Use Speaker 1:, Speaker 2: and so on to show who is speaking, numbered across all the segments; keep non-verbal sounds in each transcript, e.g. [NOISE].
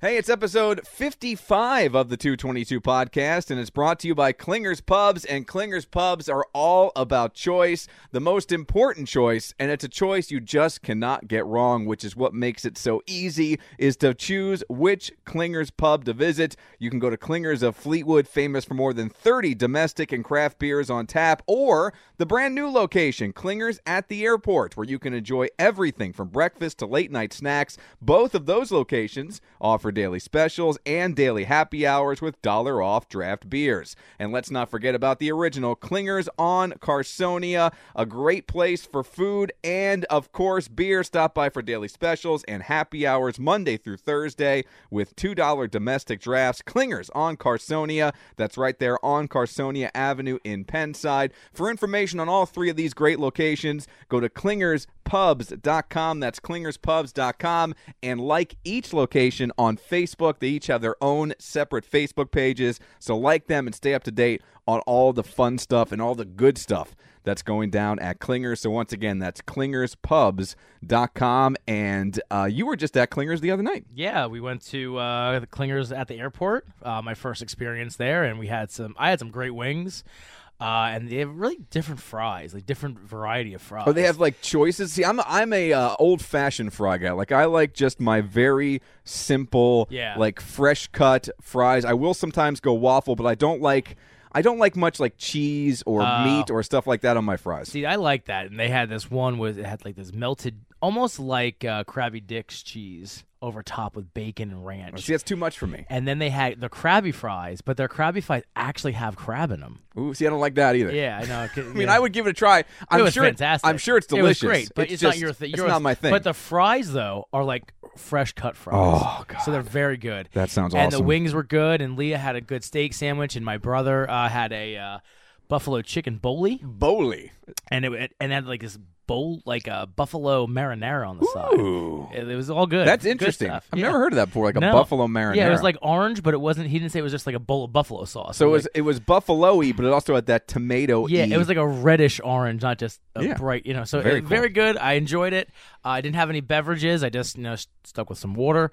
Speaker 1: Hey, it's episode 55 of the 222 podcast, and it's brought to you by Clingers Pubs. And Clingers Pubs are all about choice, the most important choice, and it's a choice you just cannot get wrong, which is what makes it so easy, is to choose which Clingers Pub to visit. You can go to Clingers of Fleetwood, famous for more than 30 domestic and craft beers on tap, or the brand new location, Clingers at the airport, where you can enjoy everything from breakfast to late night snacks. Both of those locations offer daily specials and daily happy hours with dollar off draft beers. And let's not forget about the original Clingers on Carsonia, a great place for food and, of course, beer. Stop by for daily specials and happy hours Monday through Thursday with $2 domestic drafts. Clingers on Carsonia. That's right there on Carsonia Avenue in Pennside. For information on all three of these great locations, go to clingerspubs.com. That's clingerspubs.com. And like each location on Facebook, they each have their own separate Facebook pages. So like them and stay up to date on all the fun stuff and all the good stuff that's going down at Clingers. So once again, that's clingerspubs.com. And uh, you were just at Clingers the other night.
Speaker 2: Yeah, we went to uh, the Clingers at the airport. Uh, my first experience there, and we had some. I had some great wings, uh, and they have really different fries, like different variety of fries.
Speaker 1: Oh, they have like choices. See, I'm I'm a uh, old fashioned fry guy. Like I like just my very simple,
Speaker 2: Yeah.
Speaker 1: like fresh cut fries. I will sometimes go waffle, but I don't like I don't like much like cheese or
Speaker 2: Oh.
Speaker 1: meat or stuff like that on my fries.
Speaker 2: See, I like that, and they had this one was it had like this melted, almost like uh, Krabby Dick's cheese over top with bacon and ranch.
Speaker 1: See, that's too much for me.
Speaker 2: and then they had the Krabby fries, but their Krabby fries actually have crab
Speaker 1: [LAUGHS]
Speaker 2: in them.
Speaker 1: Ooh, see, I don't like that either.
Speaker 2: Yeah, I know.
Speaker 1: I mean, I would give it a try. I'm
Speaker 2: it was
Speaker 1: sure
Speaker 2: fantastic.
Speaker 1: I'm sure it's
Speaker 2: It was
Speaker 1: delicious.
Speaker 2: great, but it's, not
Speaker 1: just-
Speaker 2: your thing.
Speaker 1: It's not my thing.
Speaker 2: But the fries though are like fresh cut fries.
Speaker 1: Oh, God.
Speaker 2: So they're very good.
Speaker 1: That sounds
Speaker 2: and the
Speaker 1: awesome.
Speaker 2: wings were good. And Leah had a good steak sandwich, and my brother uh, had a uh, buffalo chicken bowly,
Speaker 1: Bowley.
Speaker 2: and it- it and had like this bowl like a buffalo marinara on the
Speaker 1: Ooh.
Speaker 2: side. It, it was all good.
Speaker 1: That's
Speaker 2: Good
Speaker 1: interesting.
Speaker 2: stuff.
Speaker 1: I've
Speaker 2: Yeah.
Speaker 1: never heard of that before. Like a
Speaker 2: No.
Speaker 1: buffalo marinara.
Speaker 2: Yeah, it was like orange, but it wasn't. He didn't say it was just like a bowl of buffalo sauce.
Speaker 1: So
Speaker 2: I'm
Speaker 1: it was
Speaker 2: like,
Speaker 1: it was buffalo-y, but it also had that tomato.
Speaker 2: Yeah, it was like a reddish orange, not just a
Speaker 1: E. Yeah.
Speaker 2: bright, you know. So
Speaker 1: Very
Speaker 2: very,
Speaker 1: cool.
Speaker 2: very good. I enjoyed it. Uh, I didn't have any beverages. I just, you know, st- stuck with some water.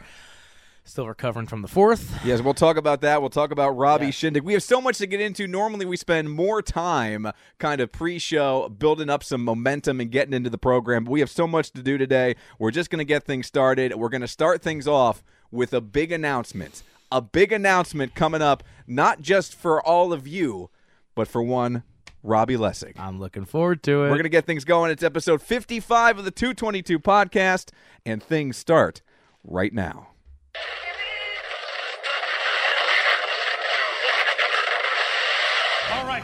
Speaker 2: Still recovering from the fourth.
Speaker 1: Yes, we'll talk about that. We'll talk about Robbie Shindig. We have so much to get into. Normally, we spend more time kind of pre show building up some momentum and getting into the program. But we have so much to do today. We're just going to get things started. We're going to start things off with a big announcement. A big announcement coming up, not just for all of you, but for one, Robbie Lessig.
Speaker 2: I'm looking forward to
Speaker 1: We're
Speaker 2: it.
Speaker 1: going to get things going. It's episode 55 of the 222 podcast, and things start right now.
Speaker 3: All right,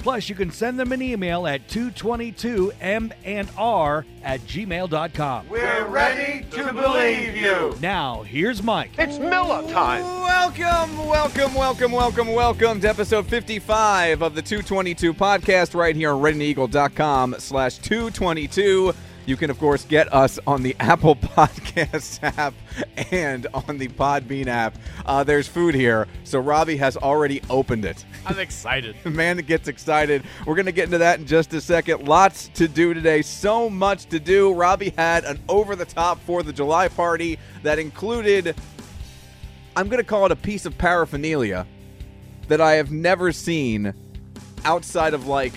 Speaker 4: Plus, you can send them an email at 222m&r at gmail.com.
Speaker 5: We're ready to believe you.
Speaker 4: Now, here's Mike.
Speaker 5: It's Miller time.
Speaker 1: Welcome, welcome, welcome, welcome, welcome to episode 55 of the 222 podcast right here on redeneagle.com slash 222. You can, of course, get us on the [LAUGHS] Apple Podcast app and on the Podbean app. Uh, there's food here, so Robbie has already opened it.
Speaker 2: I'm excited.
Speaker 1: The [LAUGHS] man that gets excited. We're going to get into that in just a second. Lots to do today. So much to do. Robbie had an over the top 4th of July party that included, I'm going to call it a piece of paraphernalia that I have never seen outside of like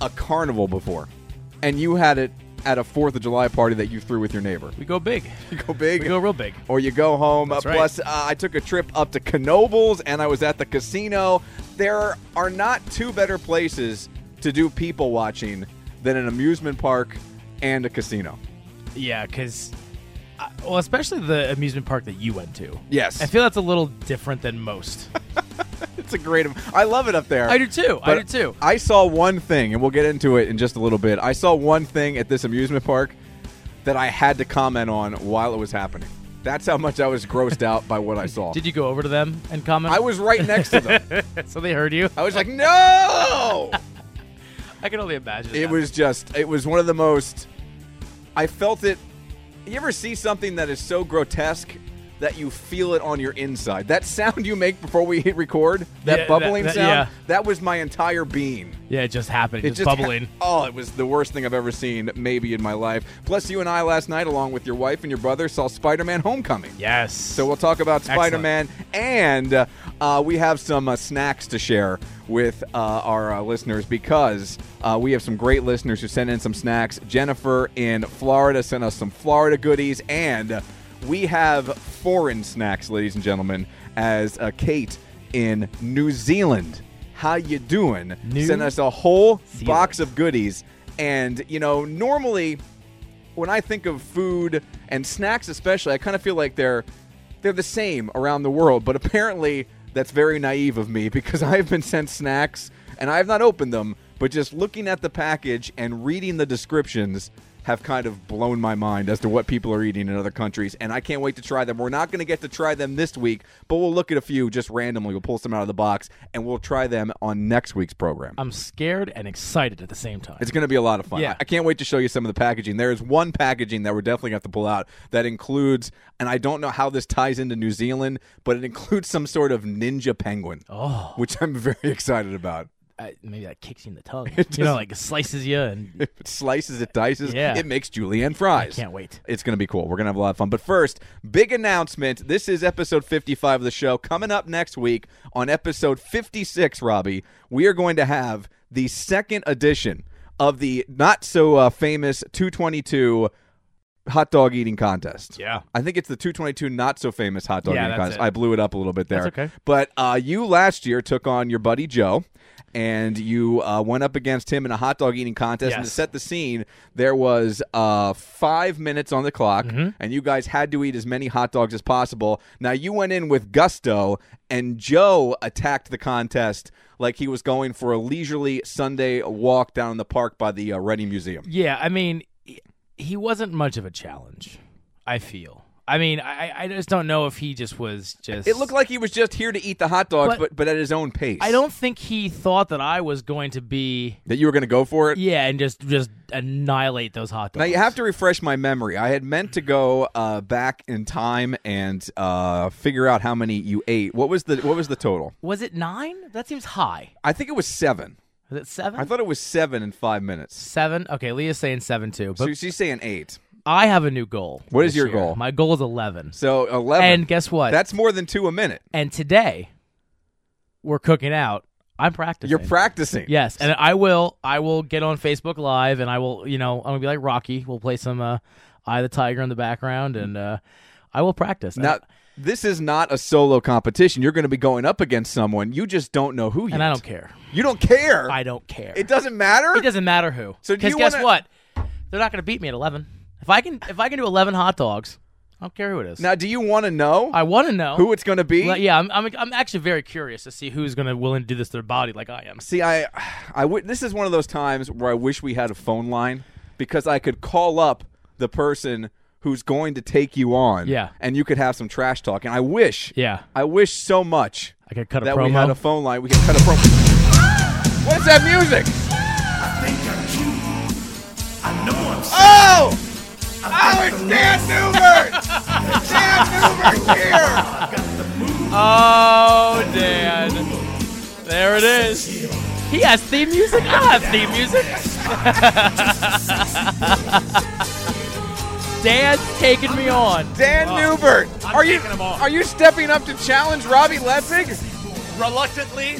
Speaker 1: a carnival before. And you had it at a 4th of July party that you threw with your neighbor.
Speaker 2: We
Speaker 1: [LAUGHS]
Speaker 2: go big.
Speaker 1: You go big.
Speaker 2: We go real big.
Speaker 1: or you go home.
Speaker 2: That's
Speaker 1: Uh,
Speaker 2: right.
Speaker 1: Plus, uh, I took a trip up to Knobles and I was at the casino. There are not two better places to do people watching than an amusement park and a casino.
Speaker 2: Yeah, because well, especially the amusement park that you went to.
Speaker 1: Yes.
Speaker 2: I feel that's a little different than most.
Speaker 1: [LAUGHS] it's a great. I love it up there.
Speaker 2: I do too. I do too.
Speaker 1: I saw one thing, and we'll get into it in just a little bit. I saw one thing at this amusement park that I had to comment on while it was happening. That's how much I was grossed out by
Speaker 2: [LAUGHS]
Speaker 1: what I saw.
Speaker 2: Did you go over to them and comment?
Speaker 1: I was right next to them.
Speaker 2: [LAUGHS] so they heard you.
Speaker 1: I was like, no.
Speaker 2: I can only imagine.
Speaker 1: It
Speaker 2: that.
Speaker 1: was just. It was one of the most. I felt it. You ever see something that is so grotesque that you feel it on your inside? That sound you make before we hit record, that
Speaker 2: Yeah, that-
Speaker 1: bubbling
Speaker 2: that-
Speaker 1: sound,
Speaker 2: yeah.
Speaker 1: that was my entire being.
Speaker 2: Yeah, it just happened.
Speaker 1: It
Speaker 2: Just,
Speaker 1: just-
Speaker 2: bubbling.
Speaker 1: oh, it was the worst thing I've ever seen, maybe in my life. Plus, you and I last night, along with your wife and your brother, saw Spider-Man: Homecoming.
Speaker 2: Yes.
Speaker 1: So we'll talk about
Speaker 2: Excellent.
Speaker 1: Spider-Man, and uh, uh, we have some uh, snacks to share with uh, our uh, listeners because uh, we have some great listeners who sent in some snacks. Jennifer in Florida sent us some Florida goodies, and uh, we have foreign snacks, ladies and gentlemen. As uh, Kate in New Zealand, how you doing?
Speaker 2: New
Speaker 1: sent us a whole
Speaker 2: Zealand.
Speaker 1: box of goodies, and you know normally when I think of food and snacks especially, I kind of feel like they're they're the same around the world, but apparently that's very naive of me [LAUGHS] because I've been sent snacks and I've not opened them, but just looking at the package and reading the descriptions have kind of blown my mind as to what people are eating in other countries and I can't wait to try them. We're not going to get to try them this week, but we'll look at a few just randomly. We'll pull some out of the box and we'll try them on next week's program.
Speaker 2: I'm scared and excited at the same time.
Speaker 1: It's going to be a lot of fun.
Speaker 2: Yeah.
Speaker 1: I can't wait to show you some of the packaging. There is one packaging that we're definitely going to have to pull out that includes, and I don't know how this ties into New Zealand, but it includes some sort of ninja penguin,
Speaker 2: Oh.
Speaker 1: which I'm very [LAUGHS] excited about.
Speaker 2: I, maybe that kicks you in
Speaker 1: [LAUGHS]
Speaker 2: the tongue. you know, like slices you and
Speaker 1: It slices, it dices,
Speaker 2: Yeah.
Speaker 1: it makes julienne fries.
Speaker 2: can't wait.
Speaker 1: It's going to be cool. We're going to have a lot of fun. But first, big announcement. This is episode 55 of the show. Coming up next week on episode 56, Robbie, we are going to have the second edition of the not so uh, famous 222 hot dog eating contest.
Speaker 2: Yeah.
Speaker 1: I think it's the 222 not so famous hot dog
Speaker 2: Yeah,
Speaker 1: eating
Speaker 2: that's
Speaker 1: contest.
Speaker 2: it.
Speaker 1: I blew it up a little bit there.
Speaker 2: That's okay.
Speaker 1: But uh, you last year took on your buddy Joe. And you uh, went up against him in a hot dog eating contest. And to
Speaker 2: Yes.
Speaker 1: set the scene, there was uh, five minutes on the clock,
Speaker 2: Mm-hmm.
Speaker 1: and you guys had to eat as many hot dogs as possible. Now, you went in with gusto, and Joe attacked the contest like he was going for a leisurely Sunday walk down in the park by the uh, Reading Museum.
Speaker 2: yeah. I mean, he- he wasn't much of a challenge. I feel. I mean, I, I- I just don't know if he just was just.
Speaker 1: It looked like he was just here to eat the hot dogs, but
Speaker 2: But-
Speaker 1: but, at his own pace.
Speaker 2: I don't think he thought that I was going to be.
Speaker 1: that you were going to go for it.
Speaker 2: Yeah, and just just annihilate those hot dogs.
Speaker 1: Now you have to refresh my memory. I had meant to go uh, back in time and uh, figure out how many you ate. What was the what was the total?
Speaker 2: Was it nine? That seems high.
Speaker 1: I think it was seven.
Speaker 2: Was it seven?
Speaker 1: I thought it was seven in five minutes.
Speaker 2: seven. Okay, Leah's saying seven too. But
Speaker 1: So she's saying eight.
Speaker 2: I have a new goal.
Speaker 1: What is
Speaker 2: this
Speaker 1: your
Speaker 2: year.
Speaker 1: goal?
Speaker 2: My goal is eleven.
Speaker 1: So eleven.
Speaker 2: And guess what?
Speaker 1: That's more than two a minute.
Speaker 2: and today we're cooking out. I'm practicing.
Speaker 1: You're practicing.
Speaker 2: Yes, and I will. I will get on Facebook Live, and I will. You know, I'm gonna be like Rocky. We'll play some uh, "Eye of the Tiger" in the background, and uh, I will practice.
Speaker 1: Now this is not a solo competition. You're going to be going up against someone. You just don't know who. Yet.
Speaker 2: and I don't care.
Speaker 1: You don't care.
Speaker 2: I don't care.
Speaker 1: It doesn't matter.
Speaker 2: It doesn't matter who.
Speaker 1: So do
Speaker 2: because
Speaker 1: you
Speaker 2: guess
Speaker 1: wanna-
Speaker 2: what? They're not gonna beat me at eleven. If I can, if I can do eleven hot dogs, I don't care who it is.
Speaker 1: Now, do you want to know
Speaker 2: I want to know
Speaker 1: who it's going to be?
Speaker 2: Well, yeah, I'm, I'm. I'm actually very curious to see who's gonna willing to do this to their body like I am.
Speaker 1: See, I, I w- this is one of those times where I wish we had a phone line because I could call up the person who's going to take you on.
Speaker 2: Yeah.
Speaker 1: And you could have some trash talk. And I wish,
Speaker 2: Yeah,
Speaker 1: I wish so much
Speaker 2: I could cut a
Speaker 1: that
Speaker 2: promo.
Speaker 1: we had a phone line. We could cut a promo. [GASPS] What's that music? Oh! Oh, it's Dan Newbert! Dan Newbert
Speaker 2: Oh, Dan. There it is. He has theme music. I have theme music. [LAUGHS] Dan's taking me on.
Speaker 1: here! Dan Newbert! are you
Speaker 6: taking 'em on.
Speaker 1: are you stepping up to challenge Robbie Lessig?
Speaker 6: reluctantly,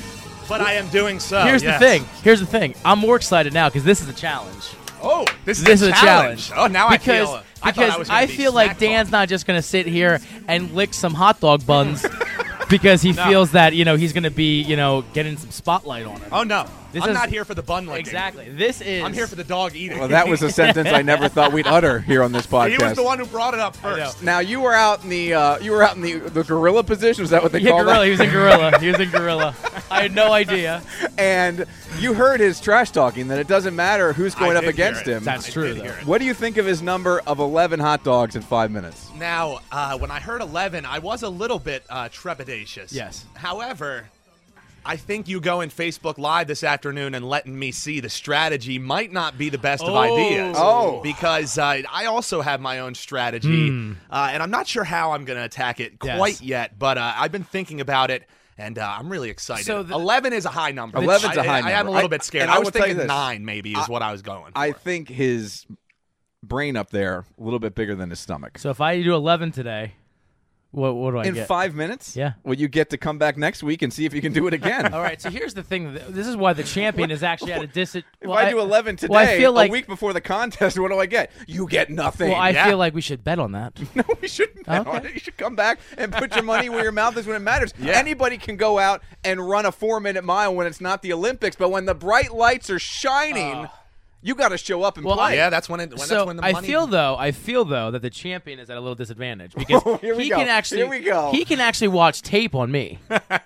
Speaker 6: but I am doing so.
Speaker 2: Here's
Speaker 6: yes.
Speaker 2: the thing. Here's the thing. I'm more excited now because this is a challenge.
Speaker 6: Oh, this,
Speaker 2: This is a
Speaker 6: challenge.
Speaker 2: challenge.
Speaker 6: Oh, now
Speaker 2: because,
Speaker 6: I feel. I thought
Speaker 2: Because
Speaker 6: I, was gonna
Speaker 2: I,
Speaker 6: be
Speaker 2: feel like
Speaker 6: snack talk.
Speaker 2: Dan's not just going to sit here and lick some hot dog
Speaker 6: [LAUGHS]
Speaker 2: buns because he feels that, you know, he's going to be, you know, getting some spotlight on him.
Speaker 6: Oh no,
Speaker 2: This
Speaker 6: I'm
Speaker 2: is-
Speaker 6: not here for the bun licking.
Speaker 2: Exactly. This is.
Speaker 6: I'm here for the dog eating.
Speaker 1: Well, that was a sentence I never thought we'd utter here on
Speaker 2: [LAUGHS]
Speaker 1: this podcast.
Speaker 6: he was the one who brought it up first.
Speaker 1: Now you were out in the uh, you were out in the the gorilla position. Is that what they
Speaker 2: Yeah,
Speaker 1: call
Speaker 2: gorilla.
Speaker 1: that? [LAUGHS]
Speaker 2: He was in gorilla. He was in gorilla. I had no idea.
Speaker 1: and you heard his trash talking that it doesn't matter who's going
Speaker 6: I
Speaker 1: up
Speaker 6: did hear
Speaker 1: against
Speaker 6: it.
Speaker 1: him.
Speaker 2: That's true.
Speaker 6: did
Speaker 2: Though.
Speaker 6: hear it.
Speaker 1: What do you think of his number of 11 hot dogs in five minutes?
Speaker 6: Now, uh, when I heard 11, I was a little bit uh, trepidatious.
Speaker 2: Yes.
Speaker 6: However, I think you going Facebook Live this afternoon and letting me see the strategy might not be the best of
Speaker 2: Oh.
Speaker 6: ideas.
Speaker 1: Oh.
Speaker 6: Because uh, I also have my own strategy,
Speaker 1: Hmm.
Speaker 6: uh, and I'm not sure how I'm going to attack it
Speaker 2: Yes.
Speaker 6: quite yet, but uh, I've been thinking about it. And uh, I'm really excited.
Speaker 2: So the-
Speaker 6: 11 is a high number.
Speaker 1: 11's a high
Speaker 6: I, I am
Speaker 1: number.
Speaker 6: a
Speaker 1: I-
Speaker 6: little bit scared.
Speaker 1: and
Speaker 6: I,
Speaker 1: I
Speaker 6: was
Speaker 1: will tell you
Speaker 6: thinking
Speaker 1: this.
Speaker 6: nine, maybe, is what I was going.
Speaker 1: I
Speaker 6: for.
Speaker 1: think his brain up there a little bit bigger than his stomach.
Speaker 2: So if I do 11 today, what what do I
Speaker 1: in
Speaker 2: get?
Speaker 1: five minutes?
Speaker 2: Yeah.
Speaker 1: Well, you get to come back next week and see if you can do it again.
Speaker 2: [LAUGHS] All right, so here's the thing. This is why the champion is actually at a dis.
Speaker 1: If I, do 11 today,
Speaker 2: well, I feel like
Speaker 1: a week before the contest, [LAUGHS] what do I get? You get nothing.
Speaker 2: Well, I
Speaker 6: Yeah.
Speaker 2: feel like we should bet
Speaker 1: [LAUGHS]
Speaker 2: on that.
Speaker 1: no, we shouldn't. bet on
Speaker 2: Okay.
Speaker 1: it. You should come back and put your money where your mouth is when it
Speaker 6: [LAUGHS]
Speaker 1: matters. Anybody can go out and run a four minute mile when it's not the Olympics, but when the bright lights are shining, you got to show up and
Speaker 2: Well,
Speaker 1: play.
Speaker 6: Ah. yeah, that's when, it, when,
Speaker 2: so
Speaker 6: that's when the
Speaker 2: I
Speaker 6: money
Speaker 2: feel though, I feel though that the champion is at a
Speaker 1: [LAUGHS]
Speaker 2: little disadvantage because
Speaker 1: Here we
Speaker 2: he
Speaker 1: go.
Speaker 2: can actually
Speaker 1: Here we go.
Speaker 2: he can actually watch tape
Speaker 1: [LAUGHS]
Speaker 2: on me. I,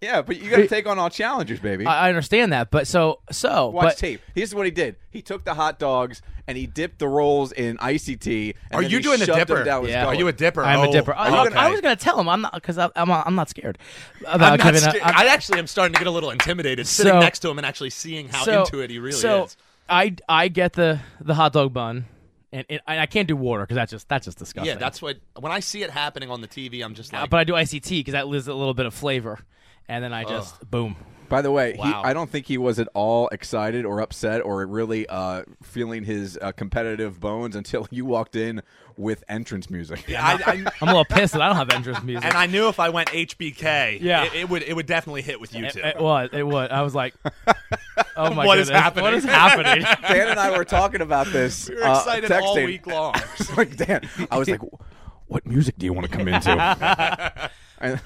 Speaker 1: Yeah, but you got to take on all challengers, baby.
Speaker 6: Uh,
Speaker 2: I understand that, but so so
Speaker 1: Watch
Speaker 2: but
Speaker 1: tape. Here's what he did. He took the hot dogs and he dipped the rolls in icy tea. And
Speaker 6: Are
Speaker 1: then
Speaker 6: you
Speaker 1: he
Speaker 6: doing the
Speaker 1: shoved
Speaker 6: dipper?
Speaker 1: them down his
Speaker 2: Yeah.
Speaker 1: gullet.
Speaker 6: Are you a dipper?
Speaker 2: I'm
Speaker 6: Oh,
Speaker 2: a dipper. I,
Speaker 6: okay.
Speaker 2: I was gonna tell him I'm not because I'm I'm not scared about
Speaker 6: I'm not
Speaker 2: Uh, Kevin.
Speaker 6: scared.
Speaker 2: I'm-
Speaker 6: I actually am starting to get a little intimidated sitting
Speaker 2: So-
Speaker 6: next to him and actually seeing how into it he really
Speaker 2: so
Speaker 6: is.
Speaker 2: I I get the the hot dog bun, and, and I can't do water because that's just that's just disgusting.
Speaker 6: Yeah, that's what when I see it happening on the TV, I'm just
Speaker 2: Uh,
Speaker 6: like,
Speaker 2: but I do ICT because that leaves a little bit of flavor, and then I just boom.
Speaker 1: By the way,
Speaker 6: Wow.
Speaker 1: he, I don't think he was at all excited or upset or really uh, feeling his uh, competitive bones until [LAUGHS] you walked in with entrance music.
Speaker 6: I, I,
Speaker 2: I'm a little pissed that I don't have
Speaker 6: [LAUGHS]
Speaker 2: entrance music.
Speaker 6: and I knew if I went HBK,
Speaker 2: Yeah.
Speaker 6: it, it would it would definitely hit with you
Speaker 2: it,
Speaker 6: two.
Speaker 1: Uh,
Speaker 2: it was it was. I was
Speaker 6: [LAUGHS]
Speaker 2: like, oh my
Speaker 6: What is
Speaker 2: goodness,
Speaker 6: happening?
Speaker 2: What is
Speaker 6: [LAUGHS]
Speaker 2: happening?
Speaker 1: Dan and I were talking about this.
Speaker 6: we were
Speaker 1: uh,
Speaker 6: excited
Speaker 1: texting.
Speaker 6: all
Speaker 1: [LAUGHS]
Speaker 6: week long.
Speaker 1: It's like Dan, I was like, "What music do you want to come
Speaker 6: [LAUGHS]
Speaker 1: into?" And-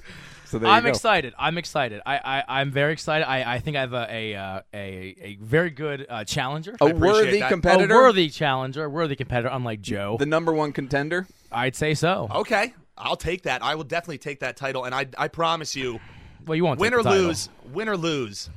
Speaker 1: [LAUGHS] so there
Speaker 2: I'm
Speaker 1: you go.
Speaker 2: excited. I'm excited. I, I I'm very excited. I, I think I have a a uh, a, a very good uh, challenger.
Speaker 1: A
Speaker 2: A
Speaker 6: appreciate
Speaker 1: worthy
Speaker 6: that. A
Speaker 1: competitor,
Speaker 2: worthy challenger, a worthy competitor, unlike Joe.
Speaker 1: the Oh. number one contender.
Speaker 2: I'd say so.
Speaker 6: Okay, I'll take that. I will definitely take that title, and I I promise you,
Speaker 2: Well, you won't
Speaker 6: win
Speaker 2: take
Speaker 6: or
Speaker 2: the title.
Speaker 6: lose, win or lose,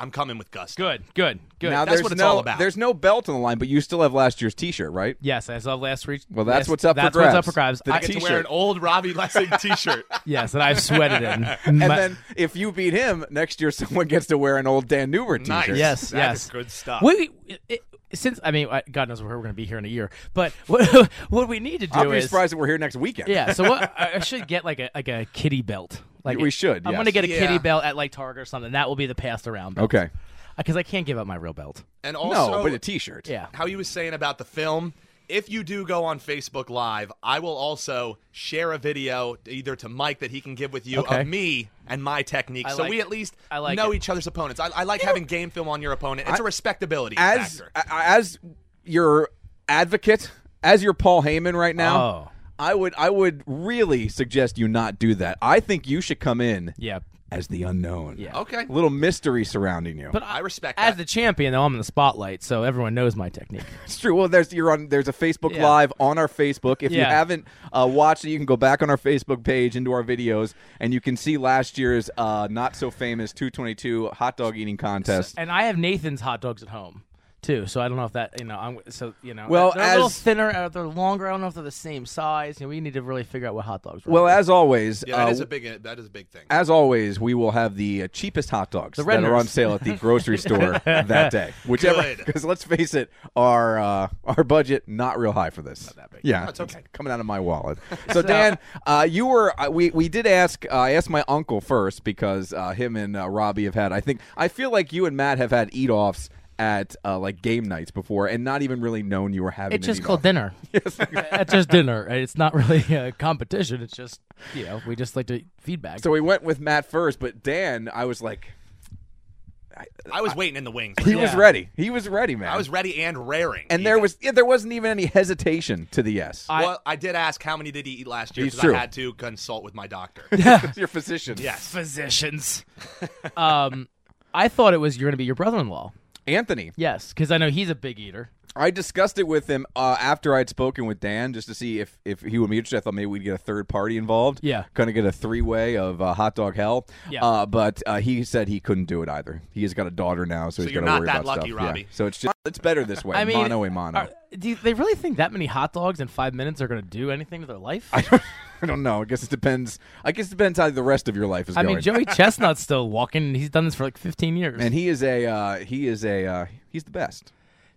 Speaker 6: I'm coming with Gus.
Speaker 2: Good, good, good.
Speaker 1: now
Speaker 6: that's
Speaker 1: there's
Speaker 6: what it's
Speaker 1: no
Speaker 6: all about.
Speaker 1: there's no belt on the line, but you still have last year's T-shirt, right?
Speaker 2: yes, as of last week.
Speaker 1: Well, that's
Speaker 2: yes,
Speaker 1: what's up for
Speaker 2: that's
Speaker 1: grabs.
Speaker 2: what's up for grabs.
Speaker 1: The
Speaker 2: I-
Speaker 6: I get to
Speaker 1: T-shirt.
Speaker 6: wear an old
Speaker 2: [LAUGHS]
Speaker 6: Robbie Lessig T-shirt.
Speaker 2: yes, and I've sweated in.
Speaker 1: [LAUGHS] And then if you beat him next year, someone gets to wear an old Dan Newbert T-shirt.
Speaker 6: Nice.
Speaker 1: [LAUGHS]
Speaker 2: yes,
Speaker 6: That
Speaker 2: yes,
Speaker 6: is good stuff.
Speaker 2: We, we- it, since I mean, I- God knows where we're going to be here in a year, but [LAUGHS] what, what we need to do
Speaker 1: I'll be
Speaker 2: is
Speaker 1: surprised that we're here next weekend.
Speaker 2: yeah. So
Speaker 1: [LAUGHS]
Speaker 2: what I I should get like a like a kitty belt. Like
Speaker 1: We should,
Speaker 2: I'm
Speaker 1: yes.
Speaker 2: going to get a
Speaker 6: Yeah.
Speaker 2: kitty belt at like Target or something. That will be the passed around. Belt.
Speaker 1: Okay.
Speaker 2: Because I can't give up my real belt.
Speaker 6: And
Speaker 1: No,
Speaker 6: also,
Speaker 1: but a T-shirt.
Speaker 2: Yeah.
Speaker 6: how you was saying about the film. If you do go on Facebook Live, I will also share a video either to Mike that he can give with you
Speaker 2: Okay.
Speaker 6: of me and my technique,
Speaker 2: I
Speaker 6: so
Speaker 2: like
Speaker 6: we
Speaker 2: it.
Speaker 6: at least
Speaker 2: I like
Speaker 6: know
Speaker 2: it.
Speaker 6: each other's opponents. I, I like having game film on your opponent. It's a respectability
Speaker 1: As
Speaker 6: factor.
Speaker 1: a- as your advocate, as your Paul Heyman right now,
Speaker 2: Oh.
Speaker 1: I would I would really suggest you not do that. I think you should come in
Speaker 2: Yeah.
Speaker 1: as the unknown.
Speaker 2: Yeah.
Speaker 6: okay,
Speaker 1: A little mystery surrounding you.
Speaker 2: But
Speaker 6: I respect
Speaker 2: as
Speaker 6: that.
Speaker 2: the champion though. I'm in the spotlight, so everyone knows my technique.
Speaker 1: [LAUGHS] It's true. Well, there's you're on. There's a Facebook
Speaker 2: Yeah.
Speaker 1: Live on our Facebook. If you
Speaker 2: Yeah.
Speaker 1: haven't uh, watched it, you can go back on our Facebook page into our videos, and you can see last year's uh, not so famous 222 hot dog eating contest.
Speaker 2: and I have Nathan's hot dogs at home too. So I don't know if that you know. I'm so you know.
Speaker 1: Well,
Speaker 2: they're a little
Speaker 1: as-
Speaker 2: thinner, uh, they're longer. I don't know if they're the same size. You know, we need to really figure out what hot dogs. We're
Speaker 1: Well,
Speaker 2: having.
Speaker 1: as always,
Speaker 6: yeah, that
Speaker 1: uh,
Speaker 6: is a big that is a big thing.
Speaker 1: as always, we will have the uh, cheapest hot dogs that are
Speaker 2: Renders.
Speaker 1: on sale at the
Speaker 2: [LAUGHS]
Speaker 1: grocery store that day. Whichever,
Speaker 6: Good.
Speaker 1: because let's face it, our uh, our budget not real high for this.
Speaker 2: that big.
Speaker 1: Yeah,
Speaker 6: No, it's okay.
Speaker 1: coming out of my
Speaker 6: [LAUGHS]
Speaker 1: wallet. So Dan, uh, you were uh, we we did ask. Uh, I asked my uncle first because uh, him and uh, Robbie have had. I think I feel like you and Matt have had eat offs. At uh, like game nights before, and not even really known you were having.
Speaker 2: it's
Speaker 1: an
Speaker 2: just
Speaker 1: eat-off. [LAUGHS]
Speaker 2: called dinner. it's just dinner. It's not really a competition. It's just you know we just like to feedback.
Speaker 1: So we went with Matt first, but Dan, I was like,
Speaker 6: I was waiting in the wings.
Speaker 1: he was
Speaker 2: Yeah.
Speaker 1: ready. He was ready, man.
Speaker 6: I was ready and raring.
Speaker 1: And there was yeah, there wasn't even any hesitation to the yes.
Speaker 2: I-
Speaker 6: well, I did ask how many did he eat last year
Speaker 1: It's
Speaker 6: because
Speaker 1: true.
Speaker 6: I had to consult with
Speaker 2: [LAUGHS]
Speaker 6: my doctor.
Speaker 1: Your physician.
Speaker 6: yes,
Speaker 1: [LAUGHS]
Speaker 2: physicians. um, I thought it was you're going to be your brother-in-law.
Speaker 1: Anthony.
Speaker 2: Yes, because I know he's a big eater.
Speaker 1: I discussed it with him uh, after I'd spoken with Dan just to see if, if he would be interested. I thought maybe we'd get a third party involved.
Speaker 2: Yeah.
Speaker 1: Going to get a three way of uh, hot dog hell.
Speaker 2: Yeah.
Speaker 1: Uh, but uh, he said he couldn't do it either. He's got a daughter now, so, he's
Speaker 6: you're
Speaker 1: got to
Speaker 6: not
Speaker 1: worry
Speaker 6: that
Speaker 1: about
Speaker 6: lucky,
Speaker 1: stuff. Yeah.
Speaker 6: Robbie.
Speaker 1: So it's just it's better this way.
Speaker 2: I mean, uh,
Speaker 1: mono a mono.
Speaker 2: are- do they really think that many hot dogs in five minutes are going to do anything to their life?
Speaker 1: [LAUGHS] I don't know. I guess it depends. I guess it depends how the rest of your life is
Speaker 2: I
Speaker 1: going.
Speaker 2: mean, Joey Chestnut's still walking. and He's done this for like 15 years.
Speaker 1: and he is a uh, he is a uh, he's the best.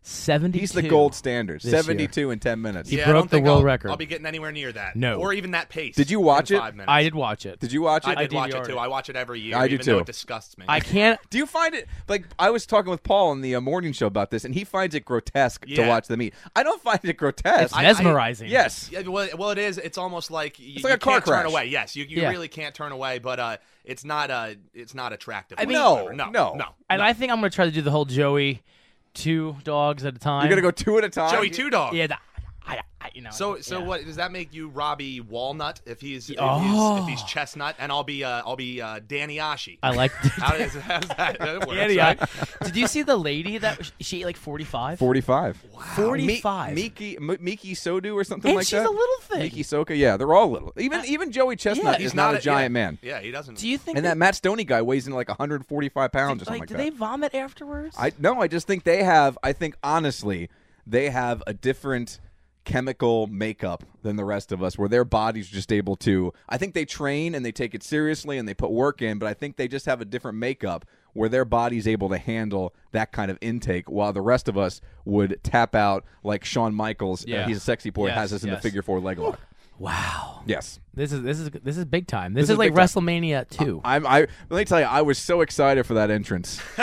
Speaker 2: 72.
Speaker 1: He's the gold standard.
Speaker 2: this year.
Speaker 1: Seventy two in ten minutes.
Speaker 2: He
Speaker 6: yeah, I
Speaker 2: broke
Speaker 6: don't
Speaker 2: the
Speaker 6: think
Speaker 2: world
Speaker 6: I'll,
Speaker 2: record.
Speaker 6: I'll be getting anywhere near that.
Speaker 2: No.
Speaker 6: or even that pace.
Speaker 1: Did you watch
Speaker 6: in
Speaker 1: it?
Speaker 6: Five minutes.
Speaker 2: I did watch it.
Speaker 1: Did you watch it?
Speaker 6: I did
Speaker 2: I
Speaker 6: watch it
Speaker 2: DVR'd
Speaker 6: too.
Speaker 2: it.
Speaker 6: I watch it every year.
Speaker 1: I do
Speaker 6: even though
Speaker 1: too.
Speaker 6: It disgusts me.
Speaker 1: [LAUGHS]
Speaker 2: I can't.
Speaker 1: Do you find it like I was talking with Paul on the uh, morning show about this, and he finds it grotesque to
Speaker 6: Yeah.
Speaker 1: watch them eat. I don't find it grotesque.
Speaker 2: It's mesmerizing.
Speaker 1: yes,
Speaker 6: Yeah, well, well, it is. It's almost like
Speaker 1: like
Speaker 6: you, you
Speaker 1: a car
Speaker 6: can't turn
Speaker 1: crash.
Speaker 6: away. Yes, you, you
Speaker 2: Yeah.
Speaker 6: really can't turn away, but uh, it's not uh, it's not attractive.
Speaker 2: I mean-
Speaker 6: whatsoever.
Speaker 1: No,
Speaker 6: no,
Speaker 1: no.
Speaker 6: no.
Speaker 2: And I think I'm going to try to do the whole Joey two dogs at a time.
Speaker 1: you're gonna go two at a time.
Speaker 6: Joey Two Dog.
Speaker 2: Yeah. The, I, I, you know.
Speaker 6: So, so
Speaker 2: yeah.
Speaker 6: what does that make you, Robbie Walnut, if he's if,
Speaker 2: Oh.
Speaker 6: he's, if he's Chestnut, and I'll be uh, I'll be uh, Danny Ashi.
Speaker 2: I
Speaker 1: [LAUGHS]
Speaker 2: like.
Speaker 6: How does [LAUGHS] how's that? that
Speaker 2: [LAUGHS]
Speaker 6: works,
Speaker 2: Andy,
Speaker 6: right?
Speaker 2: I- Did you see the lady that she ate like 45?
Speaker 1: Forty-five.
Speaker 2: 45.
Speaker 1: Miki, M- Miki Sodu or something
Speaker 2: and
Speaker 1: like
Speaker 2: she's
Speaker 1: that.
Speaker 2: a little thing.
Speaker 1: Miki Soka. Yeah, they're all little. Even even Joey Chestnut
Speaker 2: yeah.
Speaker 1: is not, a giant
Speaker 6: yeah.
Speaker 1: man.
Speaker 6: Yeah, he doesn't.
Speaker 2: do you think
Speaker 1: And
Speaker 2: they-
Speaker 1: that Matt Stoney guy weighs in like 145 pounds or something
Speaker 2: like,
Speaker 1: like
Speaker 2: do
Speaker 1: that.
Speaker 2: they vomit afterwards?
Speaker 1: I no, I just think they have. I think honestly, they have a different chemical makeup than the rest of us, where their bodies are just able to. I think they train and they take it seriously and they put work in, but I think they just have a different makeup where their body's able to handle that kind of intake, while the rest of us would tap out like Shawn Michaels. uh,
Speaker 2: Yeah.
Speaker 1: he's a sexy boy.
Speaker 2: Yes,
Speaker 1: has us in the
Speaker 2: yes.
Speaker 1: figure four leg lock.
Speaker 2: wow.
Speaker 1: Yes.
Speaker 2: This is this is this is big time. This,
Speaker 1: is
Speaker 2: is, like
Speaker 1: big time. Uh,
Speaker 2: WrestleMania 2.
Speaker 1: I'm, I let me tell you, I was so excited for that entrance.
Speaker 2: [LAUGHS]
Speaker 1: [LAUGHS]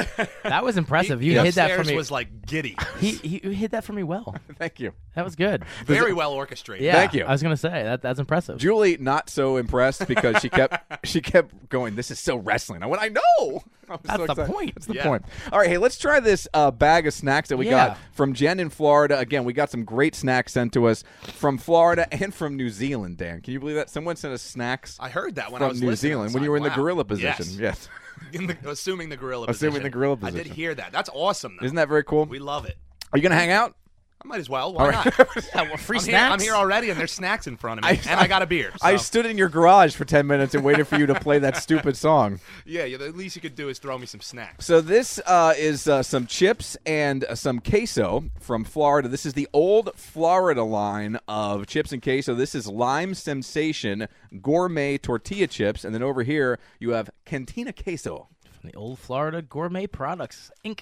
Speaker 2: that was impressive.
Speaker 6: He
Speaker 2: You hit that
Speaker 6: upstairs
Speaker 2: for me.
Speaker 6: was like giddy,
Speaker 2: he, he you hit that for me well.
Speaker 1: Thank you.
Speaker 2: That was good.
Speaker 6: very well orchestrated.
Speaker 2: Yeah,
Speaker 1: Thank you.
Speaker 2: I was gonna say that that's impressive.
Speaker 1: Julie not so impressed because she
Speaker 6: [LAUGHS]
Speaker 1: kept she kept going. This is so wrestling. I went. I know. I was
Speaker 2: That's
Speaker 1: so
Speaker 2: the
Speaker 1: excited.
Speaker 2: point.
Speaker 1: That's the
Speaker 6: Yeah.
Speaker 1: point. All right. Hey, let's try this uh, bag of snacks that we
Speaker 2: Yeah.
Speaker 1: got from Jen in Florida. Again, we got some great snacks sent to us from Florida and from New Zealand. Dan, can you believe that someone sent us snacks
Speaker 6: I heard that when I
Speaker 1: from
Speaker 6: was
Speaker 1: New
Speaker 6: listening.
Speaker 1: Zealand
Speaker 6: It's
Speaker 1: when you were
Speaker 6: like,
Speaker 1: in the
Speaker 6: wow.
Speaker 1: gorilla position?
Speaker 6: Yes.
Speaker 1: Yes.
Speaker 6: [LAUGHS] In the- assuming the gorilla
Speaker 1: Assuming
Speaker 6: position.
Speaker 1: the gorilla
Speaker 6: I
Speaker 1: position.
Speaker 6: did hear that. That's awesome. Though.
Speaker 1: Isn't that very cool?
Speaker 6: We love it.
Speaker 1: Are you gonna hang out?
Speaker 6: I might as well.
Speaker 1: [LAUGHS]
Speaker 6: Why
Speaker 1: right.
Speaker 6: not?
Speaker 2: Yeah, well, free
Speaker 6: I'm here, I'm
Speaker 2: snacks.
Speaker 6: here already, and there's snacks in front of me, and I got a beer.
Speaker 1: [LAUGHS] I
Speaker 6: so-
Speaker 1: stood in your garage for ten minutes and waited for you to play that stupid song.
Speaker 6: yeah, yeah, the least you could do is throw me some snacks.
Speaker 1: So this uh, is uh, some chips and uh, some queso from Florida. This is the old Florida line of chips and queso. This is Lime Sensation gourmet tortilla chips, and then over here you have Cantina Queso.
Speaker 2: the old Florida Gourmet Products Inc.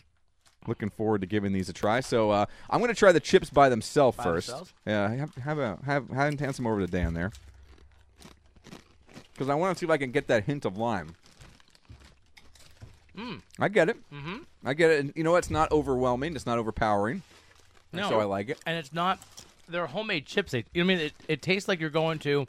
Speaker 1: Looking forward to giving these a try. So uh, I'm going to try the chips by themselves first.
Speaker 2: themselves?
Speaker 1: Yeah, have have a, have hand, hand some over to Dan there, because I want to see if I can get that hint of lime.
Speaker 2: Mm.
Speaker 1: I get it. Mm-hmm. I get it. And you know what? It's not overwhelming. It's not overpowering. And
Speaker 2: No.
Speaker 1: So I like it.
Speaker 2: And it's not they're homemade chips. They, you know what I mean it, it tastes like you're going to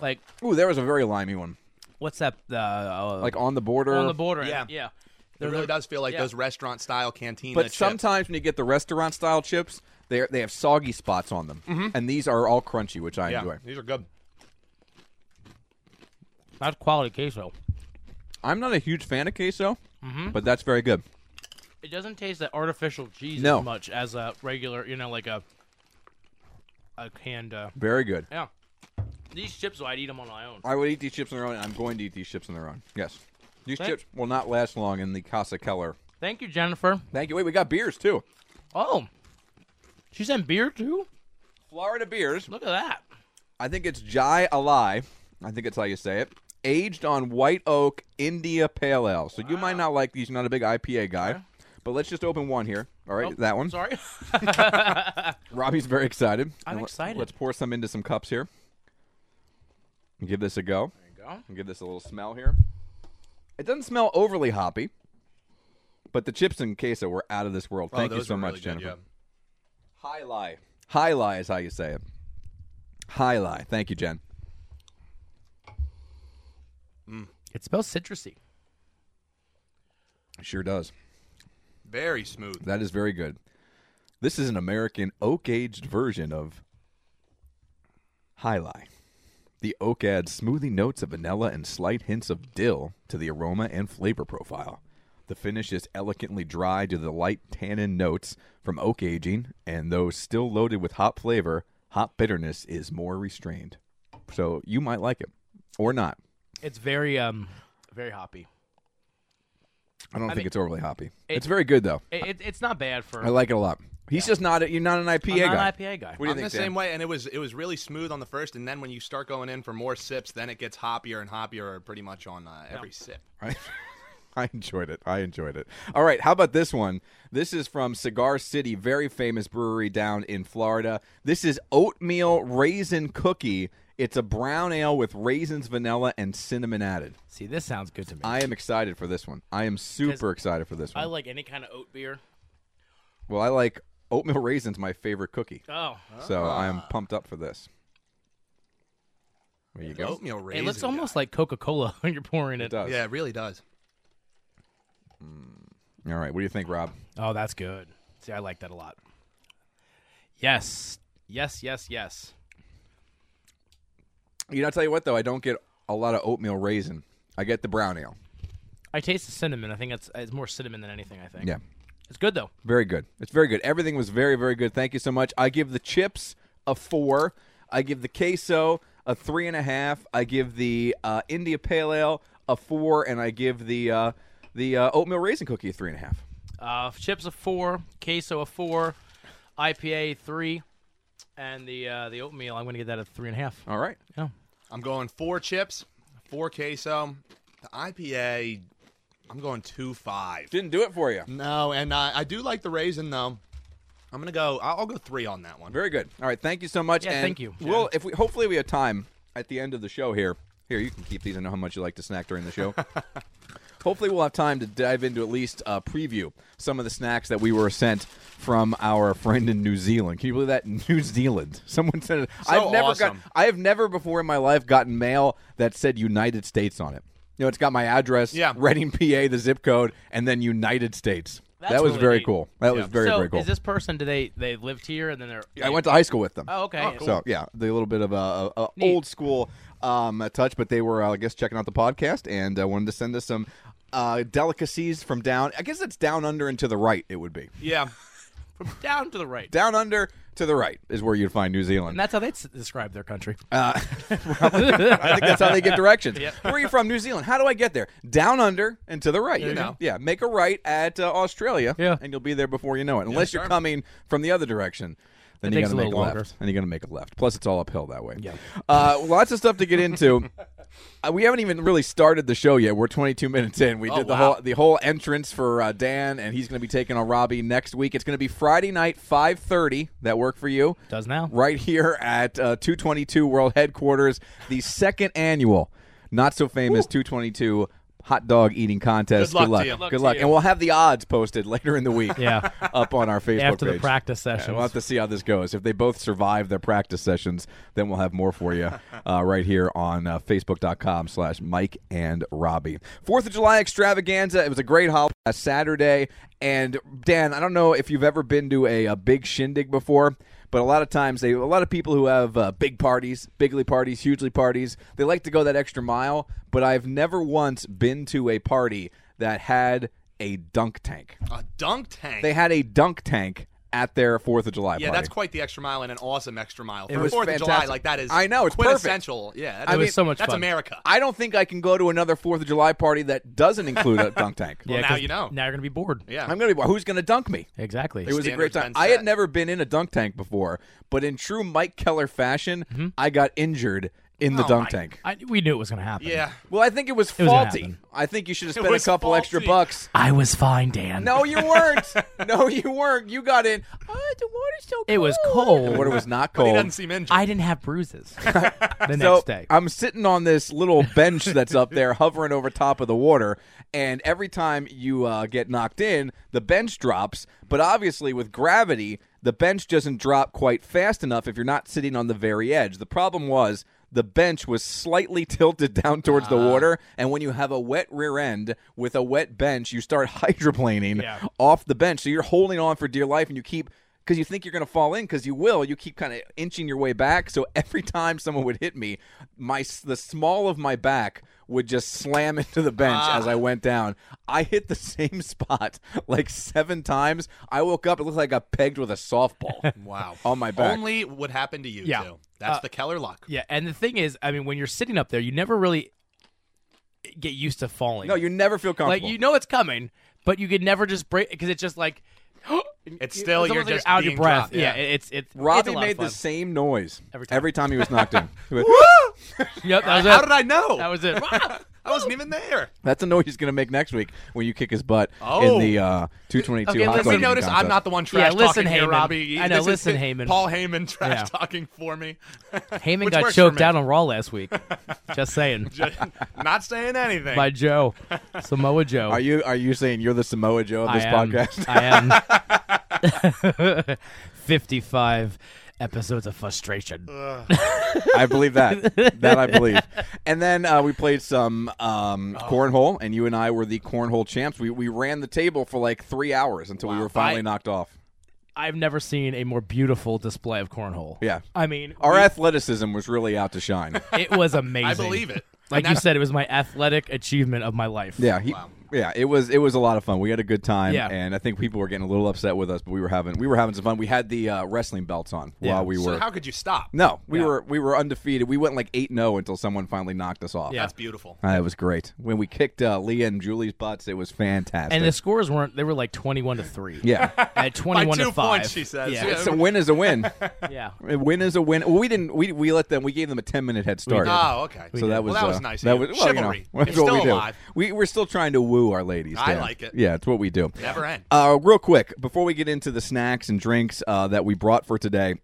Speaker 2: like
Speaker 1: Ooh, there was a very limey one,
Speaker 2: what's that uh, uh,
Speaker 1: like on the border.
Speaker 2: on the border.
Speaker 6: Yeah.
Speaker 2: yeah.
Speaker 6: It
Speaker 2: They're
Speaker 6: really
Speaker 2: the-
Speaker 6: does feel like
Speaker 2: yeah.
Speaker 6: those restaurant style cantina.
Speaker 1: But
Speaker 6: chips.
Speaker 1: sometimes when you get the restaurant style chips, they they have soggy spots on them,
Speaker 2: Mm-hmm.
Speaker 1: and these are all crunchy, which I
Speaker 6: yeah,
Speaker 1: enjoy.
Speaker 6: these are good.
Speaker 2: That's quality queso.
Speaker 1: I'm not a huge fan of queso,
Speaker 2: Mm-hmm.
Speaker 1: but that's very good.
Speaker 2: It doesn't taste that artificial cheese
Speaker 1: No.
Speaker 2: as much as a regular, you know, like a a canned. Uh,
Speaker 1: Very good.
Speaker 2: yeah, these chips, though, I'd eat them on my own.
Speaker 1: I would eat these chips on their own, and I'm going to eat these chips on their own. Yes. These
Speaker 2: Thank-
Speaker 1: chips will not last long in the Casa Keller.
Speaker 2: Thank you, Jennifer.
Speaker 1: Thank you. Wait, we got beers too.
Speaker 2: Oh, she sent beer too.
Speaker 1: Florida beers.
Speaker 2: Look at that.
Speaker 1: I think it's Jai Alai. I think that's how you say it. Aged on white oak India Pale Ale. So you might not like these. You're not a big IPA guy. But let's just open one here. All right, that one.
Speaker 2: Sorry. [LAUGHS]
Speaker 1: Robbie's very excited.
Speaker 2: I'm
Speaker 1: And let-
Speaker 2: excited.
Speaker 1: Let's pour some into some cups here. Give this a go.
Speaker 2: go.
Speaker 1: And give this a little smell here. It doesn't smell overly hoppy, but the chips and queso were out of this world. Thank
Speaker 6: oh,
Speaker 1: you
Speaker 6: those
Speaker 1: so
Speaker 6: are
Speaker 1: much,
Speaker 6: really good,
Speaker 1: Jennifer. High lie. High lie is how you say it. High lie. Thank you, Jen.
Speaker 2: It smells citrusy.
Speaker 1: It sure does.
Speaker 6: yeah. Very smooth.
Speaker 1: That is very good. This is an American oak aged version of High Lie. The oak adds smoothing notes of vanilla and slight hints of dill to the aroma and flavor profile. The finish is elegantly dry to the light tannin notes from oak aging, and though still loaded with hop flavor, hop bitterness is more restrained. So you might like it, or not.
Speaker 2: It's very um very hoppy.
Speaker 1: I don't think
Speaker 2: mean,
Speaker 1: it's overly hoppy. it's very good though.
Speaker 2: It, it, it's not bad for
Speaker 1: I like it a lot. He's just not. A, you're not an
Speaker 2: I'm
Speaker 1: IPA
Speaker 2: not
Speaker 1: guy.
Speaker 2: an IPA guy.
Speaker 1: What do you
Speaker 6: I'm
Speaker 1: think,
Speaker 6: the
Speaker 1: Dan?
Speaker 6: same way, and it was it was really smooth on the first, and then when you start going in for more sips, then it gets hoppier and hoppier, pretty much on uh, every sip.
Speaker 1: [LAUGHS] I, I enjoyed it. I enjoyed it. All right, how about this one? This is from Cigar City, very famous brewery down in Florida. This is oatmeal raisin cookie. It's a brown ale with raisins, vanilla, and cinnamon added.
Speaker 2: See, this sounds good to me. I,
Speaker 1: I am excited for this one. I am super excited for this one.
Speaker 2: like any kind of oat beer.
Speaker 1: well, I like oatmeal raisins, my favorite cookie.
Speaker 2: Oh,
Speaker 1: So I am pumped up for this. There you go.
Speaker 6: Oatmeal
Speaker 2: it
Speaker 6: raisin.
Speaker 2: looks almost like Coca Cola [LAUGHS] when you're pouring it.
Speaker 1: It does.
Speaker 6: Yeah, it really does.
Speaker 1: All right. What do you think, Rob?
Speaker 2: Oh, that's good. See, I like that a lot. Yes, yes, yes, yes.
Speaker 1: You know, I'll tell you what though, I don't get a lot of oatmeal raisin. I get the brown ale.
Speaker 2: I taste the cinnamon. I think it's it's more cinnamon than anything. I think.
Speaker 1: Yeah.
Speaker 2: it's good though.
Speaker 1: Very good. It's very good. Everything was very, very good. Thank you so much. I give the chips a four. I give the queso a three and a half. I give the uh, India Pale Ale a four, and I give the uh, the uh, oatmeal raisin cookie a three and a half.
Speaker 2: Uh, chips a four, queso a four, IPA three, and the uh, the oatmeal. I'm going to get that at three and a half.
Speaker 1: All right.
Speaker 2: Yeah.
Speaker 6: I'm going four chips, four queso. The IPA, I'm going two five.
Speaker 1: Didn't do it for you.
Speaker 6: No, and uh, I do like the raisin though. I'm gonna go. I'll I'll go three on that one.
Speaker 1: Very good. All right. Thank you so much.
Speaker 2: Yeah,
Speaker 1: and
Speaker 2: thank you.
Speaker 1: Well, if we hopefully we have time at the end of the show here. Here, you can keep these. I know how much you like to snack during the
Speaker 2: [LAUGHS]
Speaker 1: show. hopefully, we'll have time to dive into at least uh, preview some of the snacks that we were sent from our friend in New Zealand. Can you believe that? [LAUGHS] New Zealand. Someone said it. I've never
Speaker 6: awesome.
Speaker 1: got. I have never before in my life gotten mail that said United States on it. You know, it's got my address,
Speaker 6: Yeah.
Speaker 1: Reading, PA, the zip code, and then United States.
Speaker 2: That's
Speaker 1: that was
Speaker 2: really
Speaker 1: very
Speaker 2: neat.
Speaker 1: cool. That was very
Speaker 2: so
Speaker 1: very cool.
Speaker 2: Is this person? Do they they lived here and then they're?
Speaker 1: I went to high school with them.
Speaker 2: Oh, okay.
Speaker 6: Oh, cool.
Speaker 1: So yeah, the little bit of a, a, a
Speaker 2: Neat.
Speaker 1: old school um, a touch, but they were uh, I guess checking out the podcast and uh, wanted to send us some uh, delicacies from down. I guess it's down under and to the right. It would be
Speaker 6: Yeah.
Speaker 2: From down to the right.
Speaker 1: down under to the right is where you'd find New
Speaker 2: and
Speaker 1: Zealand.
Speaker 2: that's how they s- describe their country.
Speaker 1: I think that's how they give
Speaker 2: [LAUGHS]
Speaker 1: directions.
Speaker 2: Yep.
Speaker 1: Where are you from? New Zealand. How do I get there? Down under and to the right. You
Speaker 2: you
Speaker 1: know.
Speaker 2: go.
Speaker 1: Yeah, make a right at uh, Australia.
Speaker 2: Yeah.
Speaker 1: and you'll be there before you know it. Unless you're
Speaker 6: sure.
Speaker 1: coming from the other direction. Then
Speaker 2: It
Speaker 1: you
Speaker 2: takes
Speaker 1: gotta
Speaker 2: a
Speaker 1: make
Speaker 2: little longer.
Speaker 1: left. and you're gonna make a left. Plus, it's all uphill that way. Yeah, uh, lots of stuff to get
Speaker 2: [LAUGHS]
Speaker 1: into. Uh, we haven't even really started the show yet. We're 22 minutes in.
Speaker 2: Oh,
Speaker 1: We did the
Speaker 6: wow.
Speaker 1: whole the whole entrance for uh, Dan, and he's going to be taking on Robbie next week. It's going to be Friday night, 5:30. That work for you?
Speaker 2: Does now.
Speaker 1: Right here at uh, 222 World Headquarters, the second annual, not so famous 222 hot dog eating contest.
Speaker 6: Good luck
Speaker 1: Good
Speaker 6: to
Speaker 1: luck.
Speaker 6: you. Good
Speaker 1: Good luck.
Speaker 6: luck
Speaker 2: you.
Speaker 1: And we'll have the odds posted [LAUGHS] later in the week.
Speaker 2: Yeah.
Speaker 1: Up on our Facebook
Speaker 2: After the
Speaker 1: page.
Speaker 2: practice
Speaker 1: Yeah,
Speaker 2: sessions.
Speaker 1: we'll have to see how this goes. If they both survive their practice sessions, then we'll have more for
Speaker 2: [LAUGHS]
Speaker 1: you uh, right here on uh, Facebook.com slash Mike and Robbie. Fourth of July extravaganza. It was a great holiday last Saturday. And Dan, I don't know if you've ever been to a, a big shindig before. But a lot of times, they a lot of people who have uh, big parties, bigly parties, hugely parties, they like to go that extra mile. But I've never once been to a party that had a dunk tank.
Speaker 6: A dunk tank.
Speaker 1: They had a dunk tank at their Fourth of July
Speaker 6: yeah,
Speaker 1: party.
Speaker 6: that's quite the extra mile and an awesome extra mile. For
Speaker 1: was
Speaker 6: Fourth of July,
Speaker 1: fantastic.
Speaker 6: like that is
Speaker 1: I know, it's perfect.
Speaker 6: quintessential. Yeah, that's,
Speaker 1: I
Speaker 2: It was
Speaker 1: mean,
Speaker 2: so much
Speaker 6: that's
Speaker 2: fun.
Speaker 6: America.
Speaker 1: I don't think I can go to another Fourth of July party that doesn't include [LAUGHS] a dunk tank.
Speaker 2: [LAUGHS] Yeah,
Speaker 6: now
Speaker 2: 'cause
Speaker 6: you know.
Speaker 2: Now you're going to be bored.
Speaker 6: yeah,
Speaker 1: I'm gonna be. Who's gonna dunk me?
Speaker 2: Exactly.
Speaker 1: It was a great time.
Speaker 6: Standard's been
Speaker 1: I had
Speaker 6: set.
Speaker 1: never been in a dunk tank before, but in true Mike Keller fashion, I got injured in the
Speaker 6: Mm-hmm. Oh,
Speaker 1: dunk
Speaker 6: my-
Speaker 1: tank.
Speaker 2: I, we knew it was going to
Speaker 1: [LAUGHS]
Speaker 2: happen.
Speaker 6: yeah.
Speaker 1: Well, I think it was
Speaker 2: was gonna
Speaker 1: faulty.
Speaker 2: happen.
Speaker 1: I think you should have
Speaker 6: [LAUGHS] It
Speaker 1: spent a
Speaker 6: was
Speaker 1: couple extra
Speaker 6: faulty. [LAUGHS]
Speaker 1: bucks.
Speaker 2: I was fine, Dan.
Speaker 1: No, you weren't. no, you weren't. You got in. Oh, the water's so cold.
Speaker 2: It was
Speaker 1: The
Speaker 2: cold.
Speaker 1: water was not
Speaker 6: But
Speaker 1: cold.
Speaker 6: he doesn't seem injured.
Speaker 2: I didn't have bruises the
Speaker 1: So
Speaker 2: next day.
Speaker 1: I'm sitting on this little bench that's up
Speaker 2: [LAUGHS]
Speaker 1: there, hovering over top of the water. And every time you uh, get knocked in, the bench drops. But obviously, with gravity, the bench doesn't drop quite fast enough if you're not sitting on the very edge. The problem was the bench was slightly [LAUGHS] tilted down towards
Speaker 2: Ah.
Speaker 1: the water. And when you have a wet rear end [LAUGHS] with a wet bench, you start hydroplaning off the bench. So you're holding on for dear life, and you keep because you think you're going to fall in because you will. You keep kind of inching your way back. So [LAUGHS] every time someone would hit me, my s- the small of my back would just slam [LAUGHS] into the bench as
Speaker 2: Ah.
Speaker 1: I went down. I hit the [LAUGHS] same spot like seven times. I woke up. It looked like I got pegged with a
Speaker 2: [LAUGHS]
Speaker 1: softball.
Speaker 6: Wow.
Speaker 1: On my back.
Speaker 6: Only what happened to you
Speaker 2: Yeah. Uh,
Speaker 6: two. That's the Keller luck.
Speaker 2: Yeah, and the thing is, I mean, when you're sitting up there, you never really get used to falling.
Speaker 1: no, you never feel
Speaker 2: like
Speaker 1: comfortable.
Speaker 2: you know it's coming, but you could never just break because it's just like [GASPS]
Speaker 6: It's still
Speaker 2: it's
Speaker 6: you're
Speaker 2: almost like
Speaker 6: just
Speaker 2: out of your
Speaker 6: being
Speaker 2: breath.
Speaker 6: dropped,
Speaker 2: yeah.
Speaker 6: [LAUGHS] yeah.
Speaker 2: it's it's it's a
Speaker 1: Robbie
Speaker 2: lot of
Speaker 1: made the
Speaker 2: fun.
Speaker 1: same noise
Speaker 2: Every time.
Speaker 1: he was knocked in. He went,
Speaker 2: [LAUGHS] Yep, that was
Speaker 6: How
Speaker 2: it.
Speaker 6: did I
Speaker 2: [LAUGHS]
Speaker 6: know?
Speaker 2: That was it.
Speaker 6: I wasn't even there.
Speaker 1: That's a noise he's going to make next week when you kick his butt in
Speaker 6: Oh.
Speaker 1: the uh, 222
Speaker 2: Okay,
Speaker 1: hot
Speaker 2: listen,
Speaker 1: dog
Speaker 6: We
Speaker 1: eating
Speaker 6: notice I'm
Speaker 1: contest.
Speaker 6: not the one trash
Speaker 2: listen,
Speaker 6: talking here,
Speaker 2: Heyman.
Speaker 6: Robbie.
Speaker 2: I know,
Speaker 6: This is
Speaker 2: listen,
Speaker 6: hi-
Speaker 2: Heyman.
Speaker 6: Paul Heyman trash
Speaker 2: Yeah.
Speaker 6: talking for
Speaker 2: [LAUGHS]
Speaker 6: me.
Speaker 2: [LAUGHS] Heyman
Speaker 6: Which
Speaker 2: got
Speaker 6: works for
Speaker 2: choked
Speaker 6: me.
Speaker 2: out on Raw last week. just saying,
Speaker 6: Not saying anything.
Speaker 2: by Joe, Samoa Joe.
Speaker 1: Are you are you saying you're the Samoa Joe of this
Speaker 2: I am,
Speaker 1: podcast?
Speaker 2: I am. [LAUGHS] Fifty-five episodes of frustration.
Speaker 1: I believe that. That I
Speaker 2: [LAUGHS]
Speaker 1: believe. And then uh, we played some um,
Speaker 2: Oh.
Speaker 1: cornhole, and you and I were the cornhole champs. We we ran the table for like three hours until we were finally
Speaker 2: I-
Speaker 1: knocked off.
Speaker 2: I've never seen a more beautiful display of cornhole.
Speaker 1: Yeah.
Speaker 2: I mean,
Speaker 1: Our athleticism was really out to
Speaker 2: [LAUGHS]
Speaker 1: shine.
Speaker 2: it was amazing.
Speaker 6: [LAUGHS] I believe it.
Speaker 2: Like you said, it was my athletic achievement of my life.
Speaker 1: Yeah, he, yeah, it was it was a lot of fun. We had a good time,
Speaker 2: Yeah.
Speaker 1: and I think people were getting a little upset with us, but we were having we were having some fun. We had the uh, wrestling belts on
Speaker 2: Yeah.
Speaker 1: while we
Speaker 6: So
Speaker 1: were
Speaker 6: how could you stop?
Speaker 1: No, we
Speaker 2: Yeah.
Speaker 1: were we were undefeated. We went like eight zero until someone finally knocked us off.
Speaker 2: Yeah.
Speaker 6: That's beautiful.
Speaker 1: Uh, it was great when we kicked uh, Leah and Julie's butts. It was fantastic.
Speaker 2: And the scores weren't. They were like twenty-one to three.
Speaker 1: [LAUGHS] yeah,
Speaker 2: At twenty-one
Speaker 6: two
Speaker 2: to five.
Speaker 6: points, she says.
Speaker 2: Yeah.
Speaker 6: Yeah.
Speaker 1: so win is a
Speaker 6: [LAUGHS]
Speaker 1: win.
Speaker 2: yeah.
Speaker 1: A win is a win. Well, we didn't. We we let them. We gave them a ten minute head start.
Speaker 6: Oh, okay.
Speaker 1: So that was
Speaker 6: well, that
Speaker 1: uh,
Speaker 6: was nice.
Speaker 1: That
Speaker 6: of you.
Speaker 1: was well, you know,
Speaker 6: chivalry.
Speaker 1: [LAUGHS] that's
Speaker 6: it's
Speaker 1: what
Speaker 6: still
Speaker 1: we do.
Speaker 6: alive.
Speaker 1: We we're still trying to woo our ladies.
Speaker 6: I
Speaker 1: Dan.
Speaker 6: like it.
Speaker 1: Yeah, it's what we do.
Speaker 6: Never end.
Speaker 1: Uh, real quick, before we get into the snacks and drinks uh, that we brought for today,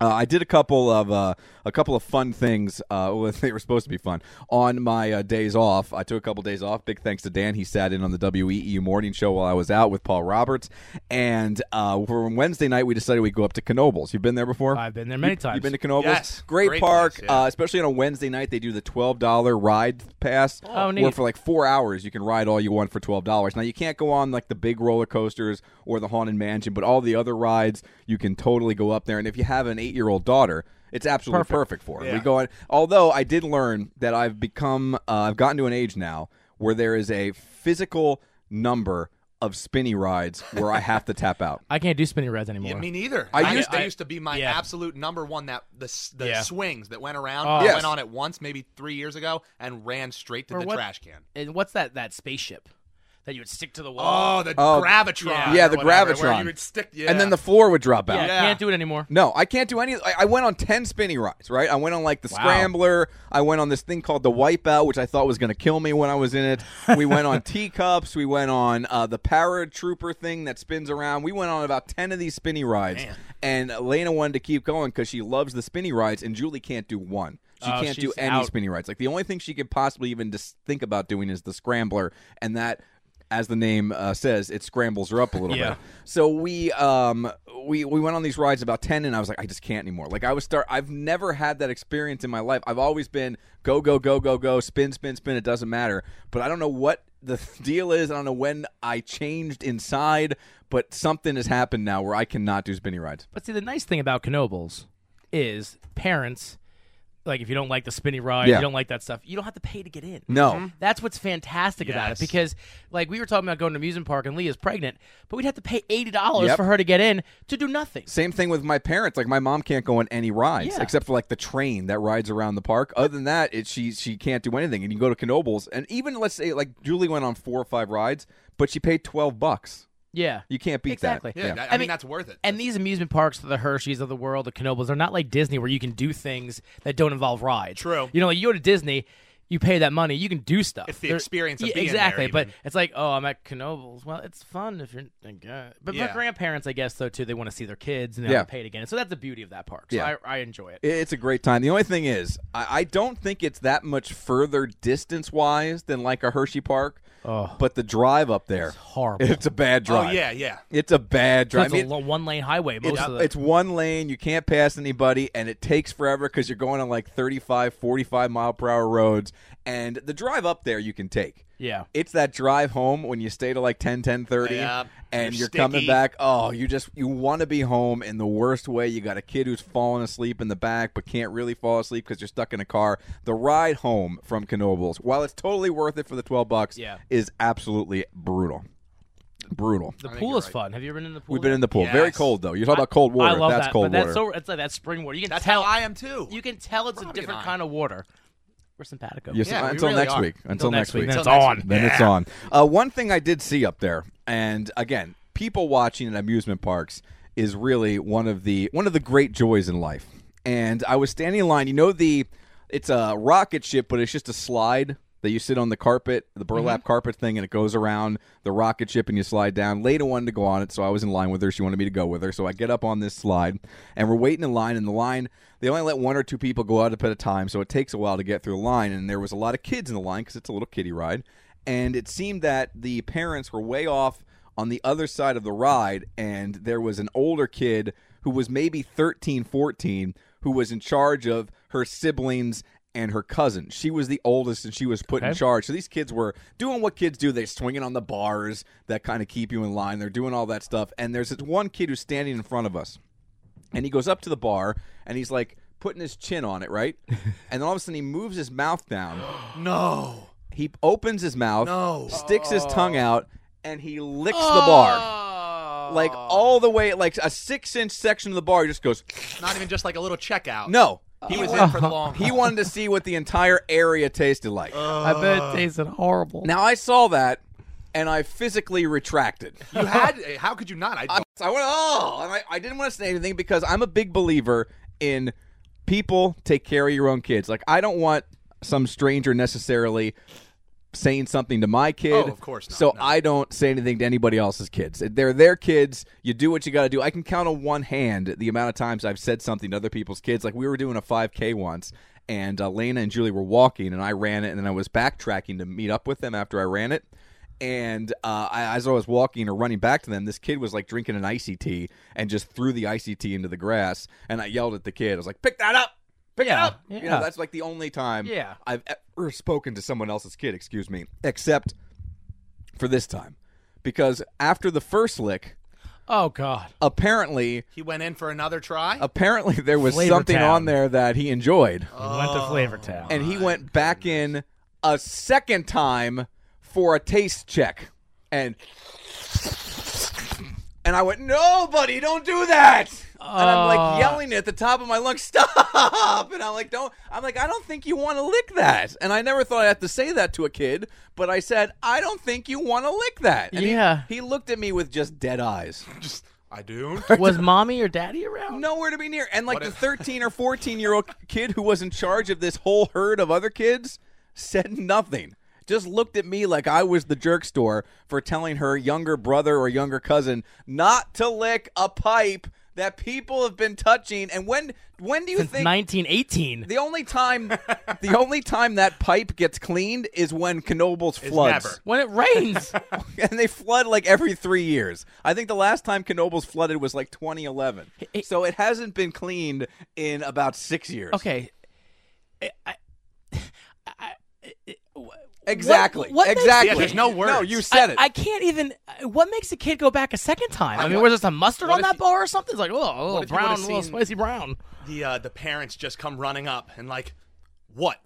Speaker 1: uh, I did a couple of uh, a couple of fun things. Uh, [LAUGHS] well, they were supposed to be fun on my uh, days off. I took a couple days off. Big thanks to Dan. He sat in on the WEEU morning show while I was out with Paul Roberts. And uh, for Wednesday night, we decided we'd go up to Knobles. You've been there before.
Speaker 2: I've been there many times.
Speaker 1: You've been to Knobles.
Speaker 6: Yes.
Speaker 1: Great,
Speaker 6: Great
Speaker 1: park.
Speaker 6: place, yeah.
Speaker 1: uh, especially on a Wednesday night, they do the twelve dollar ride pass.
Speaker 2: Oh,
Speaker 1: Where
Speaker 2: neat.
Speaker 1: for like four hours, you can ride all you want for twelve dollars. Now you can't go on like the big roller coasters or the haunted mansion, but all the other rides you can totally go up there. And if you have an eight year old daughter. It's absolutely perfect, for her. We go on. Although I did learn that I've become, uh, I've gotten to an age now where there is a physical number of spinny rides where I have to tap out.
Speaker 2: I can't do spinning rides anymore.
Speaker 6: Yeah, me neither.
Speaker 1: I
Speaker 6: I,
Speaker 1: used
Speaker 6: used
Speaker 1: to-
Speaker 6: they used to be my
Speaker 2: yeah.
Speaker 6: absolute number one. That the s- the
Speaker 2: Yeah.
Speaker 6: swings that went around.
Speaker 2: Oh.
Speaker 6: I
Speaker 1: Yes.
Speaker 6: went on it once, maybe three years ago, and ran straight to
Speaker 2: Or
Speaker 6: the
Speaker 2: what-
Speaker 6: trash can.
Speaker 2: and what's that? That spaceship that you would stick to the wall.
Speaker 6: Oh, the
Speaker 1: Oh,
Speaker 6: gravitron.
Speaker 2: yeah.
Speaker 6: or
Speaker 1: Yeah, the
Speaker 6: whatever, Where
Speaker 1: Gravitron.
Speaker 6: you would stick, [LAUGHS] yeah.
Speaker 1: And then the floor would drop out.
Speaker 2: yeah,
Speaker 6: yeah.
Speaker 2: Can't do it anymore.
Speaker 1: No, I can't do any. I, I went on ten spinny rides. Right, I went on like the scrambler. I went on this thing called the wipeout, which I thought was going to kill me when I was in it. We went
Speaker 2: [LAUGHS]
Speaker 1: on teacups. We went on uh, the paratrooper thing that spins around. We went on about ten of these spinny rides, and Lena wanted to keep going because she loves the spinny rides, and Julie can't do one. She
Speaker 2: Oh,
Speaker 1: can't do
Speaker 2: she's
Speaker 1: any
Speaker 2: out.
Speaker 1: spinny rides. Like the only thing she could possibly even just think about doing is the scrambler, and that. As the name uh, says, it scrambles her up a little
Speaker 2: Yeah.
Speaker 1: bit. So we um we we went on these rides about ten, and I was like, I just can't anymore. Like I was start. I've never had that experience in my life. I've always been go go go go go spin spin spin. It doesn't matter. But I don't know what the [LAUGHS] deal is. I don't know when I changed inside, but something has happened now where I cannot do spinny rides.
Speaker 2: But see, the nice thing about Knobles is parents. Like if you don't like the spinny ride,
Speaker 1: Yeah.
Speaker 2: you don't like that stuff. You don't have to pay to get in.
Speaker 1: No.
Speaker 2: That's what's fantastic about it
Speaker 6: Yes.
Speaker 2: because, like, we were talking about going to amusement park and Leah's pregnant, but we'd have to pay eighty dollars
Speaker 1: Yep.
Speaker 2: for her to get in to do nothing.
Speaker 1: Same thing with my parents. Like my mom can't go on any rides
Speaker 2: Yeah.
Speaker 1: except for like the train that rides around the park. Other than that, it, she she can't do anything. And you go to Knobles, and even let's say like Julie went on four or five rides, but she paid twelve bucks.
Speaker 2: Yeah,
Speaker 1: You can't beat
Speaker 2: exactly.
Speaker 1: that.
Speaker 6: yeah, I, I
Speaker 2: I
Speaker 6: mean,
Speaker 2: mean-
Speaker 6: that's worth it.
Speaker 2: And these amusement parks, the Hersheys of the world, the Knobles, they're not like Disney where you can do things that don't involve rides.
Speaker 6: True.
Speaker 2: You know, like you go to Disney, you pay that money, you can do stuff.
Speaker 6: It's the
Speaker 2: They're-
Speaker 6: experience of
Speaker 2: yeah,
Speaker 6: being there,
Speaker 2: exactly. but
Speaker 6: even.
Speaker 2: it's like, oh, I'm at Knobles. Well, it's fun if you're. I guess. But
Speaker 6: Yeah.
Speaker 2: for grandparents, I guess though too, they want to see their kids and they
Speaker 1: Yeah.
Speaker 2: yeah. paid again. So that's the beauty of that park. So
Speaker 1: Yeah.
Speaker 2: I, I enjoy it.
Speaker 1: It- It's a great time. The only thing is, I, I don't think it's that much further distance wise than like a Hershey Park.
Speaker 2: Oh.
Speaker 1: But the drive up there, it's
Speaker 2: horrible.
Speaker 1: It's a bad
Speaker 6: oh
Speaker 1: drive.
Speaker 6: yeah, yeah.
Speaker 1: It's a bad drive.
Speaker 2: It's
Speaker 1: I
Speaker 2: a
Speaker 1: mean,
Speaker 2: lo- one-lane highway most
Speaker 1: it's,
Speaker 2: of the.
Speaker 1: it's one lane. You can't pass anybody, and it takes forever because you're going on like 35, 45 mile per hour roads. And the drive up there you can take.
Speaker 2: Yeah.
Speaker 1: It's that drive home when you stay to like 10, 10
Speaker 6: Yeah.
Speaker 1: and
Speaker 6: You're
Speaker 1: you're, coming
Speaker 6: sticky.
Speaker 1: back. Oh, you just you want to be home in the worst way. You got a kid who's falling asleep in the back but can't really fall asleep because you're stuck in a car. The ride home from Knobles, while it's totally worth it for the twelve bucks,
Speaker 2: Yeah.
Speaker 1: is absolutely brutal. Brutal.
Speaker 2: The pool is fun. Have you ever been in the pool?
Speaker 1: We've been in the pool.
Speaker 6: Yes.
Speaker 1: Very cold though. You're talking about cold water.
Speaker 2: I love
Speaker 1: That's
Speaker 2: that.
Speaker 1: cold
Speaker 2: but
Speaker 1: water.
Speaker 2: that's so it's like that spring water. You can
Speaker 6: That's
Speaker 2: tell
Speaker 6: how I am too.
Speaker 2: You can tell it's a
Speaker 6: Probably
Speaker 2: different
Speaker 6: not.
Speaker 2: kind of water. We're simpatico.
Speaker 1: Yes,
Speaker 6: Yeah, we
Speaker 1: until
Speaker 6: really
Speaker 1: next
Speaker 6: are.
Speaker 1: week. Until next week.
Speaker 2: then it's
Speaker 6: Until next
Speaker 2: on.
Speaker 6: week.
Speaker 1: then it's on. Uh, one thing I did see up there, and again, people watching at amusement parks is really one of the one of the great joys in life. And I was standing in line. You know the it's a rocket ship, but it's just a slide that you sit on the carpet, the burlap carpet thing, and it goes around the rocket ship and you slide down. Leda wanted to go on it, so I was in line with her. She wanted me to go with her, so I get up on this slide, and we're waiting in line. And the line, they only let one or two people go out at a time, so it takes a while to get through the line. And there was a lot of kids in the line because it's a little kiddie ride and it seemed that the parents were way off on the other side of the ride and there was an older kid who was maybe 13 14 who was in charge of her siblings and her cousin she was the oldest and she was put in charge so these kids were doing what kids do they swinging on the bars that kind of keep you in line they're doing all that stuff and there's this one kid who's standing in front of us and he goes up to the bar and he's like putting his chin on it
Speaker 6: [LAUGHS]
Speaker 1: right and then all of a sudden he moves his mouth down
Speaker 6: [GASPS] No.
Speaker 1: he opens his mouth,
Speaker 6: No.
Speaker 1: sticks his tongue
Speaker 6: Oh.
Speaker 1: out, and he licks the bar. Like all the way, like a six inch section of the bar, he just goes,
Speaker 6: Not even just like a little checkout.
Speaker 1: no. Uh,
Speaker 6: He was in for the long. Uh.
Speaker 1: He wanted to see what the entire area tasted like.
Speaker 2: I bet it tasted horrible.
Speaker 1: Now I saw that, and I physically retracted.
Speaker 6: you had. eh, How could you not? I,
Speaker 1: I, I went, oh, and I, I didn't want to say anything because I'm a big believer in people take care of your own kids. Like, I don't want some stranger necessarily saying something to my kid.
Speaker 6: Oh, of course not,
Speaker 1: So
Speaker 6: no.
Speaker 1: I don't say anything to anybody else's kids. They're their kids. You do what you got to do. I can count on one hand the amount of times I've said something to other people's kids. Like, we were doing a 5K once. And uh, Lena and Julie were walking, and I ran it, and then I was backtracking to meet up with them after I ran it and uh, I, as I was walking or running back to them, this kid was like drinking an icy tea and just threw the icy tea into the grass. And I yelled at the kid. I was like, "Pick that up! Pick it
Speaker 2: Yeah,
Speaker 1: up!" You know,
Speaker 2: yeah.
Speaker 1: that's like the only time
Speaker 2: Yeah.
Speaker 1: I've ever spoken to someone else's kid. Excuse me, except for this time, because after the first lick,
Speaker 2: Oh God.
Speaker 1: apparently,
Speaker 6: he went in for another try.
Speaker 1: apparently there was
Speaker 2: Flavor
Speaker 1: something
Speaker 2: Town.
Speaker 1: on there that he enjoyed,
Speaker 2: Went to Flavortown.
Speaker 1: and he went back in a second time for a taste check, and. And I went, no, buddy, don't do that. and I'm
Speaker 2: Oh.
Speaker 1: like yelling at the top of my lungs, stop. And I'm like, don't. I'm like, I don't think you want to lick that. And I never thought I'd have to say that to a kid, but I said, I don't think you want to lick that. And he-
Speaker 2: Yeah.
Speaker 1: He, looked at me with just dead eyes,
Speaker 6: Just,
Speaker 1: [LAUGHS]
Speaker 6: I do.
Speaker 2: was mommy or daddy around?
Speaker 1: nowhere to be near. And like
Speaker 6: What
Speaker 1: the
Speaker 6: if-
Speaker 1: 13 or 14 year old [LAUGHS] kid who was in charge of this whole herd of other kids said nothing. Just looked at me like I was the jerk store for telling her younger brother or younger cousin not to lick a pipe that people have been touching. And when when do you
Speaker 2: Since
Speaker 1: think
Speaker 2: 1918.
Speaker 1: the only time the only time that pipe gets cleaned is when Knobles floods?
Speaker 6: never.
Speaker 2: when it rains.
Speaker 1: [LAUGHS] and they flood like every three years. I think the last time Knobles flooded was like 2011.
Speaker 2: it-
Speaker 1: so it hasn't been cleaned in about six years.
Speaker 2: okay. I, I, I,
Speaker 1: exactly.
Speaker 2: what makes-
Speaker 1: exactly.
Speaker 6: Yeah, there's no
Speaker 1: No,
Speaker 6: words.
Speaker 1: you said
Speaker 2: I,
Speaker 1: it.
Speaker 2: I can't even. What makes a kid go back a second time? I mean, was there some mustard on
Speaker 6: if
Speaker 2: that
Speaker 6: you-
Speaker 2: bar or something? It's like, oh, a little
Speaker 6: if you would've
Speaker 2: brown, a little
Speaker 6: seen-
Speaker 2: spicy brown.
Speaker 6: the uh, the parents just come running up and like, what?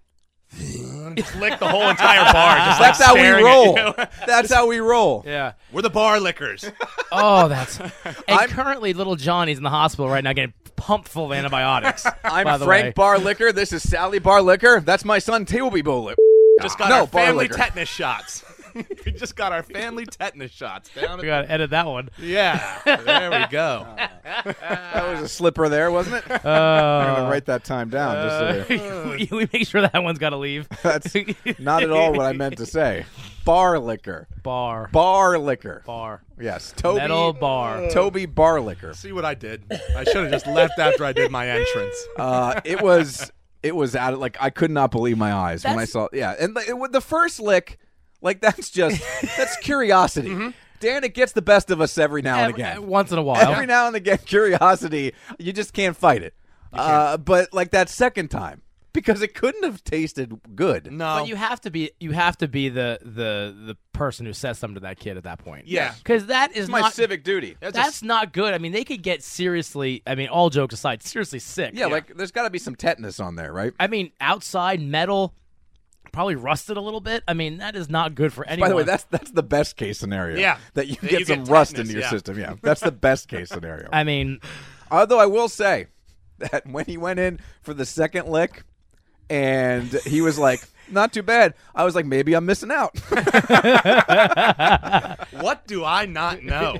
Speaker 6: just lick the whole entire bar. Just like
Speaker 1: That's how we
Speaker 6: staring at
Speaker 1: roll.
Speaker 6: you. [LAUGHS]
Speaker 1: [LAUGHS] That's how we roll.
Speaker 2: Yeah.
Speaker 6: We're the
Speaker 1: [LAUGHS]
Speaker 6: bar lickers.
Speaker 2: Oh, that's. and currently, little Johnny's in the hospital right now, getting pumped full of antibiotics. by
Speaker 1: I'm
Speaker 2: the way.
Speaker 1: Frank Barlicker. This is Sally Barlicker. That's my son, Tailby Bowler.
Speaker 6: Just got
Speaker 1: No,
Speaker 6: our
Speaker 1: bar
Speaker 6: family
Speaker 1: liquor.
Speaker 6: tetanus shots. [LAUGHS] we just got our family tetanus shots down.
Speaker 2: We
Speaker 6: At-
Speaker 2: gotta edit that one.
Speaker 1: [LAUGHS]
Speaker 6: yeah, there we go.
Speaker 1: That was a slipper there, wasn't
Speaker 2: [LAUGHS]
Speaker 1: it? I'm going
Speaker 2: Oh.
Speaker 1: to write that time down.
Speaker 2: Uh,
Speaker 1: Just so you-
Speaker 2: we, we make sure that one's gotta leave.
Speaker 1: That's
Speaker 2: [LAUGHS]
Speaker 1: not at all what I meant to say. Barlicker.
Speaker 2: Bar.
Speaker 1: Barlicker.
Speaker 2: Bar.
Speaker 1: Yes. Toby.
Speaker 2: Metal bar.
Speaker 1: Toby Barlicker.
Speaker 6: See what I did? I should have just left after I did
Speaker 1: [LAUGHS]
Speaker 6: my entrance.
Speaker 1: uh, it was it was out of like I could not believe my eyes when I
Speaker 2: That's-
Speaker 1: saw yeah and like, it, wa- the first lick like that's just
Speaker 6: [LAUGHS]
Speaker 1: that's curiosity.
Speaker 6: Mm-hmm.
Speaker 1: Dan, it gets the best of us every now and
Speaker 2: Every-
Speaker 1: again.
Speaker 2: Once in a while.
Speaker 1: Every [LAUGHS] Uh, now and again, curiosity you just can't fight it. Uh, but like that second time, because it couldn't have tasted good.
Speaker 6: No.
Speaker 2: But you have to be you have to be the the the person who says something to that kid at that point.
Speaker 6: Yeah.
Speaker 2: because that is
Speaker 1: It's my
Speaker 2: not,
Speaker 1: civic duty.
Speaker 6: That's
Speaker 2: That's,
Speaker 6: a s-
Speaker 2: not good. I mean, they could get seriously. I mean, all jokes aside, seriously sick.
Speaker 1: Yeah, like there's got to be some tetanus on there, right?
Speaker 2: I mean, outside metal, probably rusted a little bit. I mean, that is not good for anyone.
Speaker 1: By the way, that's that's the best case scenario.
Speaker 6: Yeah.
Speaker 1: that you
Speaker 6: That
Speaker 1: get
Speaker 6: you
Speaker 1: some
Speaker 6: get
Speaker 1: rust
Speaker 6: tetanus,
Speaker 1: into your
Speaker 6: yeah.
Speaker 1: system. Yeah, that's the best case
Speaker 6: [LAUGHS]
Speaker 1: scenario.
Speaker 2: I mean,
Speaker 1: Although I will say that [LAUGHS] when he went in for the second lick, and he was like, "Not too bad," I was like, "Maybe I'm missing out. [LAUGHS]
Speaker 6: What do I not
Speaker 1: [LAUGHS]
Speaker 6: know?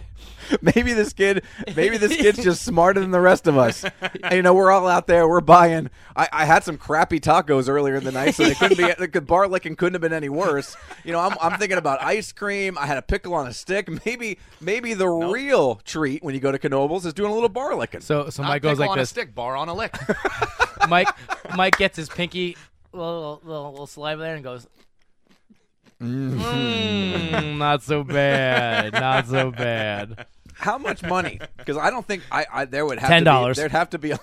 Speaker 1: maybe this kid, maybe this kid's just smarter than the rest of us." And, you know, we're all out there, we're buying. I, I had some crappy tacos earlier in the night, so they couldn't be. The bar licking couldn't have been any worse. You know, I'm, I'm thinking about ice cream. I had a pickle on a stick. Maybe, maybe the real treat when you go to Knobles is doing a little bar licking.
Speaker 2: so so
Speaker 6: Not
Speaker 2: Mike goes
Speaker 6: pickle
Speaker 2: like
Speaker 6: on a
Speaker 2: this.
Speaker 6: stick, bar on
Speaker 1: [LAUGHS]
Speaker 6: a lick.
Speaker 2: Mike Mike gets his pinky little, little little saliva there and goes. Mm, not so bad. Not
Speaker 1: [LAUGHS]
Speaker 2: so bad.
Speaker 1: How much
Speaker 2: [LAUGHS]
Speaker 1: money? Because I don't think I, I there would have
Speaker 2: $10.
Speaker 1: To be, there'd have to be. A,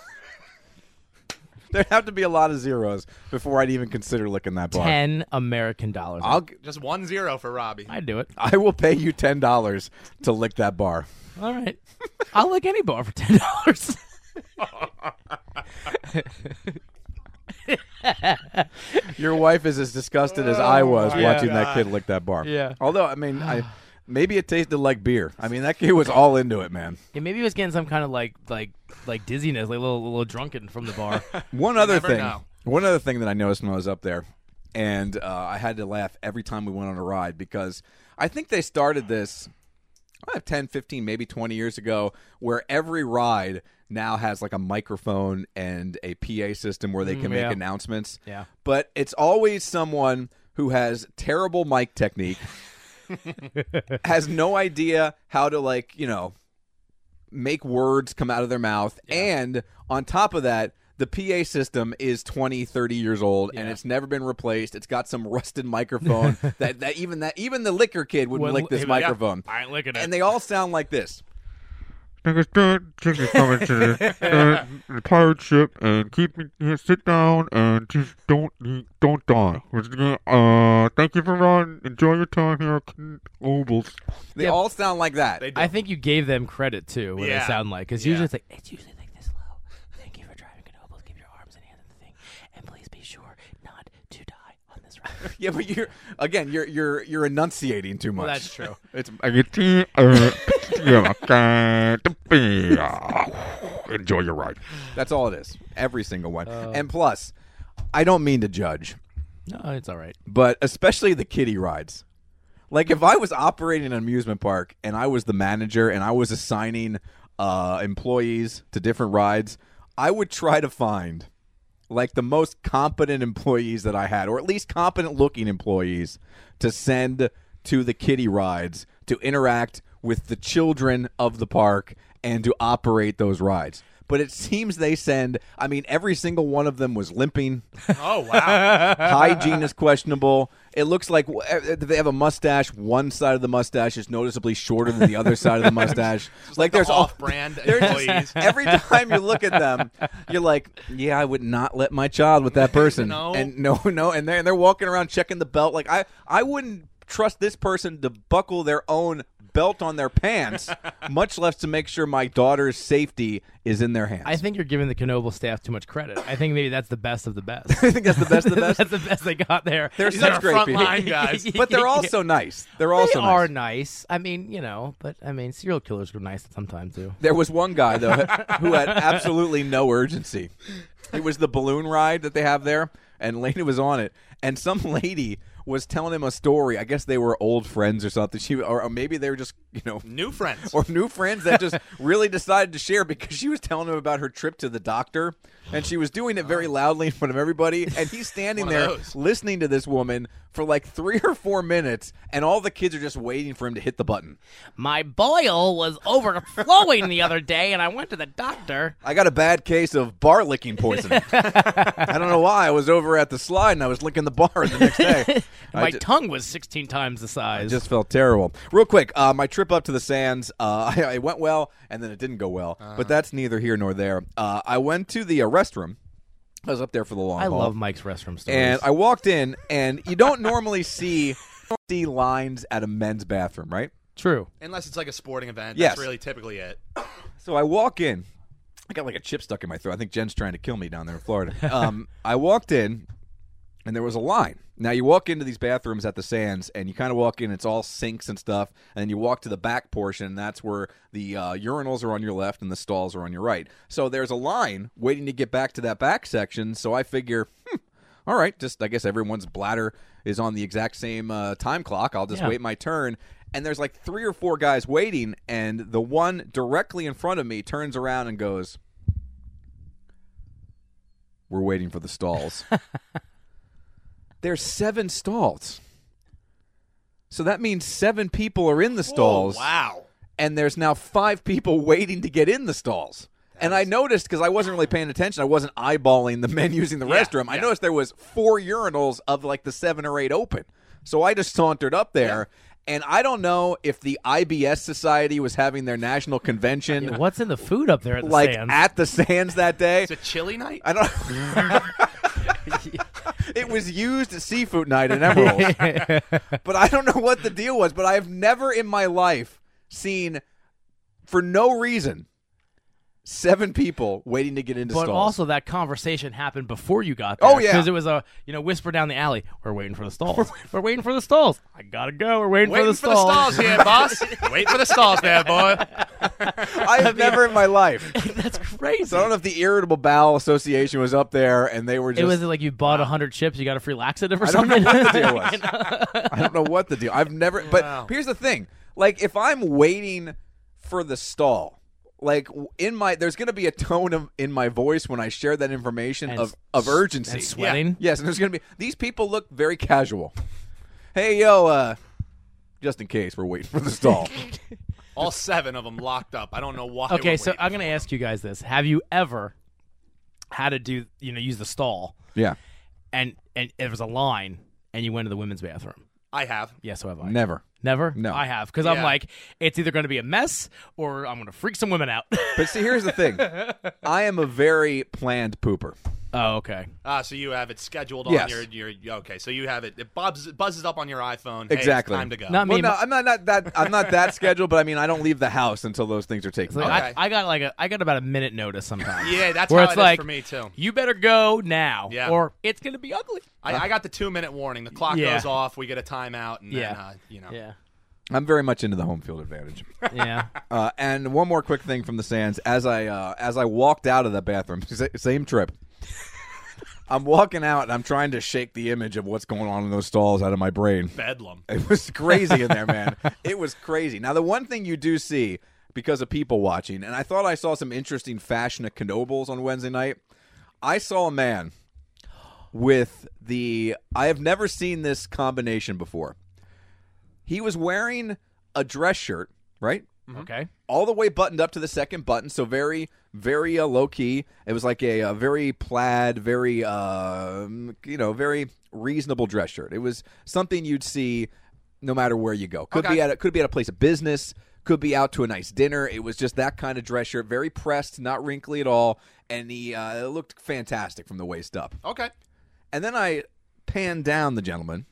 Speaker 1: [LAUGHS] there'd have to be a lot of zeros before I'd even consider licking that bar.
Speaker 2: Ten American dollars.
Speaker 1: I'll. g-
Speaker 6: Just one zero for Robbie.
Speaker 2: I'd do it.
Speaker 1: I will pay you ten dollars to lick that bar.
Speaker 2: All right. [LAUGHS] I'll lick any bar for ten dollars. [LAUGHS]
Speaker 1: Your wife is as disgusted as I was watching that
Speaker 6: God.
Speaker 1: kid lick that bar.
Speaker 2: Oh, Yeah.
Speaker 1: Although I mean, I maybe it tasted like beer. I mean, that kid was all into it, man.
Speaker 2: yeah, maybe he was getting some kind of like like like dizziness, like a little little drunken from the [LAUGHS] bar.
Speaker 1: One other
Speaker 6: never
Speaker 1: thing.
Speaker 6: know.
Speaker 1: One other thing that I noticed when I was up there, and uh, I had to laugh every time we went on a ride because I think they started this uh, 10, 15, maybe 20 years ago, where every ride now has like a microphone and a PA system where they
Speaker 6: Mm,
Speaker 1: can
Speaker 2: yeah.
Speaker 1: make announcements.
Speaker 2: Yeah.
Speaker 1: But it's always someone who has terrible mic
Speaker 2: [LAUGHS]
Speaker 1: technique, has no idea how to, like, you know, make words come out of their mouth and on top of that the PA system is 20 30 years old and it's never been replaced it's got some rusted
Speaker 2: [LAUGHS]
Speaker 1: microphone that, that even that even the liquor kid would
Speaker 2: Would
Speaker 1: lick
Speaker 2: li-
Speaker 1: this
Speaker 2: he'd be like, "Yeah,
Speaker 1: microphone
Speaker 2: I ain't licking it."
Speaker 1: and they all sound like this
Speaker 7: Niggas, don't take me coming to [LAUGHS] the, uh, the pirate ship and keep me here, sit down and just don't eat- don't die. Uh, thank you for riding. Enjoy your time here at Nobles.
Speaker 1: they all sound like that
Speaker 6: They do.
Speaker 2: I think you gave them credit too. What
Speaker 6: Yeah.
Speaker 2: they sound like, because
Speaker 6: Yeah.
Speaker 2: usually it's like it's usually like this low. Thank you for driving Knobles. Keep your arms and hands on the thing, and please be sure not to die on this ride.
Speaker 1: [LAUGHS] yeah but you're again you're you're you're enunciating too much
Speaker 2: [LAUGHS] that's true.
Speaker 1: it's
Speaker 7: I get to, uh, yeah, I got to be, uh, Enjoy your ride.
Speaker 1: that's all it is every single one and plus i don't mean to judge
Speaker 2: [LAUGHS] no, it's all right.
Speaker 1: but especially the kiddie rides. Like if I was operating an amusement park and I was the manager and I was assigning uh, employees to different rides, I would try to find like the most competent employees that I had, or at least competent looking employees, to send to the kiddie rides to interact with the children of the park and to operate those rides. But it seems they send. I mean, every single one of them was limping.
Speaker 6: Oh wow!
Speaker 1: Hygiene is questionable. It looks like uh, they have a mustache. One side of the mustache is noticeably shorter than the other
Speaker 6: [LAUGHS]
Speaker 1: side of the mustache. like
Speaker 6: the
Speaker 1: there's all-
Speaker 6: off-brand
Speaker 1: [LAUGHS] they're just-
Speaker 6: employees.
Speaker 1: every time you look at them, you're like, yeah, I would not let my child
Speaker 6: [LAUGHS]
Speaker 1: with that person.
Speaker 6: No.
Speaker 1: And no, no, and they're and they're walking around checking the belt. Like I, I wouldn't trust this person to buckle their own belt on their
Speaker 6: [LAUGHS]
Speaker 1: pants, much less to make sure my daughter's safety is in their hands.
Speaker 2: I think you're giving the Knoble staff too much credit. I think maybe that's the best of the [LAUGHS] best.
Speaker 1: [LAUGHS] I think that's the best
Speaker 6: [LAUGHS]
Speaker 1: of the best.
Speaker 2: [LAUGHS] that's the best they got there.
Speaker 1: They're
Speaker 6: These
Speaker 1: such
Speaker 6: are
Speaker 1: great people.
Speaker 2: [LAUGHS]
Speaker 6: frontline guys.
Speaker 1: But they're also nice. They're
Speaker 2: They
Speaker 1: also nice.
Speaker 2: are nice. I mean, you know, but I mean, serial killers were nice sometimes too.
Speaker 1: There was one guy
Speaker 6: [LAUGHS]
Speaker 1: though who had absolutely no urgency. It was the balloon ride that they have there, and Lena was on it, and some lady was telling him a story. I guess they were old friends or something. She or, or maybe they were just you know [LAUGHS]
Speaker 6: New friends.
Speaker 1: or new friends that
Speaker 6: [LAUGHS]
Speaker 1: just really decided to share because she was telling him about her trip to the doctor and she was doing it very loudly in front of everybody and he's standing
Speaker 6: Oh. One of
Speaker 1: there
Speaker 6: those.
Speaker 1: listening to this woman for like 3 or 4 minutes and all the kids are just waiting for him to hit the button.
Speaker 2: My boil was overflowing the other day, and I went to the doctor.
Speaker 1: I got a bad case of bar licking poisoning. I don't know why. I was over at the slide and I was licking the bar the next
Speaker 2: [LAUGHS]
Speaker 1: day. I
Speaker 2: My
Speaker 1: ju-
Speaker 2: tongue was 16 times the size.
Speaker 1: just felt terrible. Real quick, uh, my trip up to the Sands, uh, [LAUGHS] I, I went well and then it didn't go well, but that's neither here nor there. Uh, I went to the uh, restroom I was up there for the long
Speaker 2: I
Speaker 1: haul.
Speaker 2: love Mike's restroom stories.
Speaker 1: and I walked in, and you don't normally see [LAUGHS] see lines at a men's bathroom, right?
Speaker 2: True.
Speaker 6: Unless it's like a sporting event.
Speaker 1: Yes.
Speaker 6: That's really typically it.
Speaker 1: So I walk in. I got like a chip stuck in my throat. I think Jen's trying to kill me down there in
Speaker 2: [LAUGHS]
Speaker 1: Florida. Um, I walked in, and there was a line. Now you walk into these bathrooms at the Sands, and you kind of walk in. It's all sinks and stuff, and then you walk to the back portion. And that's where the uh, urinals are on your left, and the stalls are on your right. So there's a line waiting to get back to that back section. So I figure, hmm, all right, just I guess everyone's bladder is on the exact same uh, time clock. I'll just
Speaker 2: Yeah.
Speaker 1: wait my turn. And there's like three or four guys waiting, and the one directly in front of me turns around and goes, "We're waiting for the stalls." There's seven stalls. So that means seven people are in the stalls.
Speaker 6: Oh, wow.
Speaker 1: And there's now five people waiting to get in the stalls. and I noticed because I wasn't really paying attention, I wasn't eyeballing the [LAUGHS] men using the restroom. I noticed there was four urinals of like the seven or eight open. So I just sauntered up there. And I don't know if the IBS Society was having their national convention
Speaker 2: What's in the food up there at the
Speaker 1: like
Speaker 2: stands?
Speaker 1: at the sands that day.
Speaker 6: It's a
Speaker 1: [LAUGHS]
Speaker 6: chilly night?
Speaker 1: I don't. it was used seafood night in Emerald, but I don't know what the deal was. But I have never in my life seen, for no reason, seven people waiting to get into
Speaker 2: but
Speaker 1: stalls.
Speaker 2: also that conversation happened before you got there.
Speaker 1: Oh, yeah.
Speaker 2: because it was a you know whisper down the alley. We're waiting for
Speaker 1: [LAUGHS]
Speaker 2: the stalls. We're waiting for the stalls. I gotta go. We're waiting,
Speaker 6: Waiting for the stalls here, boss. Wait for the stalls there, boy.
Speaker 1: I have never in my life.
Speaker 2: That's [LAUGHS] crazy.
Speaker 1: So I don't know if the Irritable Bowel Association was up there and they were just.
Speaker 2: it was like you bought a hundred chips, you got a free laxative or
Speaker 1: I don't know
Speaker 2: something.
Speaker 1: what the
Speaker 2: [LAUGHS]
Speaker 1: deal was. I don't know what the deal. I've never. But here's the thing: like, if I'm waiting for the stall, like w- in my, there's going to be a tone of, in my voice when I share that information
Speaker 2: And
Speaker 1: of
Speaker 2: s- [LAUGHS]
Speaker 1: of urgency.
Speaker 2: and sweating.
Speaker 1: Yes, and there's going to be these people look very casual. Hey, yo, uh, just in case we're waiting for the
Speaker 2: [LAUGHS]
Speaker 1: stall.
Speaker 6: [LAUGHS] All seven of them locked up. I don't know why.
Speaker 2: Okay,
Speaker 6: we're
Speaker 2: so
Speaker 6: waiting.
Speaker 2: I'm gonna ask you guys this: Have you ever had to do you know use the stall
Speaker 1: yeah,
Speaker 2: and and there was a line and you went to the women's bathroom?
Speaker 6: I have.
Speaker 2: Yes, so have I.
Speaker 1: never.
Speaker 2: Never?
Speaker 1: No.
Speaker 2: I have. Because I'm
Speaker 6: Yeah.
Speaker 2: like, it's either going to be a mess or I'm going to freak some women out. [LAUGHS]
Speaker 1: But see, here's the thing: I am a very planned pooper.
Speaker 2: oh, okay.
Speaker 6: Ah, so you have it scheduled
Speaker 1: Yes.
Speaker 6: on your, your okay. So you have it. It bubs, buzzes up on your iPhone. Hey, it's
Speaker 1: Exactly.
Speaker 6: time to go.
Speaker 2: Not me.
Speaker 1: Well, no,
Speaker 2: but-
Speaker 1: I'm not, not that. I'm not
Speaker 2: [LAUGHS]
Speaker 1: that scheduled, but I mean, I don't leave the house until those things are taken.
Speaker 2: like,
Speaker 1: care of.
Speaker 6: Okay.
Speaker 2: I, I got like a, I got about a minute notice sometimes.
Speaker 6: Yeah, that's
Speaker 2: where
Speaker 6: how
Speaker 2: it's
Speaker 6: it is
Speaker 2: like,
Speaker 6: for me, too.
Speaker 2: You better go now,
Speaker 6: Yeah.
Speaker 2: or it's going to be ugly.
Speaker 6: I, I got the two minute warning. The clock
Speaker 2: Yeah.
Speaker 6: goes off. We get a timeout, and then
Speaker 2: Yeah.
Speaker 6: uh, you know.
Speaker 2: [LAUGHS] Yeah,
Speaker 1: I'm very much into the home field advantage.
Speaker 6: [LAUGHS]
Speaker 2: yeah.
Speaker 1: Uh, and one more quick thing from the Sands as I uh, as I walked out of the bathroom, [LAUGHS] sa- same trip. I'm walking out and I'm trying to shake the image of what's going on in those stalls out of my brain.
Speaker 6: Bedlam.
Speaker 1: It was crazy in there, man. It was crazy. Now, the one thing you do see because of people watching, and I thought I saw some interesting fashion at Knobles on Wednesday night. I saw a man with the. I have never seen this combination before. He was wearing a dress shirt, right?
Speaker 2: Okay.
Speaker 1: all the way buttoned up to the second button, so very, very uh, low key. It was like a, uh very plaid, very, um, you know, very reasonable dress shirt. It was something you'd see no matter where you go. Could be
Speaker 6: Okay.
Speaker 1: at a, could be at a place of business, could be out to a nice dinner. It was just that kind of dress shirt, very pressed, not wrinkly at all, and he uh, it looked fantastic from the waist up.
Speaker 6: Okay.
Speaker 1: And then I pan down the gentleman.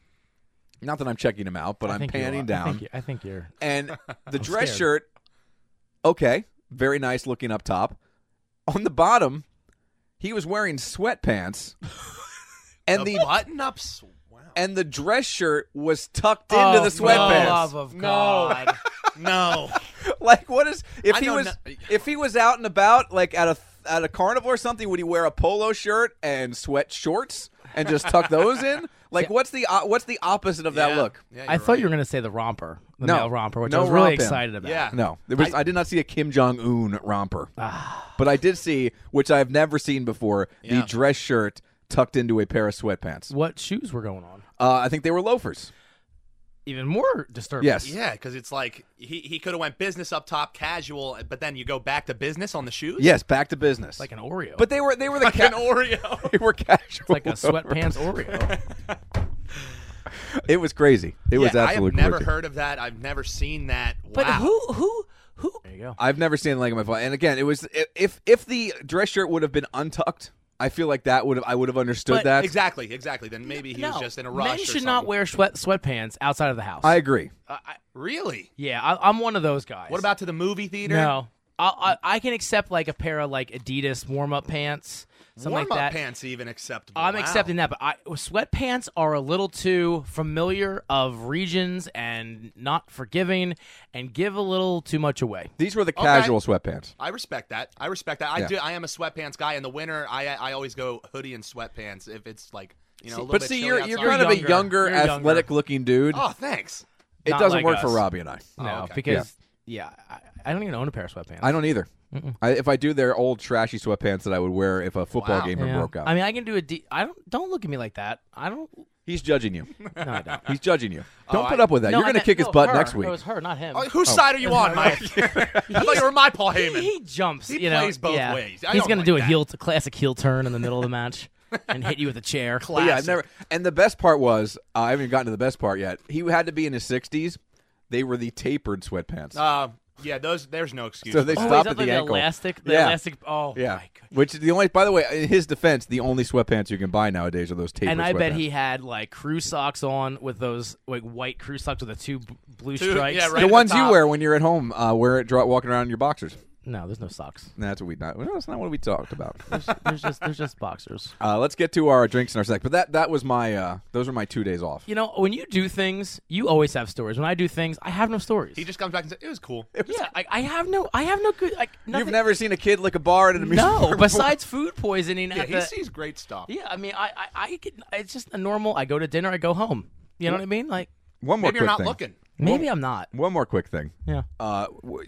Speaker 1: Not that I'm checking him out, but
Speaker 2: I
Speaker 1: I'm
Speaker 2: think you
Speaker 1: panning
Speaker 2: are.
Speaker 1: down
Speaker 2: I think, you- I think you're.
Speaker 1: [LAUGHS] and the dress
Speaker 2: scared.
Speaker 1: shirt okay very nice looking up top on the bottom he was wearing sweatpants and the,
Speaker 6: the button ups. Wow.
Speaker 1: and the dress shirt was tucked into the
Speaker 2: Oh, for love
Speaker 1: sweatpants
Speaker 2: of
Speaker 6: [LAUGHS]
Speaker 2: God.
Speaker 6: No.
Speaker 1: [LAUGHS] like what is if
Speaker 6: I
Speaker 1: he
Speaker 6: know
Speaker 1: was
Speaker 6: no-
Speaker 1: if he was out and about like at a at a carnival or something would he wear a polo shirt and sweat shorts and just
Speaker 6: [LAUGHS]
Speaker 1: tuck those in like what's the o- what's the opposite of that
Speaker 6: Yeah.
Speaker 1: look
Speaker 6: Yeah,
Speaker 2: I
Speaker 6: you're
Speaker 2: thought
Speaker 6: right.
Speaker 2: you were going to say the romper, the
Speaker 1: No.
Speaker 2: male romper, which
Speaker 1: No
Speaker 2: I was really
Speaker 1: romp him.
Speaker 2: excited about.
Speaker 6: Yeah.
Speaker 1: No, there was, I, did not see a Kim Jong Un
Speaker 6: [SIGHS]
Speaker 1: romper, but I did see, which I have never seen before,
Speaker 6: Ah. Yeah.
Speaker 1: the dress shirt tucked into a pair of sweatpants.
Speaker 2: What shoes were going on?
Speaker 1: Uh, I think they were loafers.
Speaker 2: Even more disturbing.
Speaker 1: Yes,
Speaker 6: Yeah, because it's like he, he could have went business up top, casual, but then you go back to business on the shoes.
Speaker 1: yes, back to business.
Speaker 2: Like an Oreo.
Speaker 1: but they were they were the
Speaker 6: Like an
Speaker 1: ca- [LAUGHS]
Speaker 6: Oreo.
Speaker 1: they were casual. [LAUGHS]
Speaker 2: like a
Speaker 1: loafers.
Speaker 2: sweatpants Oreo.
Speaker 1: It was crazy. It was
Speaker 6: Yeah, I have
Speaker 1: absolutely
Speaker 6: never
Speaker 1: crazy.
Speaker 6: heard of that. I've never seen that.
Speaker 2: [LAUGHS] But
Speaker 6: wow.
Speaker 2: who who who? There you go.
Speaker 1: I've never seen like my phone. And again, it was if if the dress shirt would have been untucked, I feel like that would have I would have understood
Speaker 2: But-
Speaker 1: that.
Speaker 6: Exactly, exactly. Then maybe he was just in a rush.
Speaker 2: Men
Speaker 6: or
Speaker 2: should not
Speaker 6: something.
Speaker 2: wear sweat sweatpants outside of the house.
Speaker 1: I agree.
Speaker 6: Really?
Speaker 2: yeah, I, I'm one of those guys.
Speaker 6: What about to the movie theater?
Speaker 2: no? I, I I can accept like a pair of like Adidas warm up pants, something
Speaker 6: Warm
Speaker 2: like that.
Speaker 6: up pants even acceptable.
Speaker 2: I'm
Speaker 6: Wow.
Speaker 2: accepting that, but I, sweatpants are a little too familiar of regions and not forgiving, and give a little too much away.
Speaker 1: These were the casual sweatpants.
Speaker 6: I respect that. I respect that. I
Speaker 1: Yeah.
Speaker 6: do. I am a sweatpants guy. In the winter, I I always go hoodie and sweatpants if it's like you know. a little
Speaker 1: But
Speaker 6: bit
Speaker 1: see,
Speaker 6: chilly
Speaker 1: you're you're
Speaker 6: outside.
Speaker 1: kind of a
Speaker 2: Younger.
Speaker 1: younger,
Speaker 2: You're younger.
Speaker 1: athletic looking dude.
Speaker 6: Oh, thanks.
Speaker 1: it
Speaker 2: not
Speaker 1: doesn't
Speaker 2: like
Speaker 1: work for
Speaker 2: us.
Speaker 1: Robbie and I.
Speaker 2: no,
Speaker 6: Oh, okay.
Speaker 2: because yeah, I, I don't even own a pair of sweatpants.
Speaker 1: I don't either. I, if I do, they're old trashy sweatpants that I would wear if a football
Speaker 6: Wow.
Speaker 1: game had
Speaker 2: Yeah.
Speaker 1: broke out.
Speaker 2: I mean, I can do a D. I don't. Don't look at me like that. I don't.
Speaker 1: He's judging you.
Speaker 2: No, I don't.
Speaker 1: He's judging you. Don't
Speaker 6: Oh,
Speaker 1: put
Speaker 6: I-
Speaker 1: up with that.
Speaker 2: No,
Speaker 1: You're
Speaker 2: I
Speaker 1: going to
Speaker 2: meant-
Speaker 1: kick his
Speaker 2: no,
Speaker 1: butt
Speaker 2: her.
Speaker 1: next week.
Speaker 2: It was her, not him.
Speaker 6: Oh, whose side are you on, Mike?
Speaker 1: [LAUGHS]
Speaker 6: [LAUGHS] I thought you were my Paul Heyman.
Speaker 2: He jumps.
Speaker 6: He
Speaker 2: you know,
Speaker 6: plays both
Speaker 2: yeah.
Speaker 6: ways. I
Speaker 2: He's
Speaker 6: don't
Speaker 2: gonna
Speaker 6: like
Speaker 2: do a
Speaker 6: that.
Speaker 2: heel, a classic heel turn in the
Speaker 6: [LAUGHS]
Speaker 2: middle of the match, and hit you with a chair.
Speaker 1: But Oh, yeah, I've never. And the best part was, uh, I haven't even gotten to the best part yet. He had to be in his 60s. They were the tapered sweatpants.
Speaker 6: Uh, yeah, those. There's no excuse.
Speaker 1: so they stop
Speaker 2: Oh, is that
Speaker 1: at the
Speaker 2: like
Speaker 1: ankle.
Speaker 2: elastic? The
Speaker 1: yeah.
Speaker 2: elastic. Oh,
Speaker 1: yeah.
Speaker 2: My God.
Speaker 1: Which is the only. By the way, in his defense, the only sweatpants you can buy nowadays are those tapered.
Speaker 2: And I bet
Speaker 1: sweatpants.
Speaker 2: he had like crew socks on with those like white crew socks with the two b- blue
Speaker 6: Two-
Speaker 2: stripes.
Speaker 6: yeah, right
Speaker 1: The
Speaker 6: at the
Speaker 1: ones you
Speaker 6: top.
Speaker 1: wear when you're at home, uh, wear it dro- walking around in your boxers.
Speaker 2: No, there's no socks.
Speaker 1: Nah, That's what we not. No, that's not what we talked about.
Speaker 2: There's, there's just there's just boxers.
Speaker 1: uh, let's get to our drinks and our snack. But that that was my. Uh, those were my two days off.
Speaker 2: You know, when you do things, you always have stories. When I do things, I have no stories.
Speaker 6: He just comes back and says it was cool.
Speaker 2: yeah, I, I have no I have no good like nothing.
Speaker 1: You've never seen a kid lick a bar at an amusement park.
Speaker 2: no
Speaker 1: before?
Speaker 2: besides food poisoning.
Speaker 6: Yeah,
Speaker 2: at
Speaker 6: he
Speaker 2: the-
Speaker 6: sees great stuff.
Speaker 2: yeah, I mean, I I, I get, it's just a normal. I go to dinner, I go home. You know what I mean? Like
Speaker 1: One more
Speaker 6: Maybe you're
Speaker 1: quick
Speaker 6: not
Speaker 1: thing.
Speaker 6: looking.
Speaker 2: maybe I'm not.
Speaker 1: One more quick thing.
Speaker 2: Yeah.
Speaker 1: Uh, w-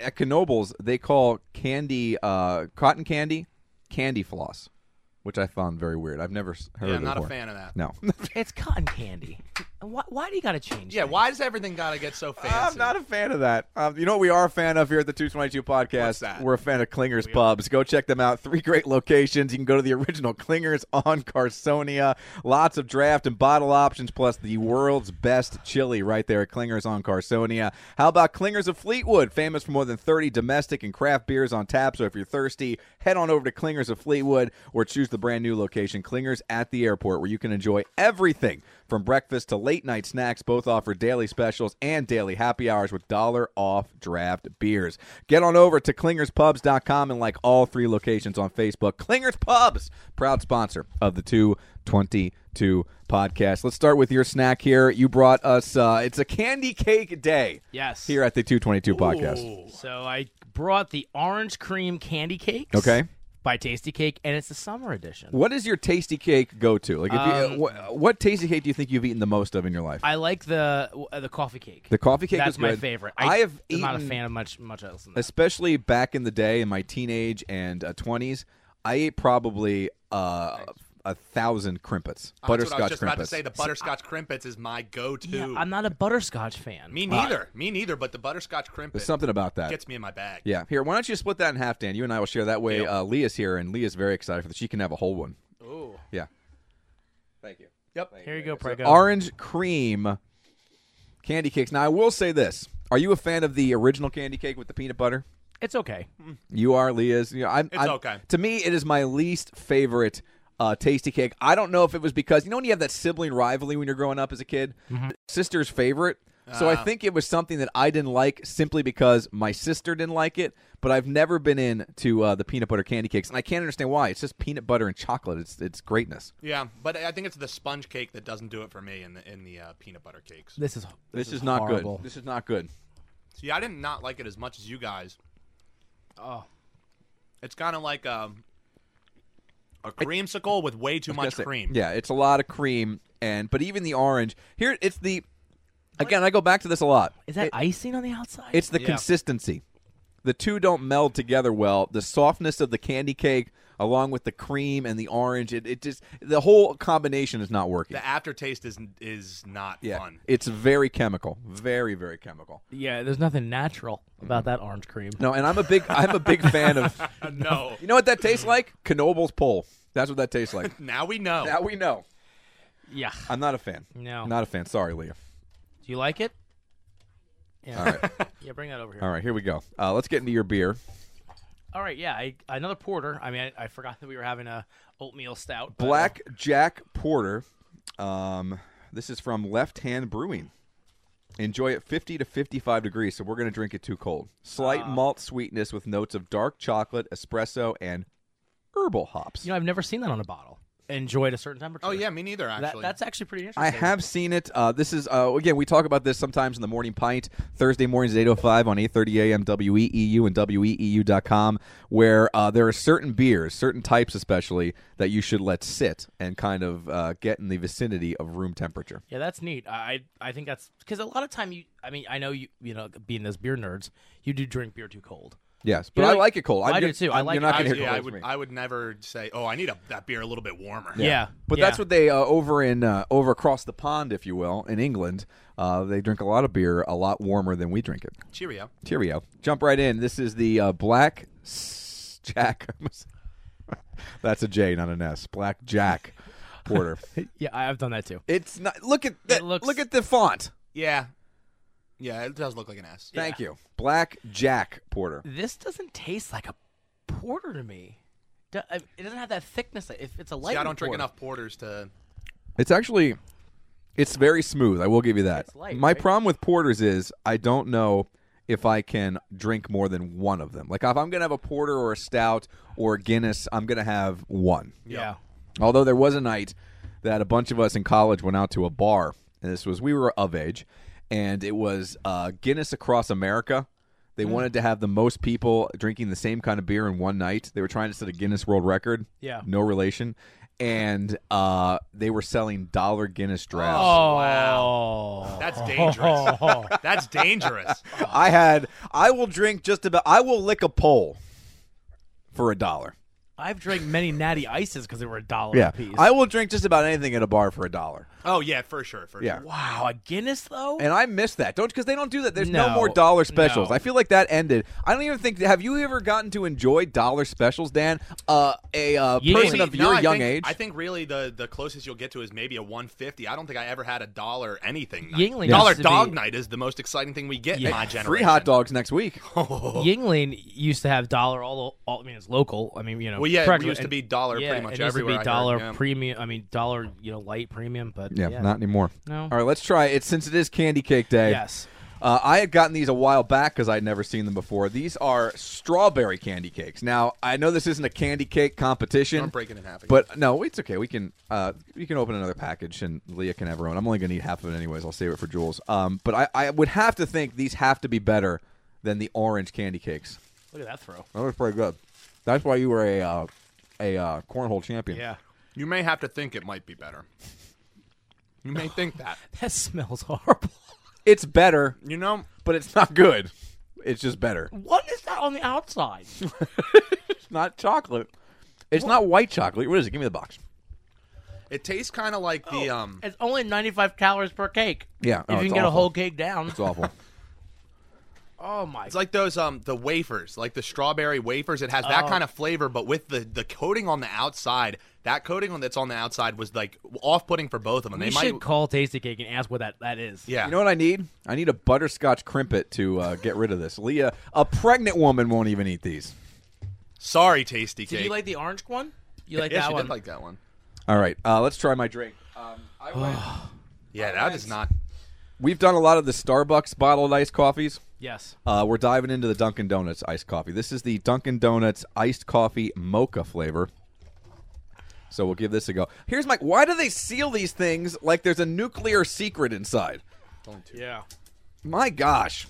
Speaker 1: at Knobles, they call candy uh, cotton candy candy floss, which I found very weird. I've never s- heard
Speaker 6: Yeah,
Speaker 1: of
Speaker 6: I'm
Speaker 1: it
Speaker 6: not a
Speaker 1: before.
Speaker 6: fan of that.
Speaker 1: No, [LAUGHS]
Speaker 2: It's cotton candy. Why, why do you got to change?
Speaker 6: Yeah,
Speaker 2: things?
Speaker 6: why does everything gotta get so fancy?
Speaker 1: I'm not a fan of that. Um, you know what we are a fan of here at the 222 podcast?
Speaker 6: What's that?
Speaker 1: We're a fan of Clingers Pubs. Go check them out. Three great locations. You can go to the original Clingers on Carsonia. Lots of draft and bottle options, plus the world's best chili right there at Clingers on Carsonia. How about Clingers of Fleetwood? Famous for more than 30 domestic and craft beers on tap. So if you're thirsty, head on over to Clingers of Fleetwood or choose the brand new location, Clingers at the airport, where you can enjoy everything from breakfast to late night snacks, both offer daily specials and daily happy hours with dollar off draft beers. Get on over to clingerspubs.com and like all three locations on Facebook. Clingers Pubs, proud sponsor of the 222 podcast. Let's start with your snack here. You brought us, uh, it's a candy cake day.
Speaker 2: Yes.
Speaker 1: Here at the 222 podcast.
Speaker 2: So I brought the orange cream candy cakes.
Speaker 1: Okay.
Speaker 2: By Tasty Cake, and it's the summer edition.
Speaker 1: What is your tasty cake go to? Like, if you, wh- what tasty cake do you think you've eaten the most of in your life?
Speaker 2: I like the uh, the coffee cake.
Speaker 1: the coffee cake
Speaker 2: That's
Speaker 1: is
Speaker 2: my
Speaker 1: good.
Speaker 2: favorite.
Speaker 1: I, have
Speaker 2: am not a
Speaker 1: eaten-
Speaker 2: fan of much much else. Than that.
Speaker 1: especially back in the day in my teenage and uh, 20s i ate probably uh, a thousand crimpets
Speaker 6: Oh, That's what I
Speaker 1: butterscotch
Speaker 6: was just about to
Speaker 1: crimpets
Speaker 6: say the butterscotch crimpets is my go-to.
Speaker 2: Yeah, I'm not a butterscotch fan.
Speaker 6: Me neither. Me neither. But the butterscotch crimpet
Speaker 1: Uh, there's something about that
Speaker 6: gets me in my bag.
Speaker 1: yeah here why don't you split that in half dan you and i will share that way
Speaker 6: Deal.
Speaker 1: uh, leah's here and leah's very excited for this she can have a whole one
Speaker 6: Ooh.
Speaker 1: yeah thank you
Speaker 6: Yep.
Speaker 2: Here you go, Prego.
Speaker 1: orange cream candy cakes now i will say this are you a fan of the original candy cake with the peanut butter
Speaker 2: it's okay.
Speaker 1: You are Leah's. You know, I'm,
Speaker 6: It's
Speaker 1: I'm-
Speaker 6: okay.
Speaker 1: To me, it is my least favorite uh, tasty cake. I don't know if it was because you know when you have that sibling rivalry when you're growing up as a kid,
Speaker 6: Mm-hmm.
Speaker 1: sister's favorite. So I
Speaker 6: Ah.
Speaker 1: think it was something that I didn't like simply because my sister didn't like it. But I've never been into uh, the peanut butter candy cakes, and I can't understand why. It's just peanut butter and chocolate. It's it's greatness.
Speaker 6: Yeah, but I think it's the sponge cake that doesn't do it for me in the in the uh, peanut butter cakes.
Speaker 2: This is
Speaker 1: This, is, not
Speaker 2: horrible.
Speaker 1: good. This is not good.
Speaker 6: See, I did not like it as much as you guys.
Speaker 2: Oh.
Speaker 6: It's kind of like um, a creamsicle with way too much
Speaker 1: That's it.
Speaker 6: cream.
Speaker 1: Yeah, it's a lot of cream, and but even the orange here, it's the. Again, I go back to this a lot.
Speaker 2: Is that icing on the outside?
Speaker 1: It's the
Speaker 6: Yeah.
Speaker 1: consistency. The two don't meld together well. The softness of the candy cake, along with the cream and the orange, it, it just the whole combination is not working.
Speaker 6: The aftertaste is is not
Speaker 1: yeah,
Speaker 6: fun. [LAUGHS]
Speaker 1: it's very chemical, very very chemical.
Speaker 2: yeah. There's nothing natural about that orange cream.
Speaker 1: No, and I'm a big I'm a big fan of.
Speaker 6: no.
Speaker 1: [LAUGHS] You know what that tastes like? Knobel's pole. That's what that tastes like.
Speaker 6: Now we know.
Speaker 1: now we know.
Speaker 2: Yeah.
Speaker 1: I'm not a fan.
Speaker 2: No.
Speaker 1: not a fan. Sorry, Leah.
Speaker 2: Do you like it? Yeah.
Speaker 1: All right,
Speaker 2: [LAUGHS] Yeah. Bring that over here.
Speaker 1: all right. Here we go. Uh, let's get into your beer.
Speaker 2: All All right, yeah, I, another porter. I mean, I, I forgot that we were having a oatmeal stout. but-
Speaker 1: Black Jack Porter. Um, this is from Left Hand Brewing. Enjoy at 50 to 55 degrees, so we're going to drink it too cold. Slight
Speaker 2: Ah.
Speaker 1: malt sweetness with notes of dark chocolate, espresso, and herbal hops.
Speaker 2: You know, I've never seen that on a bottle. Enjoyed a certain temperature.
Speaker 6: Oh yeah, me neither.
Speaker 2: That,
Speaker 6: Actually,
Speaker 2: that's actually pretty interesting.
Speaker 1: I have seen it. Uh, this is uh, again. We talk about this sometimes in the morning pint. Thursday mornings at eight oh five on eight thirty a.m. WEEU E and WEEU.com, where uh, there are certain beers, certain types especially, that you should let sit and kind of uh, get in the vicinity of room temperature.
Speaker 2: Yeah, that's neat. I I I think that's because a lot of time you. I mean, I know you. You know, being those beer nerds, you do drink beer too cold.
Speaker 1: Yes, but
Speaker 2: You're
Speaker 1: I
Speaker 2: like-
Speaker 1: like it cold.
Speaker 2: I
Speaker 1: I'm-
Speaker 2: do too. I
Speaker 1: I'm-
Speaker 2: like
Speaker 1: You're
Speaker 2: it.
Speaker 1: not
Speaker 6: I,
Speaker 1: going to
Speaker 6: yeah,
Speaker 1: hear
Speaker 6: I
Speaker 1: cold.
Speaker 6: would.
Speaker 1: with me.
Speaker 6: I would never say, "Oh, I need a, that beer a little bit warmer."
Speaker 2: Yeah,
Speaker 1: But
Speaker 2: yeah.
Speaker 1: that's what they uh, over in uh, over across the pond, if you will, in England. Uh, they drink a lot of beer, a lot warmer than we drink it.
Speaker 6: Cheerio.
Speaker 1: Cheerio. Jump right in. This is the uh, Black S- Jack. [LAUGHS] That's a J, not an S. Black Jack Porter.
Speaker 2: Yeah, I- I've done that too.
Speaker 1: it's not. Look at that.
Speaker 2: It looks-
Speaker 1: Look at the font.
Speaker 6: Yeah, yeah. It does look like an S.
Speaker 1: Thank you. Black Jack Porter.
Speaker 2: This doesn't taste like a porter to me. Do- I- It doesn't have that thickness. If it's a light,
Speaker 6: See, I don't drink enough porters to.
Speaker 1: It's actually, it's very smooth. I will give you that.
Speaker 2: It's light,
Speaker 1: My
Speaker 2: right?
Speaker 1: problem with porters is I don't know if I can drink more than one of them. Like if I'm gonna have a porter or a stout or a Guinness, I'm gonna have one.
Speaker 2: Yeah.
Speaker 1: Although there was a night that a bunch of us in college went out to a bar, and this was we were of age, and it was uh, Guinness Across America. They
Speaker 2: Hmm.
Speaker 1: wanted to have the most people drinking the same kind of beer in one night. They were trying to set a Guinness World Record.
Speaker 2: Yeah.
Speaker 1: no relation. And uh, they were selling dollar Guinness drafts.
Speaker 2: Oh.
Speaker 1: [LAUGHS]
Speaker 6: That's dangerous. That's dangerous.
Speaker 1: I had. I will drink just about. I will lick a pole for a dollar.
Speaker 2: I've drank many natty ices because they were a dollar
Speaker 1: Yeah,
Speaker 2: a piece.
Speaker 1: I will drink just about anything at a bar for a dollar.
Speaker 6: Oh yeah, for sure. For
Speaker 1: Yeah.
Speaker 6: sure.
Speaker 2: wow, a Guinness though.
Speaker 1: And I miss that. Don't because they don't do that. There's no,
Speaker 2: No.
Speaker 1: more dollar specials.
Speaker 2: No.
Speaker 1: I feel like that ended. I don't even think. Have you ever gotten to enjoy dollar specials, Dan? Uh, a uh,
Speaker 2: Yeah.
Speaker 1: person
Speaker 2: See,
Speaker 1: of
Speaker 6: No,
Speaker 1: your
Speaker 6: I
Speaker 1: young
Speaker 6: think-
Speaker 1: age.
Speaker 6: I think really the the closest you'll get to is maybe a 150. I don't think I ever had a dollar anything. Night.
Speaker 2: Yingling
Speaker 6: dollar
Speaker 2: used to
Speaker 6: dog
Speaker 2: be-
Speaker 6: night is the most exciting thing we get
Speaker 2: Yeah.
Speaker 6: in my
Speaker 2: Free
Speaker 6: generation.
Speaker 1: Three hot dogs next week.
Speaker 2: Yingling used to have dollar all, all. I mean, it's local. I mean, you know.
Speaker 6: Well, yeah, it
Speaker 2: correctly-
Speaker 6: used to
Speaker 2: and-
Speaker 6: be dollar
Speaker 2: yeah,
Speaker 6: pretty much
Speaker 2: it used
Speaker 6: everywhere, I
Speaker 2: To be
Speaker 6: heard,
Speaker 2: dollar
Speaker 6: yeah.
Speaker 2: premium. I mean, dollar you know light premium, but
Speaker 1: Yeah, not anymore.
Speaker 2: No.
Speaker 1: All right, let's try it since it is Candy Cake Day.
Speaker 2: Yes.
Speaker 1: Uh, I had gotten these a while back because I'd never seen them before. These are strawberry candy cakes. Now I know this isn't a candy cake competition.
Speaker 6: I'm breaking in half. again.
Speaker 1: But no, it's okay. We can uh, we can open another package and Leah can have her own. I'm only gonna eat half of it anyways. I'll save it for Jules. Um, but I, I would have to think these have to be better than the orange candy cakes.
Speaker 2: Look at that throw. [LAUGHS]
Speaker 1: That was pretty good. That's why you were a uh, a uh, cornhole champion.
Speaker 6: you may have to think it might be better. You may think that.
Speaker 2: That smells horrible.
Speaker 1: it's better,
Speaker 6: You know,
Speaker 1: but it's not good. It's just better.
Speaker 2: What is that on the outside?
Speaker 1: It's not chocolate. It's not white chocolate. What is it? Give me the box.
Speaker 6: it tastes kind of like the um.
Speaker 2: It's only 95 calories per cake.
Speaker 1: Yeah,
Speaker 2: If
Speaker 1: oh,
Speaker 2: you
Speaker 1: it's
Speaker 2: can get a
Speaker 1: awful.
Speaker 2: whole cake down.
Speaker 1: It's awful.
Speaker 2: Oh, my.
Speaker 6: It's like those um the wafers, like the strawberry wafers. It has that
Speaker 2: Oh.
Speaker 6: kind of flavor, but with the the coating on the outside. That coating on that's on the outside was like off putting for both of them.
Speaker 2: we
Speaker 6: they
Speaker 2: should
Speaker 6: might.
Speaker 2: call Tasty Cake and ask what that, that is.
Speaker 6: yeah.
Speaker 1: You know what I need? I need a butterscotch crimpet to uh, get rid of this. Leah, a pregnant woman won't even eat these.
Speaker 6: Sorry, tasty
Speaker 2: Did
Speaker 6: cake.
Speaker 2: you like the orange one? You like
Speaker 6: yeah,
Speaker 2: that
Speaker 6: she
Speaker 2: one?
Speaker 6: did like that one.
Speaker 1: All right, uh, let's try my drink. Um, I [SIGHS] went,
Speaker 2: Oh,
Speaker 6: Yeah, that is not.
Speaker 1: we've done a lot of the Starbucks bottled iced coffees.
Speaker 2: yes.
Speaker 1: Uh, we're diving into the Dunkin' Donuts iced coffee. This is the Dunkin' Donuts iced coffee mocha flavor. So we'll give this a go. Here's my. Why do they seal these things like there's a nuclear secret inside?
Speaker 2: Yeah.
Speaker 1: My gosh!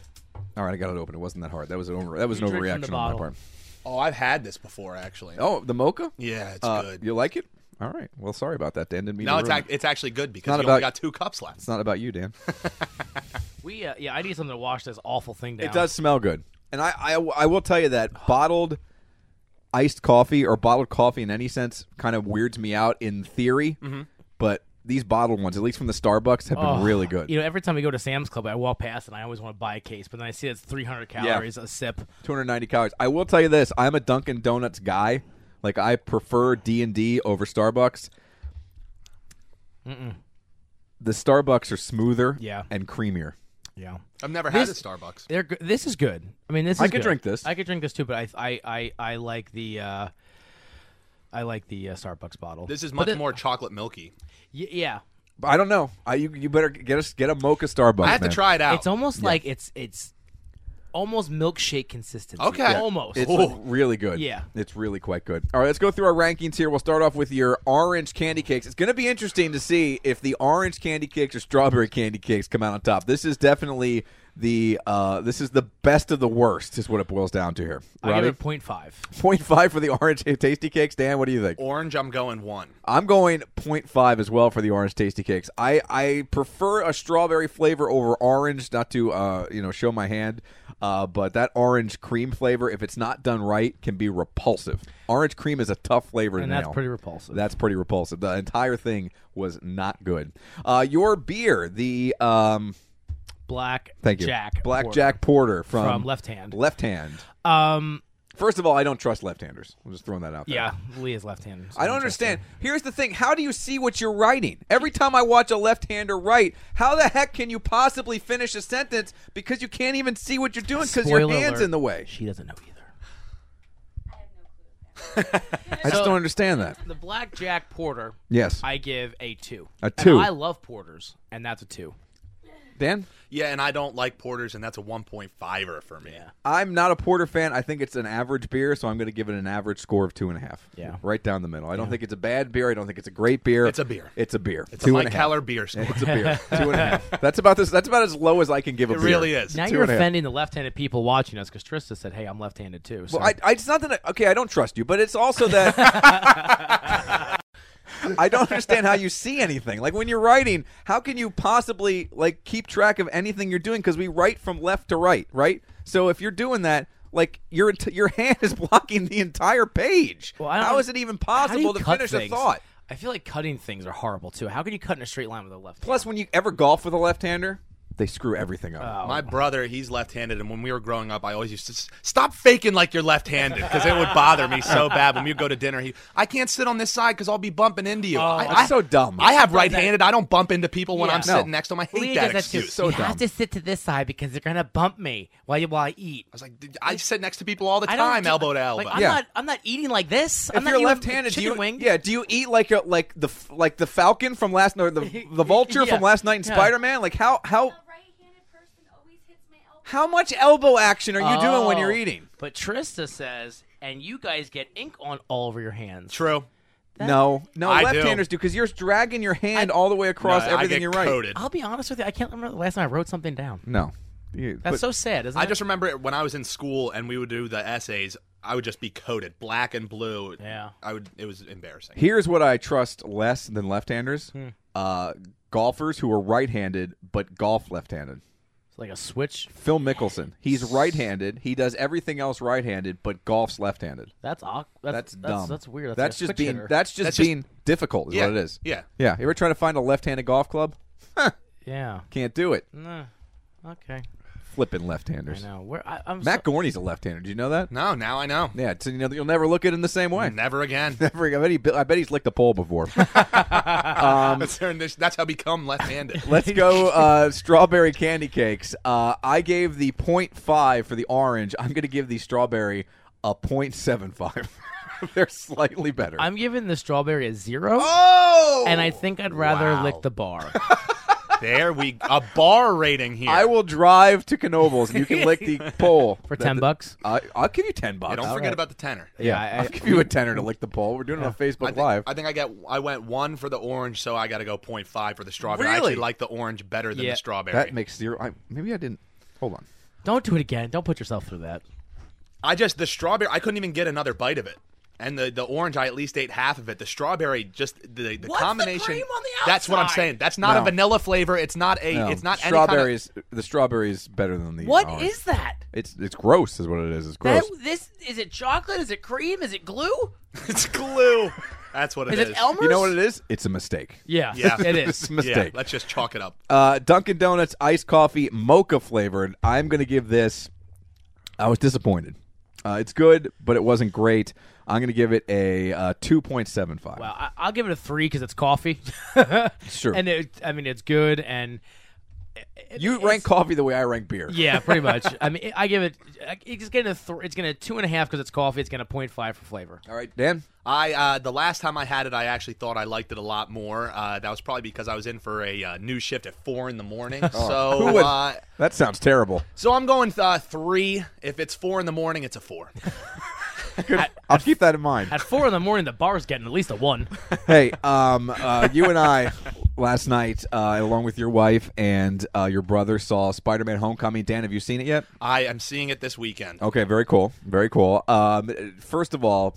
Speaker 1: All right, I got it open. It wasn't that hard. That was an over. That was an
Speaker 2: You drink from the
Speaker 1: overreaction on my
Speaker 2: bottle.
Speaker 1: part.
Speaker 6: Oh, I've had this before actually.
Speaker 1: Oh, the mocha.
Speaker 6: Yeah, it's
Speaker 1: Uh,
Speaker 6: good.
Speaker 1: You like it? All right. Well, sorry about that, Dan. Didn't mean
Speaker 6: No,
Speaker 1: to
Speaker 6: it's
Speaker 1: ruin
Speaker 6: act- it's actually good because
Speaker 1: Not
Speaker 6: you
Speaker 1: about-
Speaker 6: only got two cups left.
Speaker 1: It's not about you, Dan.
Speaker 2: We, uh, yeah, I need something to wash this awful thing down.
Speaker 1: It does smell good, and I, I I will tell you that bottled iced coffee or bottled coffee in any sense kind of weirds me out in theory, but these bottled ones, at least from the Starbucks, have been
Speaker 2: Oh,
Speaker 1: really good.
Speaker 2: You know, every time I go to Sam's Club, I walk past and I always want to buy a case, but then I see it's 300 calories a sip.
Speaker 1: 290 calories. I will tell you this: I'm a Dunkin' Donuts guy. Like I prefer D and D over Starbucks. The Starbucks are smoother
Speaker 2: Yeah.
Speaker 1: and creamier.
Speaker 2: Yeah,
Speaker 6: I've never had
Speaker 2: This-
Speaker 6: a Starbucks.
Speaker 2: they're good. This is good. I mean, this is
Speaker 1: I could
Speaker 2: good.
Speaker 1: drink this.
Speaker 2: I could drink this too, but I I I, I like the. Uh, I like the uh, Starbucks bottle.
Speaker 6: This is
Speaker 2: But
Speaker 6: much
Speaker 2: it-
Speaker 6: more chocolate milky.
Speaker 2: y- yeah,
Speaker 1: I don't know. I, you you better get us get a mocha Starbucks.
Speaker 6: I have
Speaker 1: man.
Speaker 6: to try it out.
Speaker 2: it's almost like it's it's almost milkshake consistency.
Speaker 6: Okay. Yeah.
Speaker 2: almost.
Speaker 1: It's
Speaker 6: Ooh.
Speaker 1: really good.
Speaker 2: Oh. Yeah.
Speaker 1: It's really quite good. All right, let's go through our rankings here. We'll start off with your orange candy cakes. It's going to be interesting to see if the orange candy cakes or strawberry candy cakes come out on top. This is definitely the uh, this is the best of the worst is what it boils down to here.
Speaker 2: I give
Speaker 1: Robbie,
Speaker 2: it 0.5.
Speaker 1: [LAUGHS] 0.5 for the orange tasty cakes. Dan, what do you think?
Speaker 6: Orange, I'm going one.
Speaker 1: I'm going 0.5 as well for the orange tasty cakes. I, I prefer a strawberry flavor over orange, not to uh, you know show my hand, uh, but that orange cream flavor, if it's not done right, can be repulsive. Orange cream is a tough flavor
Speaker 2: And
Speaker 1: to
Speaker 2: that's
Speaker 1: nail.
Speaker 2: pretty repulsive.
Speaker 1: That's pretty repulsive. The entire thing was not good. Uh, your beer, the um,
Speaker 2: Black
Speaker 1: thank you,
Speaker 2: Jack.
Speaker 1: Black um,
Speaker 2: Porter
Speaker 1: Jack Porter from,
Speaker 2: from Left Hand.
Speaker 1: Left Hand.
Speaker 2: Um,
Speaker 1: First of all, I don't trust left-handers. I'm just throwing that out there.
Speaker 2: yeah, Lee is left-handed. so
Speaker 1: I don't
Speaker 2: interesting.
Speaker 1: understand. Here's the thing: How do you see what you're writing? Every time I watch a left-hander write, how the heck can you possibly finish a sentence because you can't even see what you're doing because your
Speaker 2: Spoiler
Speaker 1: hands
Speaker 2: alert,
Speaker 1: in the way?
Speaker 2: She doesn't know either.
Speaker 1: I just don't understand that.
Speaker 2: The Black Jack Porter,
Speaker 1: Yes,
Speaker 2: I give a two.
Speaker 1: A
Speaker 2: And
Speaker 1: two.
Speaker 2: I love porters, and that's a two.
Speaker 1: Dan.
Speaker 6: Yeah, and I don't like porters, and that's a 1.5er for me. Yeah.
Speaker 1: I'm not a porter fan. I think it's an average beer, so I'm going to give it an average score of two and a half.
Speaker 2: Yeah.
Speaker 1: right down the middle. I don't think it's a bad beer. I don't think it's a great beer.
Speaker 6: It's a beer.
Speaker 1: It's a beer.
Speaker 6: It's
Speaker 1: Two
Speaker 6: a
Speaker 1: and
Speaker 6: Mike
Speaker 1: a half. [LAUGHS]
Speaker 6: Heller beer score.
Speaker 1: It's a
Speaker 6: [LAUGHS]
Speaker 1: beer. two and a half. That's about this. That's about as low as I can give a
Speaker 6: it
Speaker 1: beer.
Speaker 6: really is.
Speaker 2: Now
Speaker 1: Two
Speaker 2: you're
Speaker 1: and a half.
Speaker 2: offending the left-handed people watching us because Trista said, "Hey, I'm left-handed too." So
Speaker 1: Well, I, I, it's not that. I, okay, I don't trust you, but it's also that [LAUGHS] I don't understand how you see anything. Like when you're writing, how can you possibly like keep track of anything you're doing? Because we write from left to right, right? So if you're doing that, like your ent- your [LAUGHS] hand is blocking the entire page.
Speaker 2: Well, I don't-
Speaker 1: how is it even
Speaker 2: How do you
Speaker 1: possible to
Speaker 2: cut
Speaker 1: finish
Speaker 2: things?
Speaker 1: a thought?
Speaker 2: I feel like cutting things are horrible too. How can you cut in a straight line with a left?
Speaker 1: Plus, when you ever golf with a left-hander, they screw everything up.
Speaker 2: Oh.
Speaker 6: My brother, he's left-handed, and when we were growing up, I always used to s- stop faking like you're left-handed because it would bother
Speaker 1: [LAUGHS]
Speaker 6: me so bad. When we go to dinner, he, I can't sit on this side because I'll be bumping into you. I,
Speaker 1: Oh, that's
Speaker 6: I-
Speaker 1: so dumb.
Speaker 6: I have right-handed. I don't bump into people when
Speaker 2: Yeah.
Speaker 6: I'm
Speaker 2: No.
Speaker 6: sitting next to them. I hate
Speaker 2: Leah
Speaker 6: that
Speaker 2: does that too.
Speaker 6: excuse.
Speaker 1: So
Speaker 2: you
Speaker 1: dumb.
Speaker 2: have to sit to this side because they're gonna bump me while you while I eat.
Speaker 6: I was like, "Dude, I sit next to people all the
Speaker 2: I don't
Speaker 6: time,
Speaker 2: do-
Speaker 6: elbow to elbow.
Speaker 2: Like, I'm
Speaker 1: Yeah.
Speaker 2: not. I'm not eating like this. I'm
Speaker 1: if
Speaker 2: not
Speaker 1: you're
Speaker 2: eating
Speaker 1: left-handed, do
Speaker 2: chicken
Speaker 1: you
Speaker 2: wing.
Speaker 1: yeah? Do you eat like a like the f- like the falcon from last night,
Speaker 2: [LAUGHS]
Speaker 1: the the vulture
Speaker 2: Yeah.
Speaker 1: from last night in
Speaker 2: Yeah.
Speaker 1: Spider-Man? Like how how
Speaker 8: A right-handed person always hits my elbow.
Speaker 1: how much elbow action are you doing when you're
Speaker 2: Oh.
Speaker 1: eating?
Speaker 2: But Trista says, and you guys get ink on all over your hands.
Speaker 6: True.
Speaker 1: no, no,
Speaker 6: I do.
Speaker 1: left-handers do because you're dragging your hand all the way across
Speaker 6: No, I
Speaker 1: everything
Speaker 6: get
Speaker 1: you write.
Speaker 6: coated.
Speaker 2: I'll be honest with you. I can't remember the last time I wrote something down.
Speaker 1: No, You-
Speaker 2: That's
Speaker 1: but-
Speaker 2: so sad, isn't
Speaker 6: I
Speaker 2: it?
Speaker 6: just remember it when I was in school and we would do the essays. I would just be coated black and blue.
Speaker 2: Yeah.
Speaker 6: I would. It was embarrassing.
Speaker 1: here's what I trust less than left-handers:
Speaker 2: Hmm.
Speaker 1: uh, golfers who are right-handed but golf left-handed.
Speaker 2: It's like a switch.
Speaker 1: Phil Mickelson, he's right-handed. He does everything else right-handed, but golf's left-handed.
Speaker 2: That's awk-
Speaker 1: That's
Speaker 2: that's,
Speaker 1: dumb.
Speaker 2: That's, that's weird. That's, like a
Speaker 1: just
Speaker 2: switch
Speaker 1: being.
Speaker 2: hitter.
Speaker 1: That's just
Speaker 6: That's just-
Speaker 1: being difficult. Is
Speaker 6: Yeah.
Speaker 1: what it is.
Speaker 6: Yeah.
Speaker 1: Yeah. You ever trying to find a left-handed golf club?
Speaker 2: yeah.
Speaker 1: Can't do it.
Speaker 2: Nah. Okay.
Speaker 1: Flipping
Speaker 2: Mm. I
Speaker 1: left-handers.
Speaker 2: know. Mm. Where I, I'm.
Speaker 1: Matt
Speaker 2: so-
Speaker 1: Gorney's a left-hander. Do you know that?
Speaker 6: No, now I know.
Speaker 1: Yeah. So you know that you'll never look at him the same
Speaker 2: Mm.
Speaker 1: way.
Speaker 6: Never again.
Speaker 1: [LAUGHS] Never. I bet, he, I bet he's licked a pole
Speaker 2: [LAUGHS]
Speaker 1: before. Um,
Speaker 6: that's, that's how I become left-handed.
Speaker 1: Let's go uh, strawberry candy cakes. Uh, I gave the 0.5 for the orange. I'm going to give the strawberry a 0.75. [LAUGHS] They're slightly better.
Speaker 2: I'm giving the strawberry a zero,
Speaker 1: oh!
Speaker 2: and I think I'd rather
Speaker 6: Wow.
Speaker 2: lick the bar.
Speaker 6: There we a bar rating here.
Speaker 1: I will drive to Knobles and you can lick
Speaker 2: [LAUGHS]
Speaker 1: the pole
Speaker 2: For ten bucks.
Speaker 1: I, I'll give you ten bucks.
Speaker 6: Yeah, don't
Speaker 1: All
Speaker 6: forget
Speaker 1: right.
Speaker 6: about the tenner.
Speaker 1: Yeah,
Speaker 2: I-
Speaker 1: I, will give you a tenner to lick the pole. We're doing it on
Speaker 6: I
Speaker 1: Facebook
Speaker 6: think,
Speaker 1: Live.
Speaker 6: I think I got I went one for the orange, so I got to go 0.5 for the strawberry. I
Speaker 1: Really?
Speaker 6: actually like the orange better than
Speaker 2: Yeah.
Speaker 6: the strawberry.
Speaker 1: that makes zero. I, maybe I didn't. Hold on.
Speaker 2: Don't do it again. Don't put yourself through that.
Speaker 6: I just the strawberry. I couldn't even get another bite of it. And the, the orange, I at least ate half of it. The strawberry, just the, the
Speaker 2: What's the
Speaker 6: combination.
Speaker 2: cream on the
Speaker 6: That's what I'm
Speaker 2: outside?
Speaker 6: saying. That's not
Speaker 1: No.
Speaker 6: a vanilla flavor. It's not a.
Speaker 1: No,
Speaker 6: It's not
Speaker 1: Um, strawberries. The strawberry is better than the.
Speaker 2: What is
Speaker 1: orange.
Speaker 2: that?
Speaker 1: It's it's gross, is what it is. It's
Speaker 2: That,
Speaker 1: gross.
Speaker 2: this is it. Chocolate? Is it cream? Is it glue?
Speaker 6: Any kind of, [LAUGHS] it's glue. That's what
Speaker 2: Is
Speaker 6: it
Speaker 2: it
Speaker 6: is.
Speaker 2: Elmer's?
Speaker 1: you know what it is? It's a mistake. [LAUGHS]
Speaker 2: Yeah,
Speaker 6: [LAUGHS] Yeah.
Speaker 2: it
Speaker 1: It's
Speaker 2: is.
Speaker 1: a
Speaker 6: Yeah,
Speaker 1: mistake.
Speaker 6: let's just chalk it up.
Speaker 1: uh, Dunkin' Donuts iced coffee mocha flavored. I'm going to give this. I was disappointed. Uh, it's good, but it wasn't great. I'm going to give it a uh, 2.75.
Speaker 2: Well, [LAUGHS] I, I'll give it a three because it's coffee.
Speaker 1: Sure.
Speaker 2: and it, I mean it's good, and
Speaker 1: You rank coffee the way I rank beer.
Speaker 2: Yeah, pretty much. I mean, I give it. It's gonna. Th- it's gonna two and a half because it's coffee. It's gonna point five for flavor.
Speaker 1: All right, Dan.
Speaker 6: I uh, the last time I had it, I actually thought I liked it a lot more. Uh, that was probably because I was in for a uh, new shift at four in
Speaker 1: [LAUGHS]
Speaker 6: the morning. so
Speaker 1: Oh. Who would-
Speaker 6: uh,
Speaker 1: that sounds terrible.
Speaker 6: so I'm going uh, three. If it's four in the morning, it's a four. [LAUGHS]
Speaker 1: I'll keep that in mind.
Speaker 2: At four in the morning, the bar's getting at least a one.
Speaker 1: hey, um, uh, you and I [LAUGHS] last night, uh, along with your wife and uh, your brother, saw Spider-Man: Homecoming. Dan, have you seen it yet?
Speaker 6: I am seeing it this weekend.
Speaker 1: Okay, very cool. Very cool. Um, first of all,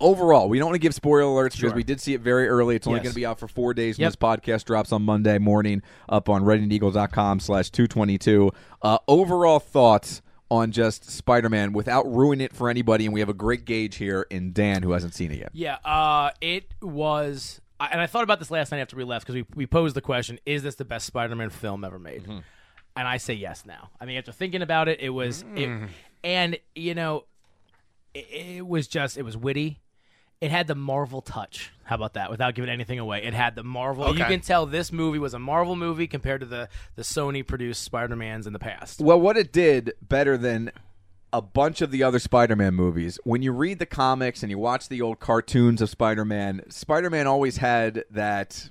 Speaker 1: overall, we don't want to give spoiler alerts because we did see it very early. It's only
Speaker 2: Yes.
Speaker 1: going to be out for four days when
Speaker 2: Yep.
Speaker 1: this podcast drops on Monday morning up on reddineagle.com slash 222. Uh, overall thoughts on just Spider-Man without ruining it for anybody, and we have a great gauge here in Dan who hasn't seen it yet.
Speaker 2: Yeah, uh, it was. I- And I thought about this last night after we left because we, we posed the question is this the best Spider Man film ever made? And I say yes now. I mean, after thinking about it, it was. It, and, you know, it, it was just, it was witty. It had the Marvel touch. How about that? Without giving anything away, it had the Marvel. You
Speaker 6: Okay.
Speaker 2: can tell this movie was a Marvel movie compared to the, the Sony produced Spider Mans in the past.
Speaker 1: Well, what it did better than a bunch of the other Spider-Man movies, when you read the comics and you watch the old cartoons of Spider-Man, Spider-Man always had that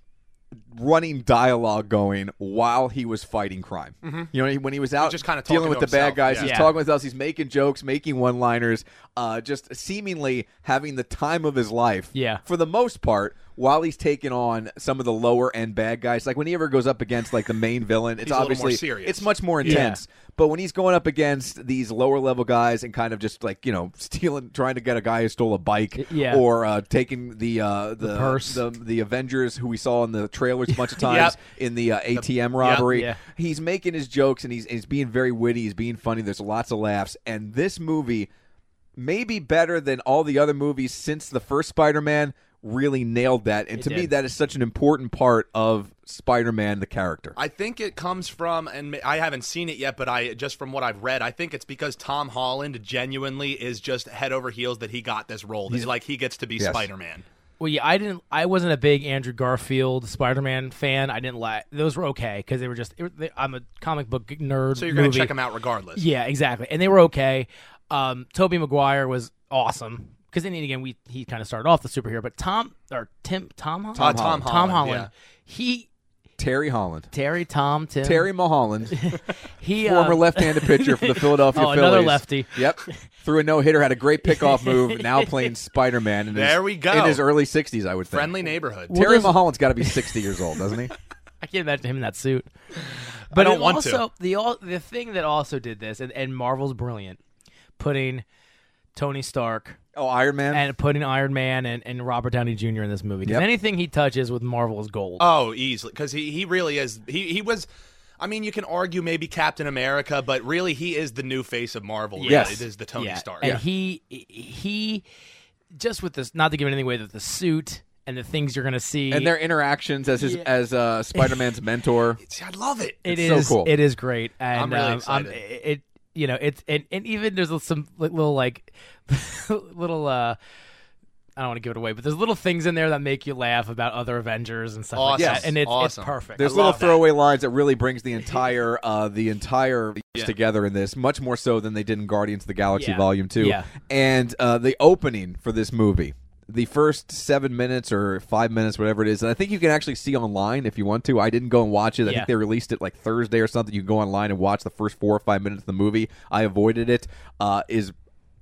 Speaker 1: running dialogue going while he was fighting crime. You know, when he was out
Speaker 6: Mm-hmm. just kinda
Speaker 1: dealing
Speaker 6: talking
Speaker 1: with
Speaker 6: to
Speaker 1: the bad
Speaker 6: himself,
Speaker 1: guys,
Speaker 6: yeah.
Speaker 1: he's
Speaker 2: Yeah.
Speaker 1: talking with us, he's making jokes, making one-liners, uh, just seemingly having the time of his life.
Speaker 2: Yeah.
Speaker 1: For the most part, while he's taking on some of the lower end bad guys, like when he ever goes up against like the main villain, it's
Speaker 6: He's a little more
Speaker 1: obviously
Speaker 6: serious.
Speaker 1: it's much more intense. But when he's going up against these lower level guys and kind of just like you know stealing, trying to get a guy who stole a bike,
Speaker 2: yeah.
Speaker 1: or uh, taking the uh, the the,
Speaker 2: purse.
Speaker 1: the the Avengers who we saw in the trailers a
Speaker 2: [LAUGHS]
Speaker 1: bunch of times in the uh, ATM robbery,
Speaker 2: yeah.
Speaker 1: he's making his jokes and he's he's being very witty. He's being funny. There's lots of laughs, and this movie maybe better than all the other movies since the first Spider-Man really nailed that and to me
Speaker 2: did.
Speaker 1: that is such an important part of Spider-Man the character.
Speaker 6: I think it comes from, and ma- I haven't seen it yet, but I just from what I've read, I think it's because Tom Holland genuinely is just head over heels that he got this role. He's like he gets to be Spider Man.
Speaker 2: Well, yeah, I didn't. I wasn't a big Andrew Garfield Spider-Man fan. I didn't like those were okay because they were just. It, were- they, I'm a comic book nerd.
Speaker 6: So you're
Speaker 2: movie.
Speaker 6: gonna check him out regardless.
Speaker 2: Yeah, exactly, and they were okay. Um, Toby Maguire was awesome because then again we he kind of started off the superhero, but Tom or Tim Tom Holland
Speaker 6: Tom Holland.
Speaker 2: Tom
Speaker 6: Holland,
Speaker 2: Holland he
Speaker 1: Terry Holland.
Speaker 2: Terry Tom Tim
Speaker 1: Terry
Speaker 2: [LAUGHS]
Speaker 1: Mulholland,
Speaker 2: he
Speaker 1: former
Speaker 2: uh,
Speaker 1: left-handed pitcher
Speaker 2: [LAUGHS]
Speaker 1: for the Philadelphia
Speaker 2: Oh,
Speaker 1: Phillies.
Speaker 2: another lefty. [LAUGHS]
Speaker 1: Yep. Threw a no-hitter, had a great pickoff move, now playing Spider-Man in his,
Speaker 6: There we go.
Speaker 1: in his early 60s, I would think.
Speaker 6: Friendly neighborhood.
Speaker 1: Terry
Speaker 2: there's-
Speaker 1: Mulholland's got to be 60 years old,
Speaker 2: [LAUGHS]
Speaker 1: doesn't he?
Speaker 2: I can't imagine him in that
Speaker 6: [LAUGHS]
Speaker 2: suit. But
Speaker 6: don't
Speaker 2: it
Speaker 6: want to.
Speaker 2: also, The all, the thing that also did this, and, and Marvel's brilliant, putting Tony Stark
Speaker 1: Oh, Iron Man.
Speaker 2: and putting Iron Man and, and Robert Downey Jr. in this movie. Because
Speaker 1: Yep.
Speaker 2: anything he touches with Marvel is gold.
Speaker 6: Oh, easily, because he he really is. He he was. I mean, you can argue maybe Captain America, but really he is the new face of Marvel. Really.
Speaker 1: Yes.
Speaker 6: it is the Tony
Speaker 2: yeah.
Speaker 6: Stark.
Speaker 2: And he he just with this, not to give anything away, with the suit and the things you're gonna see.
Speaker 1: And their interactions as his as uh,
Speaker 2: [LAUGHS]
Speaker 1: Spider-Man's mentor.
Speaker 6: See, I love it.
Speaker 2: it
Speaker 1: it's so
Speaker 2: is-
Speaker 1: cool.
Speaker 2: It is great. And,
Speaker 6: I'm really
Speaker 2: um,
Speaker 6: excited.
Speaker 2: it, it- you know it's and, and even there's some like, little like [LAUGHS] little uh. I don't want to give it away, but there's little things in there that make you laugh about other Avengers and stuff
Speaker 6: Awesome.
Speaker 2: like that, and it's,
Speaker 6: Awesome.
Speaker 2: it's perfect.
Speaker 1: There's little throwaway lines that really brings the entire uh, the entire together in this, much more so than they did in Guardians of the Galaxy
Speaker 2: Yeah.
Speaker 1: Volume Two.
Speaker 2: Yeah.
Speaker 1: And uh, the opening for this movie, the first seven minutes or five minutes, whatever it is, and I think you can actually see online if you want to. I didn't go and watch it. I
Speaker 2: Yeah.
Speaker 1: think they released it like Thursday or something. You can go online and watch the first four or five minutes of the movie. I avoided it. Uh, is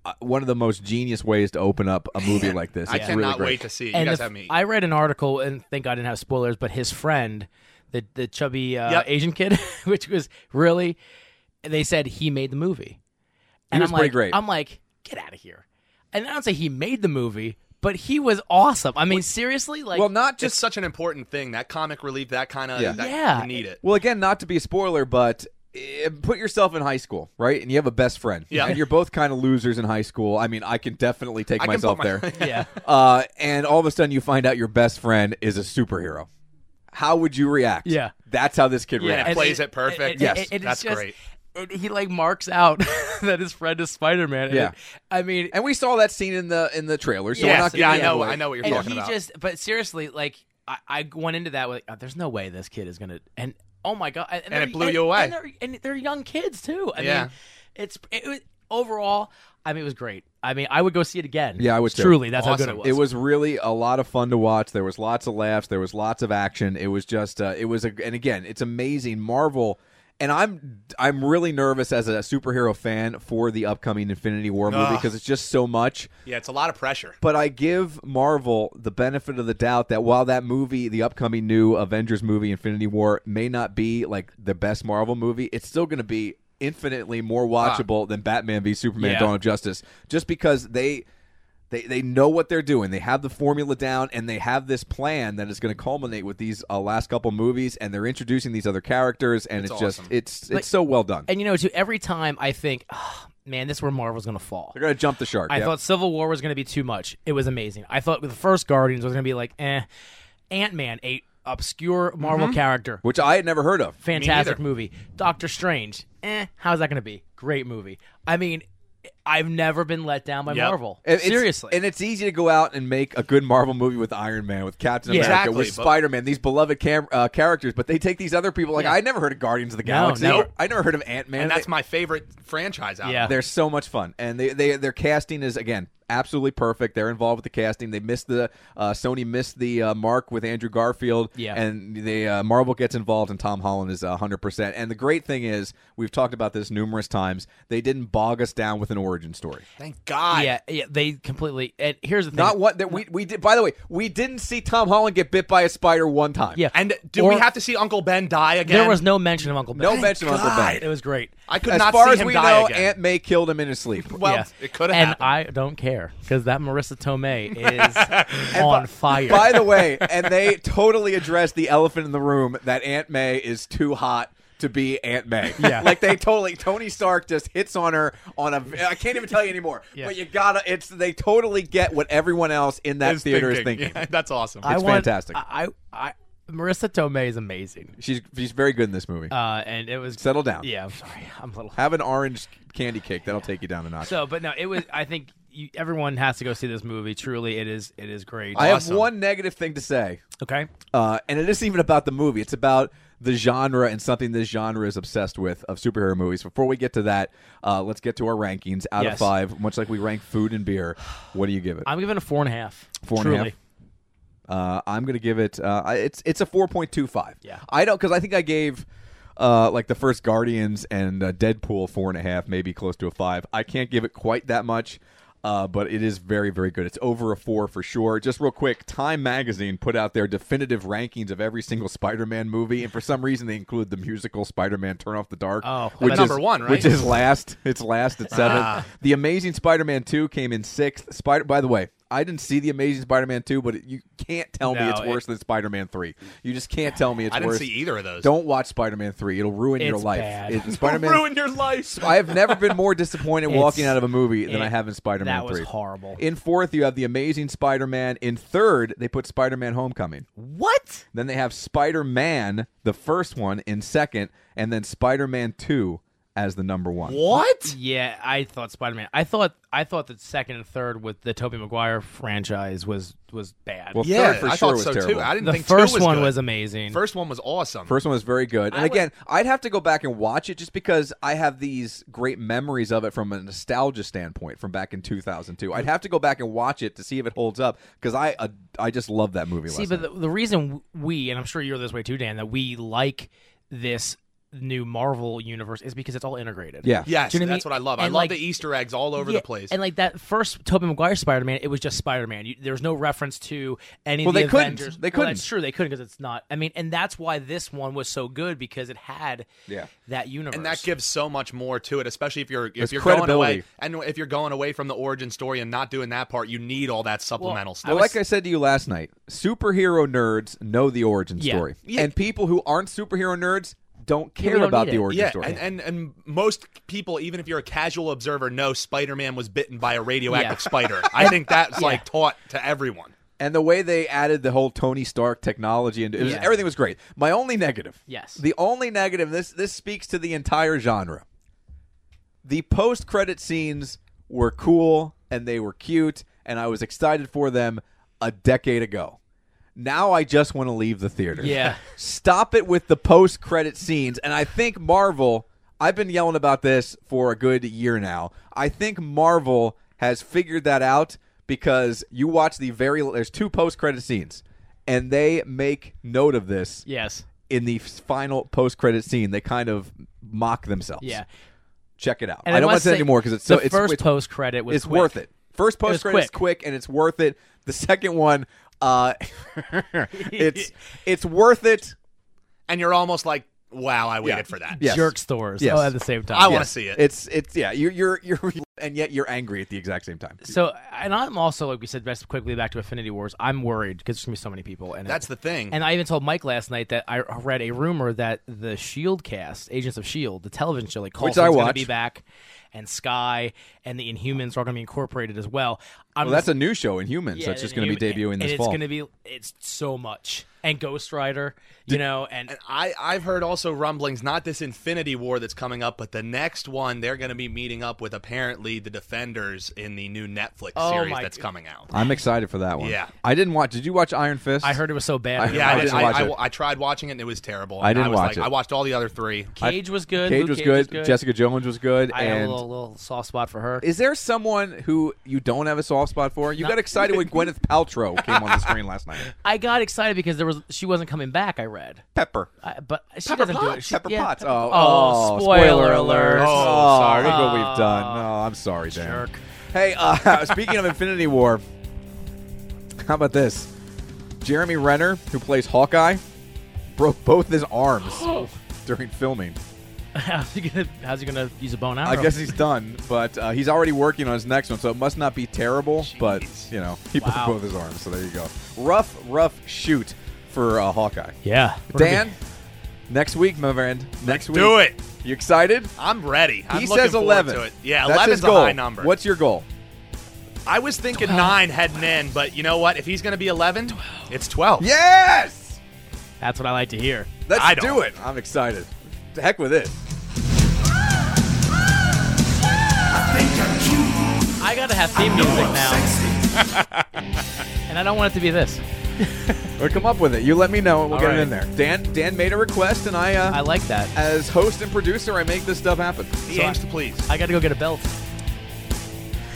Speaker 1: uh, one of the most genius ways to open up a movie like this.
Speaker 6: I
Speaker 1: It's really
Speaker 6: cannot
Speaker 1: great.
Speaker 6: wait to see. It. You
Speaker 2: and
Speaker 6: guys
Speaker 2: the-
Speaker 6: have me.
Speaker 2: I read an article, and thank God I didn't have spoilers, but his friend, the the chubby uh,
Speaker 6: Yep.
Speaker 2: Asian kid, [LAUGHS] which was really, they said he made the movie. And
Speaker 1: was
Speaker 2: I'm
Speaker 1: pretty
Speaker 2: like,
Speaker 1: great.
Speaker 2: I'm like, get out of here. And I don't say he made the movie, but he was awesome. I mean, seriously, like,
Speaker 1: Well, not
Speaker 6: Just
Speaker 1: just
Speaker 6: such an important thing that comic relief, that kind of
Speaker 1: Yeah.
Speaker 2: Yeah.
Speaker 6: you need it.
Speaker 1: Well, again, not to be a spoiler, but eh, put yourself in high school, right? And you have a best friend.
Speaker 6: Yeah.
Speaker 1: And you're both kind of losers in high school. I mean, I can definitely take
Speaker 6: I can
Speaker 1: myself
Speaker 6: put my-
Speaker 1: there.
Speaker 6: [LAUGHS]
Speaker 2: yeah.
Speaker 1: uh, and all of a sudden, you find out your best friend is a superhero. How would you react?
Speaker 2: Yeah.
Speaker 1: That's how this kid
Speaker 6: And it
Speaker 1: reacts.
Speaker 6: plays it perfect.
Speaker 1: Yes.
Speaker 2: it's
Speaker 6: That's
Speaker 2: just-
Speaker 6: great.
Speaker 2: And he like marks out [LAUGHS] that his friend is Spider Man.
Speaker 1: Yeah.
Speaker 2: I mean,
Speaker 1: And we saw that scene in the in the trailer, so we're
Speaker 2: Yes,
Speaker 1: not
Speaker 6: yeah, I
Speaker 1: giving it
Speaker 6: know,
Speaker 1: away.
Speaker 6: I know what you're
Speaker 2: and
Speaker 6: talking
Speaker 2: he
Speaker 6: about.
Speaker 2: just but seriously like I, I went into that with oh, there's no way this kid is gonna and oh my god, and,
Speaker 6: And it
Speaker 2: they're-
Speaker 6: blew you away.
Speaker 2: And they're, and they're young kids too. I
Speaker 6: Yeah.
Speaker 2: mean, it's it was, overall. I mean, it was great. I mean, I would go see it again.
Speaker 1: Yeah, I would too.
Speaker 2: Truly, that's how
Speaker 6: Awesome.
Speaker 2: good it was.
Speaker 1: It was really a lot of fun to watch. There was lots of laughs. There was lots of action. It was just, uh, it was, a, and again, it's amazing. Marvel, and I'm, I'm really nervous as a superhero fan for the upcoming Infinity War movie
Speaker 6: Ugh.
Speaker 1: because it's just so much.
Speaker 6: Yeah, it's a lot of pressure.
Speaker 1: But I give Marvel the benefit of the doubt that while that movie, the upcoming new Avengers movie, Infinity War, may not be like the best Marvel movie, it's still going to be infinitely more watchable than Batman v Superman:
Speaker 2: Ah. Yeah.
Speaker 1: Dawn of Justice, just because they. They, they know what they're doing. They have the formula down, and they have this plan that is going to culminate with these uh, last couple movies. And they're introducing these other characters, and it's,
Speaker 6: awesome.
Speaker 1: just it's it's so well done.
Speaker 2: and you know, too. Every time I think, oh, man, this is where Marvel's gonna fall.
Speaker 1: they're going to jump the shark.
Speaker 2: I
Speaker 1: Yep.
Speaker 2: thought Civil War was going to be too much. It was amazing. I thought with the first Guardians was going to be like, eh. Ant Man, a obscure Marvel
Speaker 6: Mm-hmm.
Speaker 2: character,
Speaker 1: which I had never heard of.
Speaker 2: fantastic movie. Doctor Strange, eh? How's that going to be? Great movie. I mean, I've never been let down by
Speaker 6: Yep.
Speaker 2: Marvel.
Speaker 1: And it's-
Speaker 2: Seriously,
Speaker 1: and it's easy to go out and make a good Marvel movie with Iron Man, with Captain
Speaker 2: Yeah.
Speaker 1: America,
Speaker 6: Exactly,
Speaker 1: with
Speaker 6: but-
Speaker 1: Spider Man, these beloved cam- uh, characters, but they take these other people. Like
Speaker 2: Yeah.
Speaker 1: I never heard of Guardians of the
Speaker 2: No,
Speaker 1: Galaxy.
Speaker 2: never.
Speaker 1: I never heard of Ant Man.
Speaker 6: And that's my favorite franchise out.
Speaker 2: Yeah.
Speaker 6: there.
Speaker 1: They're so much fun, and they, they their casting is again absolutely perfect. They're involved with the casting. They missed the uh, Sony missed the uh, mark with Andrew Garfield,
Speaker 2: Yeah.
Speaker 1: and the uh, Marvel gets involved, and Tom Holland is hundred percent. And the great thing is, we've talked about this numerous times. They didn't bog us down with an origin story.
Speaker 6: Thank God.
Speaker 2: yeah, yeah. They completely. And here's the thing.
Speaker 1: Not what that we we did. By the way, we didn't see Tom Holland get bit by a spider one time.
Speaker 2: Yeah.
Speaker 6: And do
Speaker 2: Or-
Speaker 6: we have to see Uncle Ben die again?
Speaker 2: there was no mention of Uncle Ben.
Speaker 1: no mention of Uncle Ben.
Speaker 2: It was great.
Speaker 6: I could
Speaker 1: as
Speaker 6: not
Speaker 1: far
Speaker 6: see
Speaker 1: as
Speaker 6: him
Speaker 1: we
Speaker 6: die
Speaker 1: know,
Speaker 6: again.
Speaker 1: Aunt May killed him in his sleep.
Speaker 6: well,
Speaker 2: Yeah.
Speaker 6: it could
Speaker 2: and
Speaker 6: have happened.
Speaker 2: I don't care because that Marissa
Speaker 1: [LAUGHS]
Speaker 2: Tomei is on fire.
Speaker 1: by [LAUGHS] the way, and they totally addressed the elephant in the room that Aunt May is too hot to be Aunt May.
Speaker 2: Yeah.
Speaker 1: [LAUGHS] like they totally Tony Stark just hits on her on a. I can't even tell you anymore. But you gotta. It's they totally get what everyone else in that
Speaker 6: [LAUGHS] Is
Speaker 1: theater is
Speaker 6: thinking.
Speaker 1: thinking.
Speaker 6: Yeah, that's awesome.
Speaker 2: I
Speaker 1: it's
Speaker 2: want-
Speaker 1: fantastic.
Speaker 2: I, I, I, Marissa Tomei is amazing.
Speaker 1: She's she's very good in this movie.
Speaker 2: Uh, and it was
Speaker 1: Settle down.
Speaker 2: Yeah, I'm sorry. I'm a little.
Speaker 1: Have an orange candy cake. That'll take you down a notch.
Speaker 2: So, but no, it was. I think you, everyone has to go see this movie. Truly, it is. It is great.
Speaker 1: I have
Speaker 6: Awesome.
Speaker 1: one negative thing to say.
Speaker 2: okay.
Speaker 1: uh, and it isn't even about the movie. It's about the genre and something this genre is obsessed with of superhero movies. Before we get to that, uh, let's get to our rankings out of
Speaker 2: Yes.
Speaker 1: five, much like we rank food and beer. What do you give it?
Speaker 2: I'm giving it a four and a half.
Speaker 1: Four and a
Speaker 2: truly.
Speaker 1: half? Uh, I'm going to give it. Uh, I- it's it's a four point two five.
Speaker 2: Yeah.
Speaker 1: I don't because I think I gave. Uh, like the first Guardians and uh, Deadpool, four and a half, maybe close to a five. I can't give it quite that much, uh, but it is very, very good. It's over a four for sure. Just real quick, Time Magazine put out their definitive rankings of every single Spider-Man movie, and for some reason they include the musical Spider-Man: Turn Off the Dark,
Speaker 2: Oh,
Speaker 1: which
Speaker 6: that's
Speaker 1: is
Speaker 6: number one, right?
Speaker 1: Which is last. It's last at seven.
Speaker 6: Ah.
Speaker 1: The Amazing Spider-Man two came in sixth. Spider. By the way, I didn't see the Amazing Spider-Man two, but it, you can't tell me
Speaker 2: No,
Speaker 1: it's
Speaker 2: it-
Speaker 1: worse than Spider-Man three. You just can't tell me it's
Speaker 6: I didn't
Speaker 1: worse.
Speaker 6: see either of those.
Speaker 1: Don't watch Spider-Man three; it'll ruin your
Speaker 2: It's
Speaker 1: life.
Speaker 2: bad. [LAUGHS]
Speaker 1: It- Spider-Man.
Speaker 6: ruin your life.
Speaker 1: I have never been more disappointed
Speaker 2: It's-
Speaker 1: walking out of a movie than
Speaker 2: it-
Speaker 1: I have in Spider-Man
Speaker 2: that was
Speaker 1: three.
Speaker 2: horrible.
Speaker 1: In fourth, you have the Amazing Spider-Man. In third, they put Spider-Man: Homecoming.
Speaker 2: What?
Speaker 1: Then they have Spider-Man, the first one, in second, and then Spider-Man two as the number one.
Speaker 6: What?
Speaker 2: Yeah, I thought Spider Man. I thought I thought that second and third with the Tobey Maguire franchise was was bad.
Speaker 1: Well,
Speaker 6: Yeah,
Speaker 1: third for
Speaker 6: I
Speaker 1: sure
Speaker 6: thought
Speaker 1: was
Speaker 6: so
Speaker 1: terrible.
Speaker 6: too. I didn't
Speaker 2: the
Speaker 6: think
Speaker 2: first
Speaker 6: two was
Speaker 2: one
Speaker 6: good.
Speaker 2: was amazing.
Speaker 6: First one was awesome.
Speaker 1: First one was very good. And
Speaker 2: I would-
Speaker 1: again, I'd have to go back and watch it just because I have these great memories of it from a nostalgia standpoint from back in 2002. I'd have to go back and watch it to see if it holds up because I uh, I just love that movie.
Speaker 2: See,
Speaker 1: last
Speaker 2: but
Speaker 1: night.
Speaker 2: the, the reason we, and I'm sure you're this way too, Dan, that we like this new Marvel universe is because it's all integrated.
Speaker 1: yeah.
Speaker 6: Yes,
Speaker 2: Do you know what I
Speaker 6: that's
Speaker 2: mean?
Speaker 6: what I love. I
Speaker 2: And,
Speaker 6: love
Speaker 2: like-
Speaker 6: the Easter eggs all over
Speaker 2: Yeah,
Speaker 6: the place.
Speaker 2: And like that first Tobey Maguire Spider Man, it was just Spider Man. There was no reference to any
Speaker 1: Well,
Speaker 2: of the
Speaker 1: they couldn't.
Speaker 2: Avengers.
Speaker 1: They
Speaker 2: Well,
Speaker 1: couldn't.
Speaker 2: that's true. They couldn't because it's not. I mean, and that's why this one was so good because it had
Speaker 1: Yeah.
Speaker 2: that universe.
Speaker 6: and that gives so much more to it, especially if you're if
Speaker 1: There's
Speaker 6: you're going
Speaker 1: credibility.
Speaker 6: away and if you're going away from the origin story and not doing that part, you need all that supplemental stuff.
Speaker 1: Well, like I said to you last night, superhero nerds know the origin
Speaker 2: Yeah.
Speaker 1: story,
Speaker 6: Yeah.
Speaker 1: and people who aren't superhero nerds don't care
Speaker 2: don't
Speaker 1: about
Speaker 2: need
Speaker 1: the
Speaker 2: it.
Speaker 1: origin
Speaker 6: yeah,
Speaker 1: story.
Speaker 6: and, and and most people, even if you're a casual observer, know Spider-Man was bitten by a radioactive
Speaker 2: Yeah. [LAUGHS]
Speaker 6: spider. I think that's like taught to everyone.
Speaker 1: And the way they added the whole Tony Stark technology and it was,
Speaker 2: Yeah.
Speaker 1: everything was great. My only negative,
Speaker 2: Yes.
Speaker 1: the only negative. This this speaks to the entire genre. The post credit scenes were cool and they were cute, and I was excited for them a decade ago. Now I just want to leave the theater. [LAUGHS]
Speaker 2: Yeah.
Speaker 1: Stop it with the post credit scenes. And I think Marvel, I've been yelling about this for a good year now. I think Marvel has figured that out because you watch the very, there's two post credit scenes, and they make note of this
Speaker 2: Yes.
Speaker 1: in the final post credit scene. They kind of mock themselves.
Speaker 2: Yeah.
Speaker 1: Check it out.
Speaker 2: And
Speaker 1: I don't
Speaker 2: must
Speaker 1: want to say
Speaker 2: say,
Speaker 1: anymore because it's so,
Speaker 2: the
Speaker 1: it's,
Speaker 2: first
Speaker 1: it's,
Speaker 2: post credit was
Speaker 1: it's
Speaker 2: quick.
Speaker 1: worth it. First post credit is
Speaker 2: quick.
Speaker 1: quick and it's worth it. The second one, uh, [LAUGHS]
Speaker 2: [LAUGHS]
Speaker 1: it's it's worth it.
Speaker 6: and you're almost like, wow, I waited
Speaker 1: Yeah.
Speaker 6: for that.
Speaker 1: Yes.
Speaker 2: Jerk stores.
Speaker 1: Yes.
Speaker 2: all at the same time.
Speaker 6: I
Speaker 2: Yeah.
Speaker 6: want to see it.
Speaker 1: It's it's yeah. You're you're you're [LAUGHS] and yet you're angry at the exact same time.
Speaker 2: So, and I'm also like we said, best quickly back to Affinity Wars. I'm worried because there's gonna be so many people, and
Speaker 6: That's the thing.
Speaker 2: And I even told Mike last night that I read a rumor that the Shield E cast, Agents of Shield, E the television show, like
Speaker 1: Which
Speaker 2: Coulson's
Speaker 1: I
Speaker 2: going to
Speaker 1: watch.
Speaker 2: be back, and Sky and the Inhumans are going to be incorporated as well. I'm
Speaker 1: Well, that's a new show in humans.
Speaker 2: yeah,
Speaker 1: that's just
Speaker 2: and
Speaker 1: going to be
Speaker 2: Inhuman-
Speaker 1: debuting
Speaker 2: and
Speaker 1: this
Speaker 2: it's
Speaker 1: fall.
Speaker 2: going to be it's so much and Ghost Rider, you know, and
Speaker 6: And I, I've heard also rumblings, not this Infinity War that's coming up, but the next one they're going to be meeting up with apparently the Defenders in the new Netflix
Speaker 2: Oh
Speaker 6: series
Speaker 2: my
Speaker 6: that's
Speaker 2: g-
Speaker 6: coming out.
Speaker 1: I'm excited for that one.
Speaker 6: Yeah.
Speaker 1: I didn't watch. Did you watch Iron Fist?
Speaker 2: I heard it was so bad.
Speaker 1: I-
Speaker 6: Yeah, I,
Speaker 1: didn't
Speaker 6: didn't I,
Speaker 1: watch
Speaker 6: I,
Speaker 1: it.
Speaker 6: I tried watching it and it was terrible.
Speaker 1: I
Speaker 6: And
Speaker 1: didn't
Speaker 6: was
Speaker 1: watch
Speaker 6: like-
Speaker 1: it.
Speaker 6: I watched all the other three.
Speaker 2: Cage was good.
Speaker 1: Cage
Speaker 2: Luke
Speaker 1: was good.
Speaker 2: good.
Speaker 1: Jessica Jones was good.
Speaker 2: I have
Speaker 1: and
Speaker 2: a little, little soft spot for her.
Speaker 1: is there someone who you don't have a soft spot for? You got excited
Speaker 2: [LAUGHS]
Speaker 1: when Gwyneth Paltrow came on the screen last night.
Speaker 2: I got excited because there was she wasn't coming back. I read,
Speaker 1: Pepper.
Speaker 2: I, but she
Speaker 1: Pepper
Speaker 2: doesn't do it.
Speaker 1: Potts.
Speaker 2: She,
Speaker 1: Pepper
Speaker 2: yeah,
Speaker 1: Potts.
Speaker 2: Pepper-
Speaker 1: Oh,
Speaker 2: oh, spoiler, alert!
Speaker 1: Oh,
Speaker 6: Oh, sorry.
Speaker 1: look what we've done. No, I'm sorry, Dan. Hey, uh, [LAUGHS] speaking of Infinity War, how about this? Jeremy Renner, who plays Hawkeye, broke both his arms during filming.
Speaker 2: [LAUGHS] How's he gonna? How's he gonna use a bone arrow?
Speaker 1: I guess he's done, but uh, he's already working on his next one, so it must not be terrible. But you know, he broke
Speaker 2: Wow.
Speaker 1: both his arms, so there you go. Rough, rough shoot for uh, Hawkeye.
Speaker 2: Yeah,
Speaker 1: Dan, next week, my friend. Next week,
Speaker 6: Do it.
Speaker 1: You excited?
Speaker 6: I'm ready. I'm
Speaker 1: he
Speaker 6: looking
Speaker 1: says
Speaker 6: forward
Speaker 1: eleven.
Speaker 6: To it. Yeah,
Speaker 1: That's his
Speaker 6: 11's
Speaker 1: goal.
Speaker 6: a high number.
Speaker 1: What's your goal?
Speaker 6: I was thinking nine heading in, but you know what? If he's going to be 11, it's 12.
Speaker 1: Yes,
Speaker 2: that's what I like to hear.
Speaker 1: let's
Speaker 6: I don't.
Speaker 1: do it. I'm excited. To heck with it.
Speaker 2: I gotta have theme music now, [LAUGHS] and I don't want it to be this.
Speaker 1: We'll come up with it. You let me know, and we'll
Speaker 2: All
Speaker 1: get
Speaker 2: right.
Speaker 1: it in there. Dan, Dan made a request, and I, uh,
Speaker 2: I like that.
Speaker 1: as host and producer, I make this stuff happen.
Speaker 6: He aims to please,
Speaker 2: I gotta go get a belt.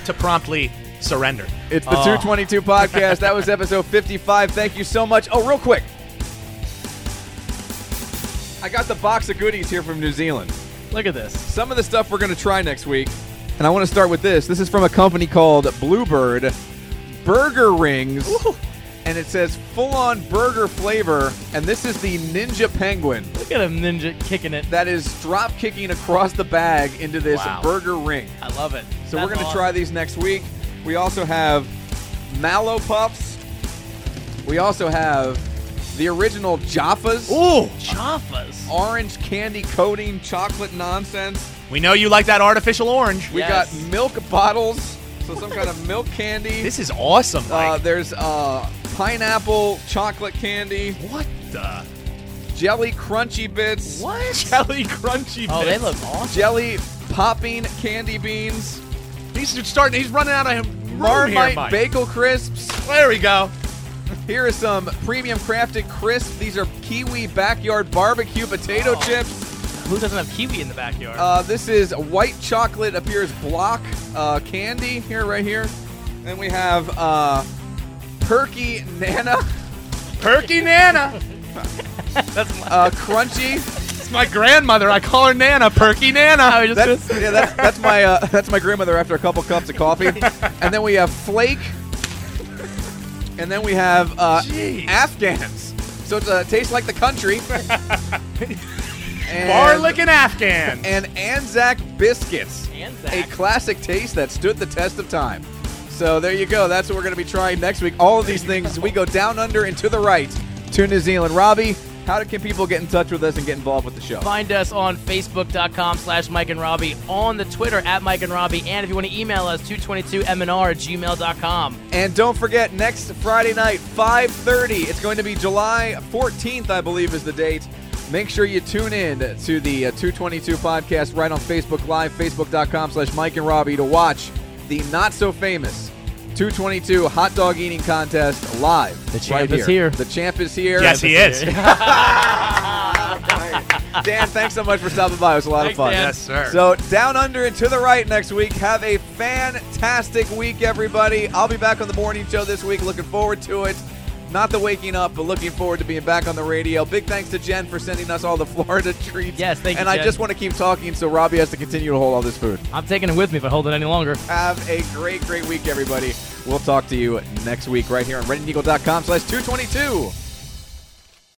Speaker 6: to promptly surrender.
Speaker 1: It's the 222 podcast. That was episode 55. Thank you so much. Oh, real quick. I got the box of goodies here from New Zealand.
Speaker 2: Look at this.
Speaker 1: Some of the stuff we're going to try next week. And I want to start with this. This is from a company called Bluebird Burger Rings. And it says full on burger flavor. And this is the Ninja Penguin
Speaker 2: Look at him ninja kicking it.
Speaker 1: that is drop kicking across the bag into this
Speaker 2: Wow.
Speaker 1: burger ring.
Speaker 2: I love it.
Speaker 1: So
Speaker 2: That's
Speaker 1: we're going to
Speaker 2: awesome.
Speaker 1: try these next week. We also have Mallow Puffs. We also have the original Jaffa's
Speaker 6: Ooh.
Speaker 2: Chaffas.
Speaker 1: orange candy coating chocolate nonsense.
Speaker 6: We know you like that artificial orange.
Speaker 1: We
Speaker 2: Yes.
Speaker 1: got milk bottles, so some kind
Speaker 6: [LAUGHS]
Speaker 1: of milk candy.
Speaker 6: This is awesome,
Speaker 1: uh,
Speaker 6: Mike.
Speaker 1: there's uh, pineapple chocolate candy,
Speaker 6: what the?
Speaker 1: jelly crunchy bits,
Speaker 2: What?
Speaker 6: Jelly crunchy
Speaker 2: Oh, they
Speaker 6: bits.
Speaker 2: look awesome.
Speaker 1: jelly popping candy beans,
Speaker 6: He's starting. He's running out of room here,
Speaker 1: Marmite
Speaker 6: Mike.
Speaker 1: bagel crisps.
Speaker 6: There we go.
Speaker 1: Here are some premium crafted crisps. These are kiwi backyard barbecue potato
Speaker 2: Oh.
Speaker 1: chips.
Speaker 2: Who doesn't have kiwi in the backyard?
Speaker 1: Uh, this is white chocolate appears block uh, candy here, right here. Then we have uh, perky nana
Speaker 6: Perky Nana.
Speaker 1: [LAUGHS] uh, crunchy.
Speaker 6: It's my grandmother. I call her Nana. Perky Nana.
Speaker 2: just
Speaker 1: That's, yeah, that's, that's my uh, [LAUGHS] that's my grandmother after a couple cups of coffee. And then we have flake. And then we have uh,
Speaker 6: Jeez.
Speaker 1: Afghans. So it uh, tastes like the
Speaker 6: [LAUGHS]
Speaker 1: country. And-
Speaker 6: Barlick and Afghan.
Speaker 1: and Anzac biscuits.
Speaker 2: Anzac.
Speaker 1: A classic taste that stood the test of time. So there you go. That's what we're going to be trying next week. All of these things, we go down under and to the right to New Zealand. Robbie, how do- can people get in touch with us and get involved with the show?
Speaker 2: Find us on Facebook.com slash Mike and Robbie, on the Twitter at Mike and Robbie, and if you want to email us, 222MNR at gmail.com.
Speaker 1: And don't forget, next Friday night, 5.30, it's going to be July 14th, I believe is the date. Make sure you tune in to the uh, 222 podcast right on Facebook Live, facebook.com slash Mike and Robbie to watch the not-so-famous 222 hot dog eating contest live.
Speaker 2: The champ
Speaker 1: right
Speaker 2: is here.
Speaker 1: The champ is here.
Speaker 9: Yes, he
Speaker 1: [LAUGHS]
Speaker 9: is.
Speaker 1: Dan, thanks so much for stopping by. It was a lot of
Speaker 2: Thanks,
Speaker 1: fun.
Speaker 2: Dan.
Speaker 9: yes, sir.
Speaker 1: So down under and to the right next week. Have a fantastic week, everybody. I'll be back on the morning show this week. Looking forward to it. Not the waking up, but looking forward to being back on the radio. Big thanks to Jen for sending us all the [LAUGHS] Florida treats.
Speaker 2: Yes, thank you,
Speaker 1: And I
Speaker 2: Jen.
Speaker 1: just want to keep talking, so Robbie has to continue to hold all this food.
Speaker 2: I'm taking it with me if I hold it any longer.
Speaker 1: Have a great, great week, everybody. We'll talk to you next week right here on RedandEagle.com slash 222.